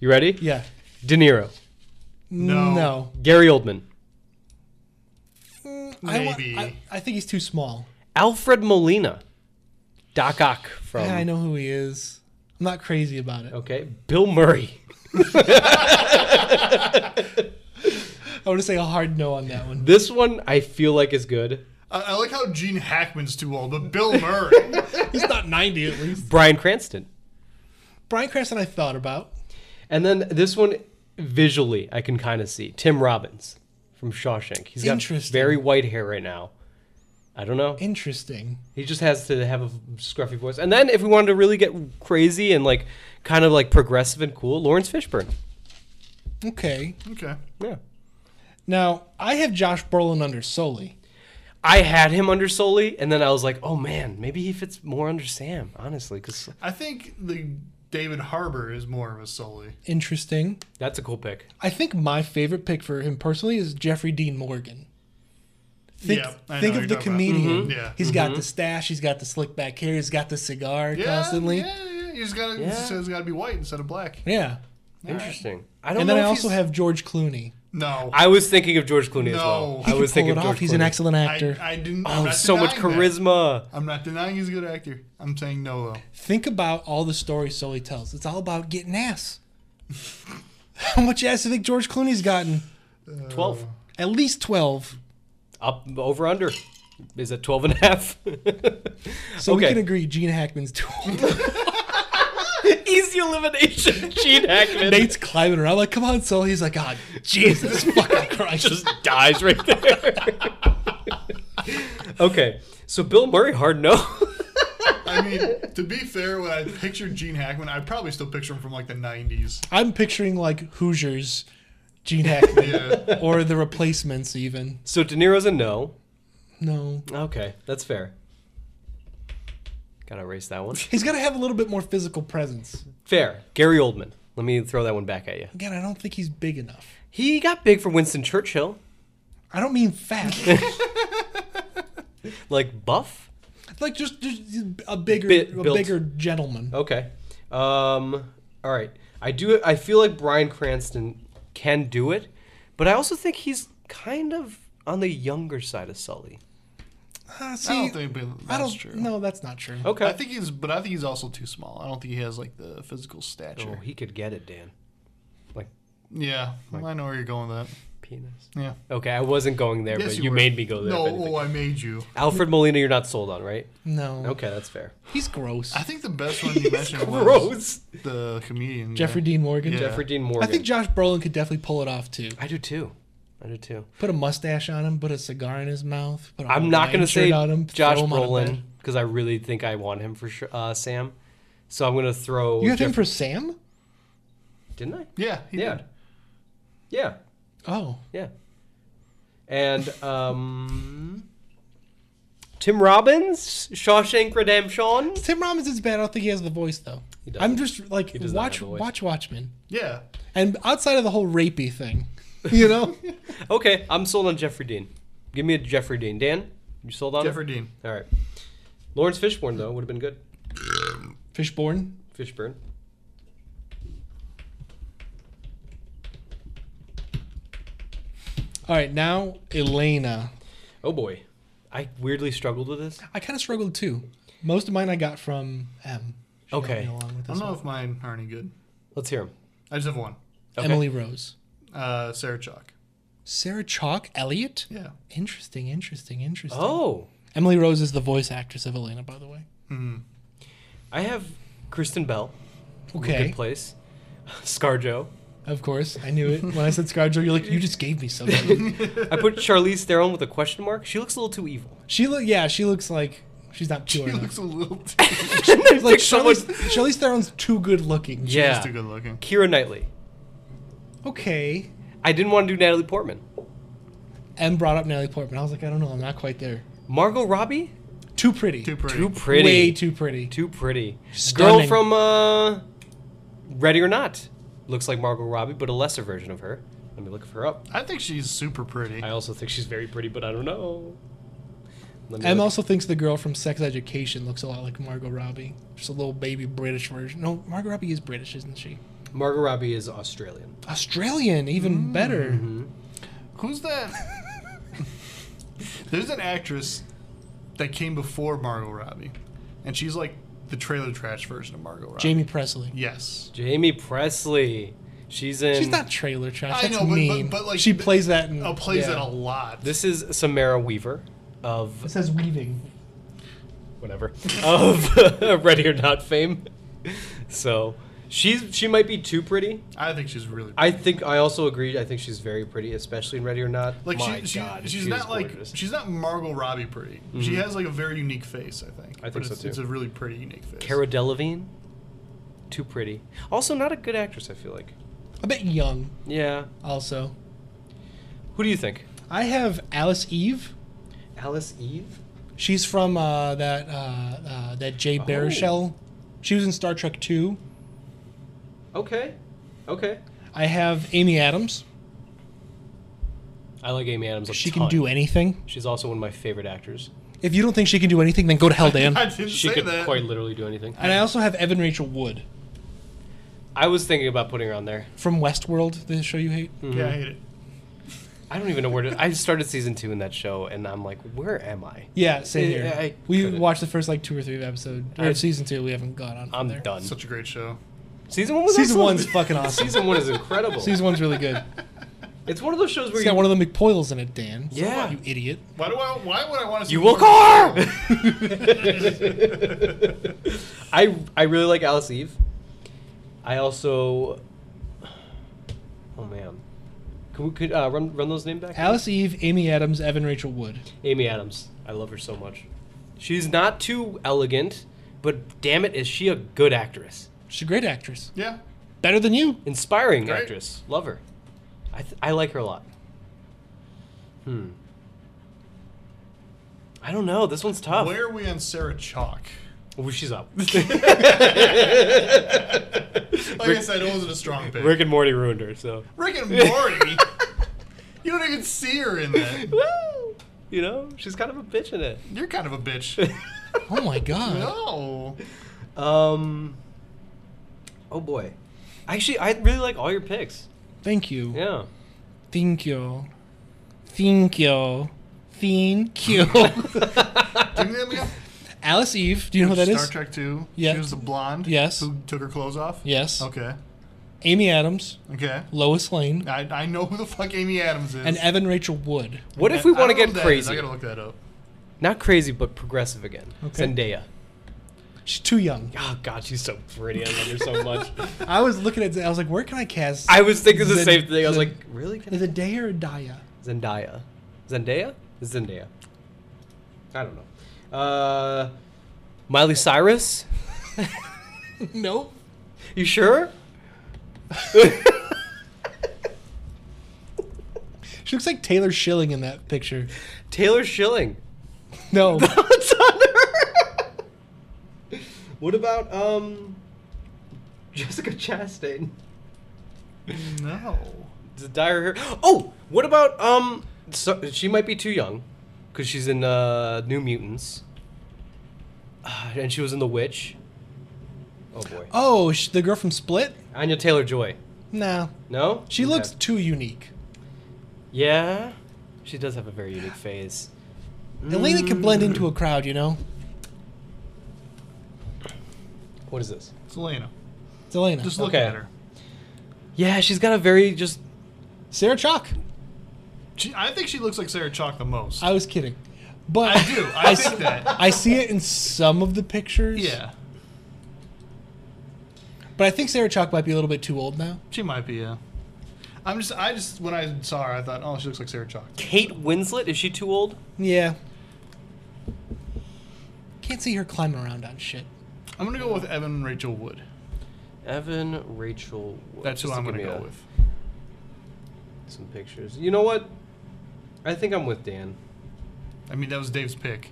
Speaker 1: you ready?
Speaker 2: Yeah.
Speaker 1: De Niro,
Speaker 3: No.
Speaker 2: No.
Speaker 1: Gary Oldman,
Speaker 2: I wa-
Speaker 3: Maybe.
Speaker 2: I, I think he's too small.
Speaker 1: Alfred Molina, Doc Ock from.
Speaker 2: yeah, I know who he is. I'm not crazy about it.
Speaker 1: Okay, Bill Murray.
Speaker 2: I would say a hard no on that one.
Speaker 1: This one I feel like is good.
Speaker 3: I, I like how Gene Hackman's too old, but Bill Murray.
Speaker 2: He's not 90 at least.
Speaker 1: Brian Cranston.
Speaker 2: Brian Cranston, I thought about.
Speaker 1: And then this one visually I can kind of see Tim Robbins from Shawshank. He's got
Speaker 2: Interesting.
Speaker 1: very white hair right now. I don't know.
Speaker 2: Interesting.
Speaker 1: He just has to have a scruffy voice. And then if we wanted to really get crazy and like kind of like progressive and cool, Lawrence Fishburne.
Speaker 2: Okay.
Speaker 3: okay.
Speaker 1: Yeah.
Speaker 2: Now I have Josh Brolin under Soli.
Speaker 1: I had him under Sully, and then I was like, oh man, maybe he fits more under Sam, honestly, because
Speaker 3: I think the David Harbor is more of a Sully.
Speaker 2: Interesting.
Speaker 1: that's a cool pick.
Speaker 2: I think my favorite pick for him personally is Jeffrey Dean Morgan. Think,
Speaker 3: Yeah, I know
Speaker 2: think
Speaker 3: who
Speaker 2: of the
Speaker 3: you're talking about.
Speaker 2: comedian.
Speaker 3: Mhm. Yeah.
Speaker 2: He's
Speaker 1: Mm-hmm.
Speaker 2: got the stash. He's got the slick back hair. He's got the cigar
Speaker 3: Yeah,
Speaker 2: constantly. Yeah.
Speaker 3: yeah, yeah. You just gotta,
Speaker 1: Yeah.
Speaker 3: so it's gotta be white instead of black.
Speaker 1: Interesting. I don't
Speaker 2: And
Speaker 1: know.
Speaker 2: then I
Speaker 1: if
Speaker 2: also
Speaker 1: he's-
Speaker 2: have George Clooney.
Speaker 3: No,
Speaker 1: I was thinking of George Clooney as well. I
Speaker 2: He
Speaker 3: No.
Speaker 1: was
Speaker 2: can pull
Speaker 1: thinking
Speaker 2: it
Speaker 1: of
Speaker 2: off.
Speaker 1: George
Speaker 2: He's
Speaker 1: Clooney.
Speaker 2: an excellent Oh. actor.
Speaker 3: I, I didn't. I'm
Speaker 1: Oh,
Speaker 3: not
Speaker 1: so much
Speaker 3: denying that.
Speaker 1: charisma.
Speaker 3: I'm not denying he's a good actor. I'm saying no though.
Speaker 2: think about all the stories Sully tells. It's all about getting ass. How much ass do you think George Clooney's gotten?
Speaker 1: 12
Speaker 2: At least twelve.
Speaker 1: up over under is it 12 and a half
Speaker 2: So we
Speaker 1: Okay.
Speaker 2: can agree Gene Hackman's too old.
Speaker 1: easy elimination gene hackman
Speaker 2: Nate's climbing around like, come on, Sully. He's like, God, Jesus fucking Christ.
Speaker 1: just dies right there okay so bill murray hard no
Speaker 3: I mean, to be fair, when I pictured Gene Hackman, I probably still picture him from like the '90s.
Speaker 2: I'm picturing like Hoosiers, Gene Hackman,
Speaker 3: Yeah.
Speaker 2: or the replacements even.
Speaker 1: so de niro's a no
Speaker 2: No.
Speaker 1: okay that's fair gotta erase that one
Speaker 2: He's got to have a little bit more physical presence.
Speaker 1: fair gary oldman let me throw that one back at you
Speaker 2: Again, I don't think he's big enough.
Speaker 1: he got big for winston churchill
Speaker 2: I don't mean fat.
Speaker 1: like buff
Speaker 2: like just, just a bigger
Speaker 1: Bit
Speaker 2: a
Speaker 1: built.
Speaker 2: bigger gentleman.
Speaker 1: Okay. Um, all right. I do. I feel like Brian Cranston can do it, but I also think he's kind of on the younger side of Sully.
Speaker 2: Ah, see,
Speaker 3: I don't think but
Speaker 2: I
Speaker 3: that's
Speaker 2: don't-
Speaker 3: true.
Speaker 2: No, that's not true.
Speaker 1: Okay.
Speaker 3: I think he's, but I think he's also too small. I don't think he has like the physical
Speaker 1: oh,
Speaker 3: stature.
Speaker 1: he could get it, Dan. Like
Speaker 3: yeah, I know where you're going with that.
Speaker 1: penis.
Speaker 3: Yeah.
Speaker 1: Okay, I wasn't going there,
Speaker 3: Yes,
Speaker 1: but you,
Speaker 3: you were.
Speaker 1: made me go there. if
Speaker 3: No,
Speaker 1: anything.
Speaker 3: oh, I made you.
Speaker 1: Alfred Molina, you're not sold on, right?
Speaker 2: No.
Speaker 1: Okay, that's fair.
Speaker 2: He's gross.
Speaker 3: I think the best one you mentioned was
Speaker 1: Gross.
Speaker 3: the comedian yeah.
Speaker 2: Jeffrey Dean Morgan.
Speaker 3: Yeah.
Speaker 1: Jeffrey Dean Morgan.
Speaker 2: I think Josh Brolin could definitely pull it off too.
Speaker 1: I do too. I do too.
Speaker 2: Put a mustache on him, put a cigar in his mouth. Put a
Speaker 1: I'm not going
Speaker 2: Hawaiian
Speaker 1: to say
Speaker 2: shirt on him,
Speaker 1: Josh
Speaker 2: throw him on a
Speaker 1: Brolin
Speaker 2: bed.
Speaker 1: because I really think I want him for sure, uh, Sam. So I'm going to throw.
Speaker 2: You have him
Speaker 1: Jeff-
Speaker 2: for Sam?
Speaker 1: Didn't I?
Speaker 3: Yeah, he
Speaker 1: Yeah.
Speaker 3: did.
Speaker 1: Yeah.
Speaker 2: Oh,
Speaker 1: Yeah. And um, Tim Robbins, Shawshank Redemption.
Speaker 2: Tim Robbins is bad. I don't think he has the voice though.
Speaker 1: He doesn't.
Speaker 2: I'm just like
Speaker 1: does not
Speaker 2: watch
Speaker 1: have the voice.
Speaker 2: watch Watchmen,
Speaker 3: Yeah.
Speaker 2: and outside of the whole rapey thing, you know,
Speaker 1: Okay, I'm sold on Jeffrey Dean. Give me a Jeffrey Dean. Dan, you sold on him?
Speaker 3: Jeffrey Dean.
Speaker 1: All right. Lawrence Fishburne though would have been good.
Speaker 2: Fishborn.
Speaker 1: Fishburne.
Speaker 2: All right, now Elena.
Speaker 1: Oh boy, I weirdly struggled with this.
Speaker 2: I kind of struggled too. Most of mine I got from M. She helped
Speaker 1: Okay.
Speaker 2: me along with
Speaker 3: I
Speaker 2: this
Speaker 3: don't know
Speaker 2: one.
Speaker 3: if mine are any good.
Speaker 1: Let's hear him.
Speaker 3: I just have one.
Speaker 1: Okay.
Speaker 2: Emily Rose.
Speaker 3: Uh, Sarah Chalk.
Speaker 2: Sarah Chalk Elliott?
Speaker 3: Yeah.
Speaker 2: Interesting, interesting, interesting.
Speaker 1: Oh,
Speaker 2: Emily Rose is the voice actress of Elena, by the way.
Speaker 1: I have Kristen Bell.
Speaker 2: Okay.
Speaker 1: Good place. ScarJo.
Speaker 2: Of course. I knew it. When I said ScarJo, you're like, you just gave me something.
Speaker 1: I put Charlize Theron with a question mark. She looks a little too evil.
Speaker 2: she look yeah, she looks like she's not
Speaker 3: He
Speaker 2: pure enough.
Speaker 3: looks a little too,
Speaker 2: It's like
Speaker 1: Pick someone-
Speaker 2: Charlize, Charlize Theron's too good looking.
Speaker 1: Yeah.
Speaker 3: too good looking.
Speaker 1: Kira Knightley.
Speaker 2: Okay.
Speaker 1: I didn't want to do Natalie Portman.
Speaker 2: M brought up Natalie Portman. I was like, I don't know, I'm not quite there.
Speaker 1: Margot Robbie?
Speaker 2: Too pretty.
Speaker 3: Too pretty.
Speaker 1: Too pretty.
Speaker 2: Way too pretty.
Speaker 1: Too pretty. Girl
Speaker 2: Stunning.
Speaker 1: from uh, Ready or Not looks like Margot Robbie, but a lesser version of her. Let me look her up.
Speaker 3: I think she's super pretty.
Speaker 1: I also think she's very pretty, but I don't know. Let me
Speaker 2: Em
Speaker 1: look.
Speaker 2: also thinks the girl from Sex Education looks a lot like Margot Robbie. Just a little baby British version. No, Margot Robbie is British, isn't she?
Speaker 1: Margot Robbie is Australian.
Speaker 2: Australian,
Speaker 3: Mm.
Speaker 2: even better.
Speaker 1: Mm-hmm.
Speaker 3: Who's that? There's an actress that came before Margot Robbie, and she's like the trailer trash version of Margot Robbie.
Speaker 2: Jamie Presley.
Speaker 3: Yes.
Speaker 1: Jamie Presley. She's in.
Speaker 2: She's not trailer trash.
Speaker 3: I
Speaker 2: That's
Speaker 3: know, but- but-
Speaker 2: mean.
Speaker 3: but, like,
Speaker 2: she plays that. In,
Speaker 3: Oh, plays
Speaker 2: yeah.
Speaker 3: it a lot.
Speaker 1: This is Samara Weaver
Speaker 2: It
Speaker 1: of
Speaker 2: says weaving.
Speaker 1: whatever of Ready or Not fame. So she's she might be too pretty.
Speaker 3: I think she's really.
Speaker 1: I think I also agree. I think she's very pretty, especially in Ready or Not.
Speaker 3: like
Speaker 1: My
Speaker 3: she, she,
Speaker 1: God,
Speaker 3: she's
Speaker 1: she is
Speaker 3: not like
Speaker 1: gorgeous.
Speaker 3: she's not Margot Robbie pretty. She has like a very unique face, I think.
Speaker 1: Mm-hmm. I think so,
Speaker 3: but it's, it's
Speaker 1: too.
Speaker 3: a really pretty unique face.
Speaker 1: Cara Delevingne. Too pretty. Also, not a good actress. I feel like.
Speaker 2: A bit young,
Speaker 1: Yeah.
Speaker 2: also.
Speaker 1: Who do you think?
Speaker 2: I have Alice Eve.
Speaker 1: Alice Eve.
Speaker 2: She's from uh, that uh, uh, that
Speaker 1: Oh.
Speaker 2: Jay Baruchel. She was in Star Trek Two.
Speaker 1: Okay. Okay.
Speaker 2: I have Amy Adams.
Speaker 1: I like Amy Adams. A
Speaker 2: She
Speaker 1: ton.
Speaker 2: can do anything.
Speaker 1: She's also one of my favorite actors.
Speaker 2: If you don't think she can do anything, then go to hell, Dan.
Speaker 3: I didn't
Speaker 1: She
Speaker 3: say
Speaker 1: could
Speaker 3: that.
Speaker 1: quite literally do anything.
Speaker 2: and I also have Evan Rachel Wood
Speaker 1: I was thinking about putting her on there.
Speaker 2: from Westworld, the show you hate.
Speaker 3: Yeah, I hate it.
Speaker 1: Mm-hmm. I don't even know where to. I started season two in that show, and I'm like, where am I?
Speaker 2: Yeah, same
Speaker 1: Yeah,
Speaker 2: here.
Speaker 1: I
Speaker 2: we
Speaker 1: couldn't.
Speaker 2: watched the first like two or three episodes. Or
Speaker 1: I'm-
Speaker 2: season two, we haven't gone on. from
Speaker 1: I'm
Speaker 2: there.
Speaker 1: done.
Speaker 3: Such a great show.
Speaker 1: season one was
Speaker 2: Season
Speaker 1: excellent.
Speaker 2: one's fucking awesome.
Speaker 1: season one is incredible.
Speaker 2: season one's really good.
Speaker 1: it's one of those shows where
Speaker 2: It's
Speaker 1: you
Speaker 2: got one of the McPoils in it, Dan.
Speaker 1: yeah
Speaker 2: You idiot.
Speaker 3: Why do I? Why would I want to? See
Speaker 1: you will
Speaker 3: more-
Speaker 1: car. I I really like Alice Eve. I also oh man, could we, could uh, run run those names back?
Speaker 2: Alice Eve, Amy Adams, Evan Rachel Wood.
Speaker 1: Amy Adams. I love her so much. She's not too elegant, but damn it, is she a good actress?
Speaker 2: She's a great actress.
Speaker 3: Yeah.
Speaker 2: Better than you.
Speaker 1: Inspiring
Speaker 3: Great.
Speaker 1: actress. Love her. I, th- I like her a lot. Hmm. I don't know. This one's
Speaker 2: Oh.
Speaker 1: tough.
Speaker 3: Where are we on Sarah Chalk?
Speaker 1: Oh, she's up.
Speaker 3: Like I said, it wasn't a strong pick.
Speaker 1: Rick and Morty ruined her, so.
Speaker 3: Rick and Morty. you don't even see her in that.
Speaker 1: Woo! You know, she's kind of a bitch in it.
Speaker 3: You're kind of a bitch.
Speaker 2: Oh my god.
Speaker 3: no.
Speaker 1: Um. Oh boy. Actually, I really like all your picks.
Speaker 2: Thank you.
Speaker 1: Yeah.
Speaker 2: Thank you. Thank you. Thank you.
Speaker 3: Give me that again.
Speaker 2: Alice Eve. Do you know who that
Speaker 3: Star
Speaker 2: is?
Speaker 3: Trek Two.
Speaker 2: Yeah.
Speaker 3: She was the blonde.
Speaker 2: Yes.
Speaker 3: Who took her clothes off?
Speaker 2: Yes.
Speaker 3: Okay.
Speaker 2: Amy Adams,
Speaker 3: Okay.
Speaker 2: Lois Lane,
Speaker 3: I, I know who the fuck Amy Adams is.
Speaker 2: and Evan Rachel Wood.
Speaker 1: What if we
Speaker 3: I
Speaker 1: want to
Speaker 3: don't know who
Speaker 1: get
Speaker 3: that is. I
Speaker 1: crazy?
Speaker 3: gotta look that up.
Speaker 1: Not crazy, but progressive again.
Speaker 2: Okay.
Speaker 1: Zendaya.
Speaker 2: She's too young.
Speaker 1: Oh God, she's so pretty. I love her so much.
Speaker 2: I was looking at. I was like, where can I cast?
Speaker 1: I was thinking the
Speaker 2: Zen-
Speaker 1: same thing. I was
Speaker 2: Zen-
Speaker 1: like, really? Can
Speaker 2: is it Daya or Daya?
Speaker 1: Zendaya. Zendaya? Zendaya. I don't know. Uh, Miley Cyrus?
Speaker 2: Nope.
Speaker 1: You sure?
Speaker 2: She looks like Taylor Schilling in that picture.
Speaker 1: Taylor Schilling.
Speaker 2: No.
Speaker 1: What's on her? what about um Jessica Chastain?
Speaker 3: No.
Speaker 1: The dire hair. Oh, what about um? So, she might be too young, because she's in uh, New Mutants, uh, and she was in The Witch. Oh boy,
Speaker 2: oh, sh- the girl from Split?
Speaker 1: Anya Taylor Joy.
Speaker 2: No.
Speaker 1: No,
Speaker 2: She
Speaker 1: Okay.
Speaker 2: looks too unique.
Speaker 1: Yeah, she does have a very unique face.
Speaker 2: Elena can blend into a crowd, you know?
Speaker 1: What is this?
Speaker 3: It's Elena.
Speaker 2: It's Elena.
Speaker 3: Just look
Speaker 1: Okay.
Speaker 3: at her.
Speaker 1: Yeah, she's got a very just.
Speaker 2: Sarah Chalk.
Speaker 3: She, I think she looks like Sarah Chalk the most. I,
Speaker 2: I was kidding. But
Speaker 3: do. I think that.
Speaker 2: I see it in some of the pictures.
Speaker 3: Yeah.
Speaker 2: But I think Sarah Chalk might be a little bit too old now.
Speaker 3: She might be. Yeah. I'm just. I just when I saw her, I thought, oh, she looks like Sarah Chalk.
Speaker 1: Kate Winslet is she too old?
Speaker 2: Yeah. Can't see her climbing around on shit.
Speaker 3: I'm gonna go with Evan Rachel Wood.
Speaker 1: Evan Rachel. Wood.
Speaker 3: That's who
Speaker 1: Just
Speaker 3: I'm
Speaker 1: give
Speaker 3: gonna
Speaker 1: me
Speaker 3: go
Speaker 1: a-
Speaker 3: with.
Speaker 1: Some pictures. You know what? I think I'm with Dan.
Speaker 3: I mean, that was Dave's pick.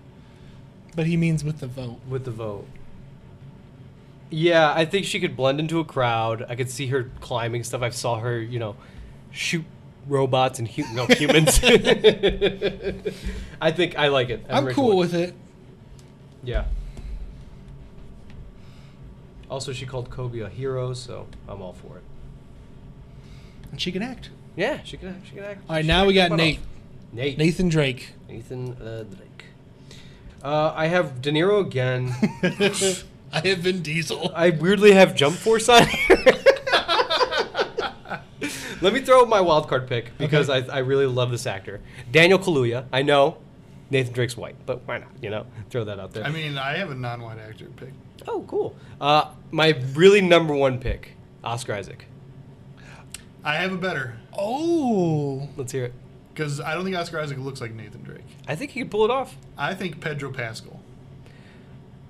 Speaker 2: But he means with the vote.
Speaker 1: with the vote. Yeah, I think she could blend into a crowd. I could see her climbing stuff. I saw her, you know, shoot robots and hu- no humans. I think I like it.
Speaker 2: I'm
Speaker 1: really
Speaker 2: cool
Speaker 1: like
Speaker 2: with it.
Speaker 1: Yeah. Also, she called Kobe a hero, so I'm all for it.
Speaker 2: And she can act.
Speaker 1: Yeah, she can. She can act.
Speaker 2: All right,
Speaker 1: she
Speaker 2: now
Speaker 1: can
Speaker 2: we
Speaker 1: act
Speaker 2: got
Speaker 1: one
Speaker 2: Nate.
Speaker 1: off. Nate.
Speaker 2: Nathan Drake.
Speaker 1: Nathan uh, Drake. Uh, I have De Niro again.
Speaker 2: I have Vin Diesel.
Speaker 1: I weirdly have Jump Force on here. Let me throw out my wild card pick because I, I really love this actor, Daniel Kaluuya. I know Nathan Drake's white, but why not? You know, throw that out there.
Speaker 3: I mean, I have a non-white actor pick.
Speaker 1: oh, cool. Uh, my really number one pick, Oscar Isaac.
Speaker 3: I have a better
Speaker 2: Oh.
Speaker 1: Let's hear it.
Speaker 3: because I don't think Oscar Isaac looks like Nathan Drake.
Speaker 1: I think he could pull it off.
Speaker 3: I think Pedro Pascal.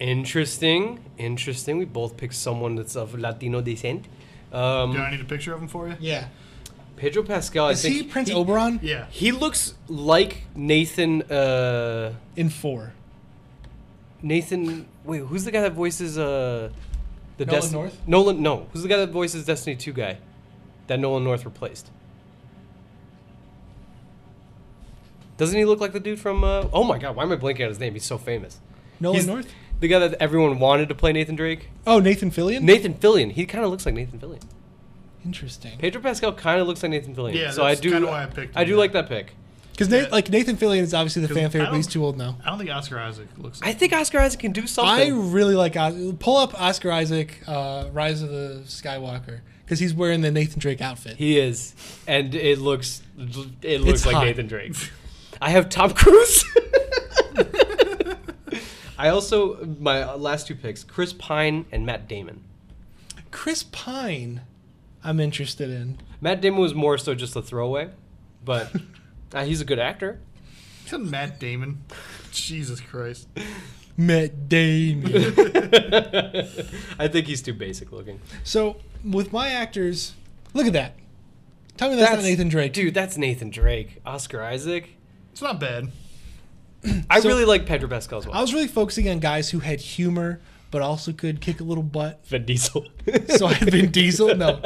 Speaker 1: Interesting, interesting. We both picked someone that's of Latino descent.
Speaker 3: Do I
Speaker 1: Um,
Speaker 3: need a picture of him for you?
Speaker 2: Yeah.
Speaker 1: Pedro Pascal. I
Speaker 2: Is
Speaker 1: think
Speaker 2: he Prince Oberon?
Speaker 3: Yeah.
Speaker 1: He looks like Nathan. Uh,
Speaker 2: In four.
Speaker 1: Nathan. Wait, who's the guy that voices uh the
Speaker 2: Nolan
Speaker 1: Desti-
Speaker 2: North?
Speaker 1: Nolan. No, who's the guy that voices Destiny Two guy that Nolan North replaced? Doesn't he look like the dude from? Uh, oh my God, why am I blanking out his name? He's so famous.
Speaker 2: Nolan
Speaker 1: He's-
Speaker 2: North?
Speaker 1: The guy that everyone wanted to play Nathan Drake.
Speaker 2: Oh, Nathan Fillion?
Speaker 1: Nathan Fillion. He kind of looks like Nathan Fillion.
Speaker 2: Interesting.
Speaker 1: Pedro Pascal kind of looks like Nathan Fillion.
Speaker 3: Yeah,
Speaker 1: so
Speaker 3: that's
Speaker 1: I do.
Speaker 3: kinda why I picked
Speaker 1: I
Speaker 3: him,
Speaker 1: do
Speaker 3: yeah.
Speaker 1: like that pick.
Speaker 2: Because Nate, like Nathan Fillion is obviously the
Speaker 3: 'Cause
Speaker 2: fan
Speaker 3: I
Speaker 2: favorite, but he's
Speaker 3: don't-
Speaker 2: too old now.
Speaker 3: I don't think Oscar Isaac looks.
Speaker 1: I
Speaker 3: Like
Speaker 1: think Oscar Isaac can do
Speaker 2: I
Speaker 1: something.
Speaker 2: really like Os- pull up Oscar Isaac, uh, Rise of the Skywalker, because he's wearing the Nathan Drake outfit.
Speaker 1: He is, and it looks it looks like
Speaker 2: hot.
Speaker 1: Nathan Drake. I have Tom Cruise. I also my last two picks: Chris Pine and Matt Damon.
Speaker 2: Chris Pine, I'm interested in.
Speaker 1: Matt Damon was more so just a throwaway, but uh, he's a good actor.
Speaker 3: Isn't Matt Damon. Jesus Christ.
Speaker 2: Matt Damon.
Speaker 1: I think he's too basic looking.
Speaker 2: so with my actors, look at that. Tell me that's, not Nathan Drake.
Speaker 1: dude. That's Nathan Drake. Oscar Isaac.
Speaker 3: It's not bad.
Speaker 1: I
Speaker 2: So-
Speaker 1: really like Pedro Pascal as well.
Speaker 2: I was really focusing on guys who had humor but also could kick a little butt.
Speaker 1: Vin Diesel.
Speaker 2: So I had Vin Diesel. No,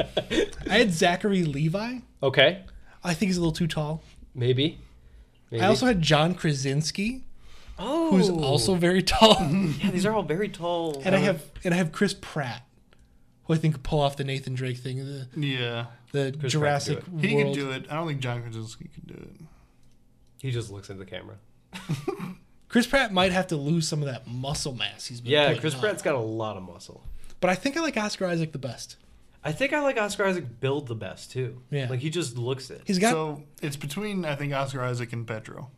Speaker 2: I had Zachary Levi.
Speaker 1: okay,
Speaker 2: I think he's a little too tall.
Speaker 1: maybe. maybe.
Speaker 2: I also had John Krasinski,
Speaker 1: oh,
Speaker 2: who's also very tall.
Speaker 1: yeah, these are all very tall.
Speaker 2: And I have and I have Chris Pratt, who I think could pull off the Nathan Drake thing, the,
Speaker 3: Yeah.
Speaker 1: Chris
Speaker 2: the
Speaker 1: Pratt could
Speaker 2: Jurassic
Speaker 1: do
Speaker 3: He
Speaker 2: World.
Speaker 3: could do it. I don't think John Krasinski could do it.
Speaker 1: He just looks into the camera.
Speaker 2: Chris Pratt might have to lose some of that muscle mass he's been.
Speaker 1: Yeah,
Speaker 2: putting
Speaker 1: Chris
Speaker 2: on.
Speaker 1: Pratt's got a lot of muscle.
Speaker 2: But I think I like Oscar Isaac the best.
Speaker 1: I think I like Oscar Isaac build the best too.
Speaker 2: Yeah.
Speaker 1: like he just looks it.
Speaker 2: He's got
Speaker 3: So it's between I think Oscar Isaac and Pedro.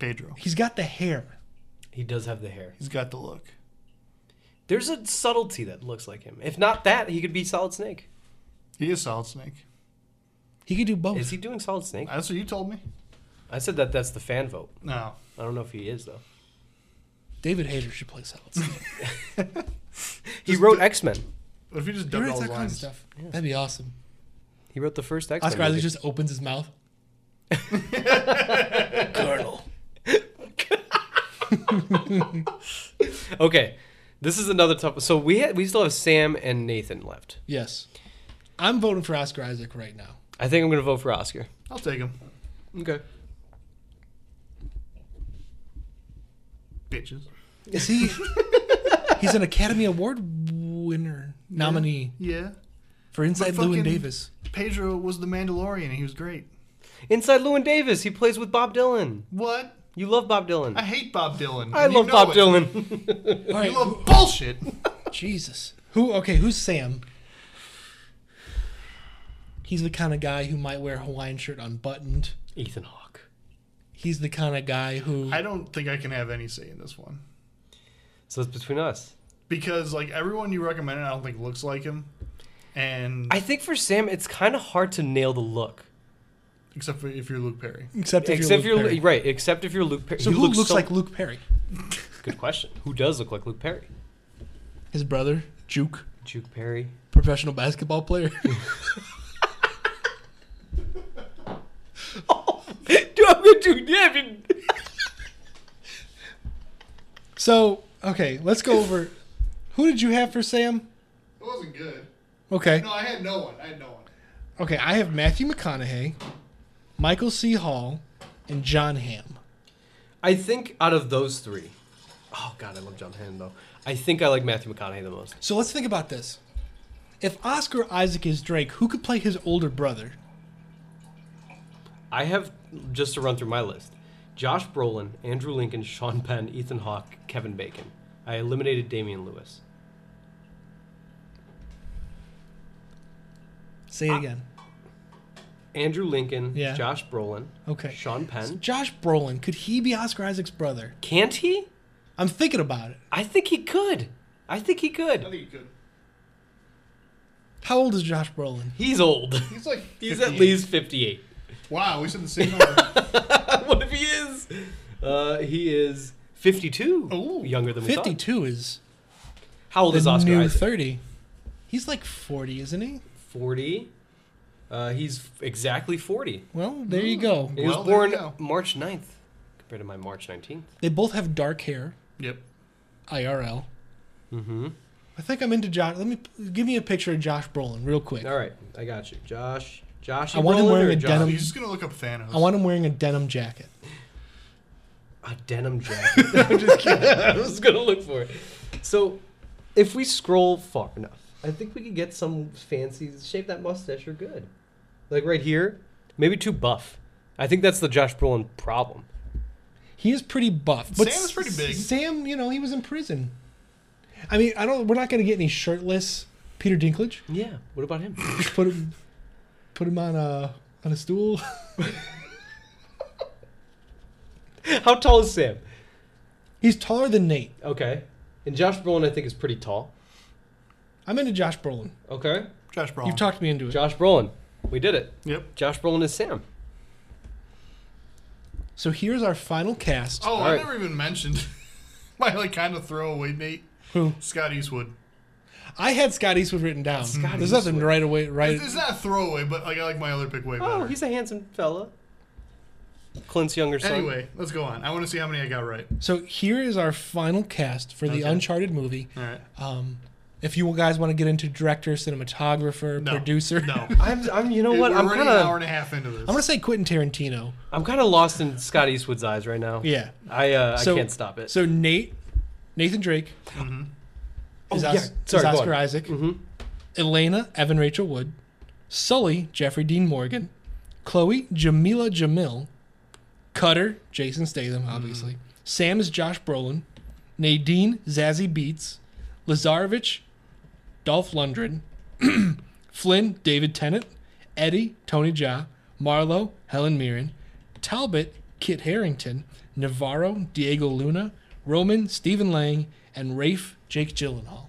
Speaker 3: Pedro.
Speaker 2: he's got the hair.
Speaker 1: He does have the hair.
Speaker 3: He's got the look.
Speaker 1: There's a subtlety that looks like him. If not that, he could be Solid Snake.
Speaker 3: He is Solid Snake.
Speaker 2: He could do both.
Speaker 1: Is he doing Solid Snake?
Speaker 3: That's what you told me.
Speaker 1: I said that that's the fan vote.
Speaker 3: No.
Speaker 1: I don't know if he is though.
Speaker 2: David Hayter should play Solid Snake.
Speaker 1: He wrote X Men.
Speaker 3: What if you just
Speaker 2: he
Speaker 3: dubbed
Speaker 2: writes
Speaker 3: all
Speaker 2: all
Speaker 3: his
Speaker 2: kinds
Speaker 3: lines?
Speaker 2: of stuff. That'd be awesome.
Speaker 1: He wrote the first X Men.
Speaker 2: Oscar Isaac just opens his mouth. Colonel.
Speaker 1: Okay, this is another tough. So we ha- we still have Sam and Nathan left.
Speaker 2: Yes. I'm voting for Oscar Isaac right now.
Speaker 1: I think I'm gonna vote for Oscar.
Speaker 3: I'll take him.
Speaker 1: Okay.
Speaker 3: Bitches.
Speaker 2: Is he? he's an Academy Award winner nominee
Speaker 3: Yeah.
Speaker 2: for Inside
Speaker 3: But
Speaker 2: Llewyn
Speaker 3: fucking-
Speaker 2: Davis.
Speaker 3: Pedro was the Mandalorian and he was great.
Speaker 1: Inside Llewyn Davis, he plays with Bob Dylan.
Speaker 3: What?
Speaker 1: You love Bob Dylan.
Speaker 3: I hate Bob Dylan.
Speaker 1: I
Speaker 3: and you
Speaker 1: love
Speaker 3: know
Speaker 1: Bob
Speaker 3: it.
Speaker 1: Dylan.
Speaker 2: All right,
Speaker 3: You love bullshit.
Speaker 2: Jesus. Who? Okay, who's Sam? He's the kind of guy who might wear a Hawaiian shirt unbuttoned.
Speaker 1: Ethan Hawke.
Speaker 2: He's the kind of guy who.
Speaker 3: I don't think I can have any say in this one.
Speaker 1: So it's between us.
Speaker 3: Because like everyone you recommended I don't think looks like him. And
Speaker 1: I think for Sam, it's kind of hard to nail the look.
Speaker 3: except for if you're Luke Perry.
Speaker 2: except if
Speaker 1: except if
Speaker 2: you're, Luke
Speaker 1: you're
Speaker 2: Perry.
Speaker 1: right. Except if you're Luke Perry.
Speaker 2: So
Speaker 1: He
Speaker 2: who looks
Speaker 1: so-
Speaker 2: like Luke Perry?
Speaker 1: Good question. Who does look like Luke Perry?
Speaker 2: His brother, Juke,
Speaker 1: Juke Perry.
Speaker 2: professional basketball player.
Speaker 1: Dude, I'm gonna do yeah, I mean-
Speaker 2: so Okay, let's go over. Who did you have for Sam?
Speaker 3: It wasn't good.
Speaker 2: Okay.
Speaker 3: No, I had no one. I had no one.
Speaker 2: Okay, I have Matthew McConaughey, Michael C. Hall, and John Hamm.
Speaker 1: I think out of those three, oh god, I love John Hamm though. I think I like Matthew McConaughey the most.
Speaker 2: So let's think about this. If Oscar Isaac is Drake, who could play his older brother?
Speaker 1: I have just to run through my list: Josh Brolin, Andrew Lincoln, Sean Penn, Ethan Hawke, Kevin Bacon. I eliminated Damian Lewis.
Speaker 2: Say
Speaker 1: Ah.
Speaker 2: it again.
Speaker 1: Andrew Lincoln,
Speaker 2: Yeah.
Speaker 1: Josh Brolin,
Speaker 2: Okay.
Speaker 1: Sean Penn.
Speaker 2: Josh Brolin, could he be Oscar Isaac's brother?
Speaker 1: Can't he?
Speaker 2: I'm thinking about it.
Speaker 1: I think he could. I think he
Speaker 3: I
Speaker 1: could.
Speaker 3: think you could.
Speaker 2: How old is Josh Brolin?
Speaker 1: He's old.
Speaker 3: He's like.
Speaker 1: He's
Speaker 3: 58.
Speaker 1: at least 58.
Speaker 3: Wow, we said the same number.
Speaker 1: what if he is? Uh, he is 52.
Speaker 3: Ooh.
Speaker 1: Younger than we thought.
Speaker 2: 52 is
Speaker 1: How old is
Speaker 2: the
Speaker 1: Oscar
Speaker 2: new
Speaker 1: Isaac?
Speaker 2: 30. He's like 40, isn't he?
Speaker 1: 40. Uh, he's f- exactly 40.
Speaker 2: Well, there you go.
Speaker 1: He
Speaker 3: Well,
Speaker 1: was
Speaker 3: there
Speaker 1: born
Speaker 3: you go.
Speaker 1: March 9th compared to my March 19th.
Speaker 2: They both have dark hair,
Speaker 3: yep.
Speaker 2: IRL.
Speaker 1: Mm-hmm.
Speaker 2: I think I'm into Josh. Let me give me a picture of Josh Brolin real quick.
Speaker 1: All right. I got you. Josh. Josh.
Speaker 2: I want him
Speaker 1: Brolin
Speaker 2: wearing
Speaker 1: or
Speaker 2: a
Speaker 1: Josh?
Speaker 2: denim-
Speaker 3: He's just gonna look up Thanos.
Speaker 2: Um, I want him wearing a denim jacket.
Speaker 1: A denim jacket. I'm just kidding. I was gonna look for it. So, if we scroll far enough, I think we could get some fancy shape that mustache. You're good. Like right here, maybe too buff. I think that's the Josh Brolin problem.
Speaker 2: He is pretty buff.
Speaker 3: Sam is pretty
Speaker 2: S-
Speaker 3: big.
Speaker 2: Sam, you know, he was in prison. I mean, I don't. We're not going to get any shirtless Peter Dinklage.
Speaker 1: Yeah. What about him?
Speaker 2: Just put him, put him on a on a stool.
Speaker 1: How tall is Sam?
Speaker 2: He's taller than Nate.
Speaker 1: Okay. And Josh Brolin, I think, is pretty tall.
Speaker 2: I'm into Josh Brolin.
Speaker 1: Okay.
Speaker 3: Josh Brolin.
Speaker 1: Oh.
Speaker 2: You've talked me into it.
Speaker 1: Josh Brolin. We did it.
Speaker 3: Yep.
Speaker 1: Josh Brolin is Sam.
Speaker 2: So here's our final cast.
Speaker 3: Oh, I
Speaker 1: Alright.
Speaker 3: never even mentioned my like kind of throwaway Nate
Speaker 2: Who
Speaker 3: Scott Eastwood.
Speaker 2: I had Scott Eastwood written down.
Speaker 1: Scott
Speaker 2: There's nothing
Speaker 1: Eastwood.
Speaker 2: right away. Right.
Speaker 3: It's, it's not throwaway, but like I like my other pick way better.
Speaker 1: Oh, he's a handsome fella. Clint's younger son.
Speaker 3: anyway, let's go on. I want to see how many I got right.
Speaker 2: So here is our final cast for the
Speaker 3: Okay.
Speaker 2: Uncharted movie.
Speaker 3: All right.
Speaker 2: Um, if you guys want to get into director, cinematographer,
Speaker 3: No.
Speaker 2: producer,
Speaker 3: No.
Speaker 1: I'm, I'm, you know
Speaker 3: Dude,
Speaker 1: what?
Speaker 3: We're
Speaker 1: I'm
Speaker 3: already
Speaker 1: kind
Speaker 3: an hour
Speaker 1: of,
Speaker 3: and a half into this.
Speaker 2: I'm gonna say Quentin Tarantino.
Speaker 1: I'm kind of lost in Scott Eastwood's eyes right now.
Speaker 2: Yeah.
Speaker 1: I uh,
Speaker 2: So-
Speaker 1: I can't stop it.
Speaker 2: So Nate, Nathan Drake, is,
Speaker 1: Mm-hmm. Oh,
Speaker 2: Os-
Speaker 1: yeah.
Speaker 2: is
Speaker 1: Sorry, go
Speaker 2: Oscar
Speaker 1: on.
Speaker 2: Isaac,
Speaker 1: Mhm.
Speaker 2: Elena, Evan Rachel Wood, Sully, Jeffrey Dean Morgan, Chloe, Jamila Jamil, Cutter, Jason Statham,
Speaker 1: Mm-hmm.
Speaker 2: obviously. Sam is Josh Brolin, Nadine, Zazie Beats, Lazarevich, Dolph Lundgren, Flynn, David Tennant, Eddie, Tony Ja, Marlowe, Helen Mirren, Talbot, Kit Harrington, Navarro, Diego Luna, Roman, Stephen Lang, and Rafe, Jake Gyllenhaal.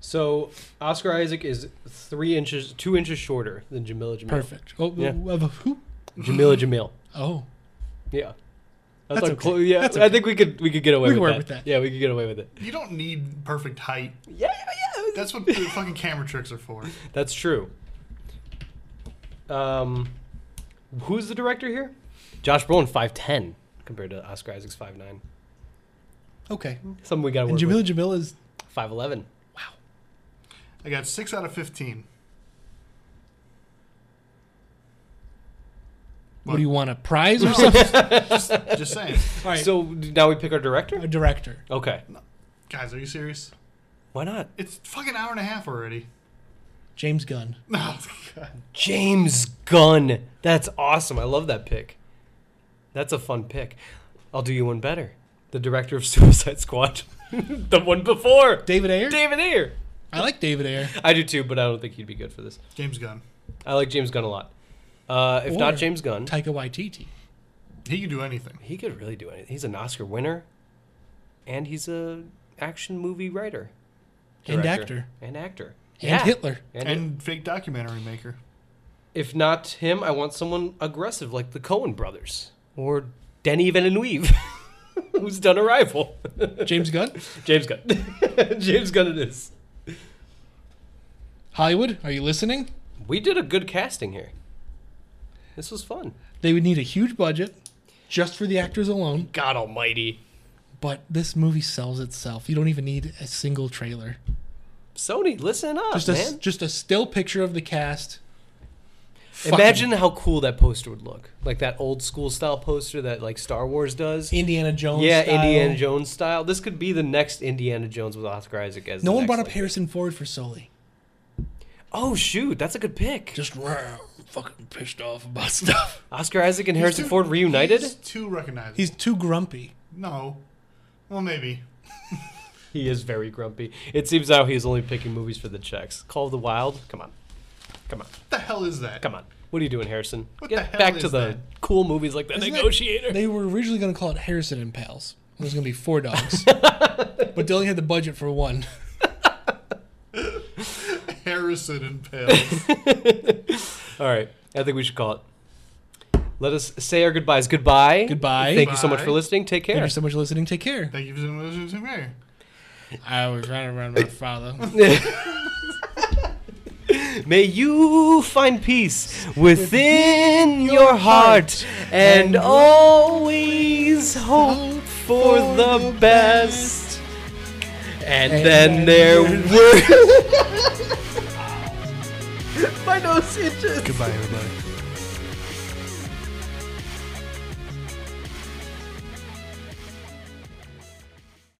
Speaker 1: So Oscar Isaac is three inches, two inches shorter than Jamila Jamil.
Speaker 2: Perfect. Oh,
Speaker 1: Yeah.
Speaker 2: of a who?
Speaker 1: Jamila Jamil.
Speaker 2: Oh,
Speaker 1: Yeah.
Speaker 2: That's
Speaker 1: our
Speaker 2: okay.
Speaker 1: clo- yeah,
Speaker 2: That's
Speaker 1: I think we could we could get away
Speaker 2: We
Speaker 1: with,
Speaker 2: can work
Speaker 1: that.
Speaker 2: with that.
Speaker 1: Yeah, we could get away with it.
Speaker 3: you don't need perfect height.
Speaker 1: Yeah, yeah, yeah.
Speaker 3: That's what the fucking camera tricks are for.
Speaker 1: That's true. Um, who's the director here? Josh Brolin, five ten, compared to Oscar Isaac's five nine.
Speaker 2: okay.
Speaker 1: Something we got to
Speaker 2: And
Speaker 1: work
Speaker 2: Jamila
Speaker 1: with.
Speaker 2: Jamil is
Speaker 1: Five eleven.
Speaker 3: I got six out of fifteen.
Speaker 2: what,
Speaker 3: What?
Speaker 2: do you want a prize or something?
Speaker 3: Just saying,
Speaker 2: All right.
Speaker 1: So now we pick our director.
Speaker 2: a director.
Speaker 1: Okay.
Speaker 3: guys, are you serious?
Speaker 1: Why not?
Speaker 3: It's fucking hour and a half already.
Speaker 2: James Gunn.
Speaker 3: No, God.
Speaker 1: James Gunn. That's awesome. I love that pick. That's a fun pick. I'll do you one better. The director of Suicide Squad. the one before.
Speaker 2: David Ayer?
Speaker 1: David Ayer.
Speaker 2: I like David Ayer.
Speaker 1: I do too, but I don't think he'd be good for this.
Speaker 3: James Gunn.
Speaker 1: I like James Gunn a lot. Uh, if
Speaker 2: Or
Speaker 1: not James Gunn,
Speaker 2: Taika Waititi.
Speaker 3: He can do anything.
Speaker 1: he could really do anything. He's an Oscar winner, and he's a action movie writer
Speaker 2: And
Speaker 1: Director.
Speaker 2: actor.
Speaker 1: and actor
Speaker 2: And
Speaker 1: Yeah.
Speaker 2: Hitler.
Speaker 1: And,
Speaker 3: And fake documentary maker.
Speaker 1: if not him, I want someone aggressive like the Cohen brothers or Denny Villeneuve, who's done Arrival.
Speaker 2: James Gunn?
Speaker 1: James Gunn. James Gunn it is.
Speaker 2: Hollywood, are you listening?
Speaker 1: We did a good casting here. This was fun.
Speaker 2: They would need a huge budget just for the actors alone.
Speaker 1: God Almighty.
Speaker 2: But this movie sells itself. You don't even need a single trailer.
Speaker 1: Sony, listen up,
Speaker 2: Just a
Speaker 1: man.
Speaker 2: just a still picture of the cast. Fucking
Speaker 1: Imagine how cool that poster would look. Like that old school style poster that like Star Wars does.
Speaker 2: Indiana Jones.
Speaker 1: yeah,
Speaker 2: style.
Speaker 1: Indiana Jones style. This could be the next Indiana Jones with Oscar Isaac as
Speaker 2: No
Speaker 1: the
Speaker 2: one
Speaker 1: next
Speaker 2: brought up
Speaker 1: lead.
Speaker 2: Harrison Ford for Sully.
Speaker 1: Oh shoot, that's a good pick.
Speaker 2: Just rah, fucking pissed off about stuff.
Speaker 1: Oscar Isaac and Harrison
Speaker 3: He's too-
Speaker 1: Ford reunited.
Speaker 3: He's too recognizable.
Speaker 2: He's too grumpy.
Speaker 3: no. Well, maybe.
Speaker 1: He is very grumpy. It seems now he's only picking movies for the checks. Call of the Wild. Come on, come on,
Speaker 3: What the hell is that?
Speaker 1: come on. What are you doing, Harrison?
Speaker 3: What
Speaker 1: Get
Speaker 3: the hell
Speaker 1: back to
Speaker 3: is
Speaker 1: the
Speaker 3: that?
Speaker 1: cool movies like The
Speaker 2: Isn't that-
Speaker 1: Negotiator.
Speaker 2: They were originally going to call it Harrison and Pals. It was going to be four dogs, but they only had the budget for one.
Speaker 3: Harrison and Pale.
Speaker 1: All right. I think we should call it. Let us say our goodbyes. Goodbye.
Speaker 2: Goodbye.
Speaker 1: Thank you so much for
Speaker 3: Bye.
Speaker 1: listening. Take care.
Speaker 2: Thank you so much for listening. Take care.
Speaker 3: Thank you for listening to me.
Speaker 2: I was running around my father.
Speaker 1: May you find peace within your heart and always hope for the best. And then there were. My nose itches.
Speaker 2: Goodbye, everybody.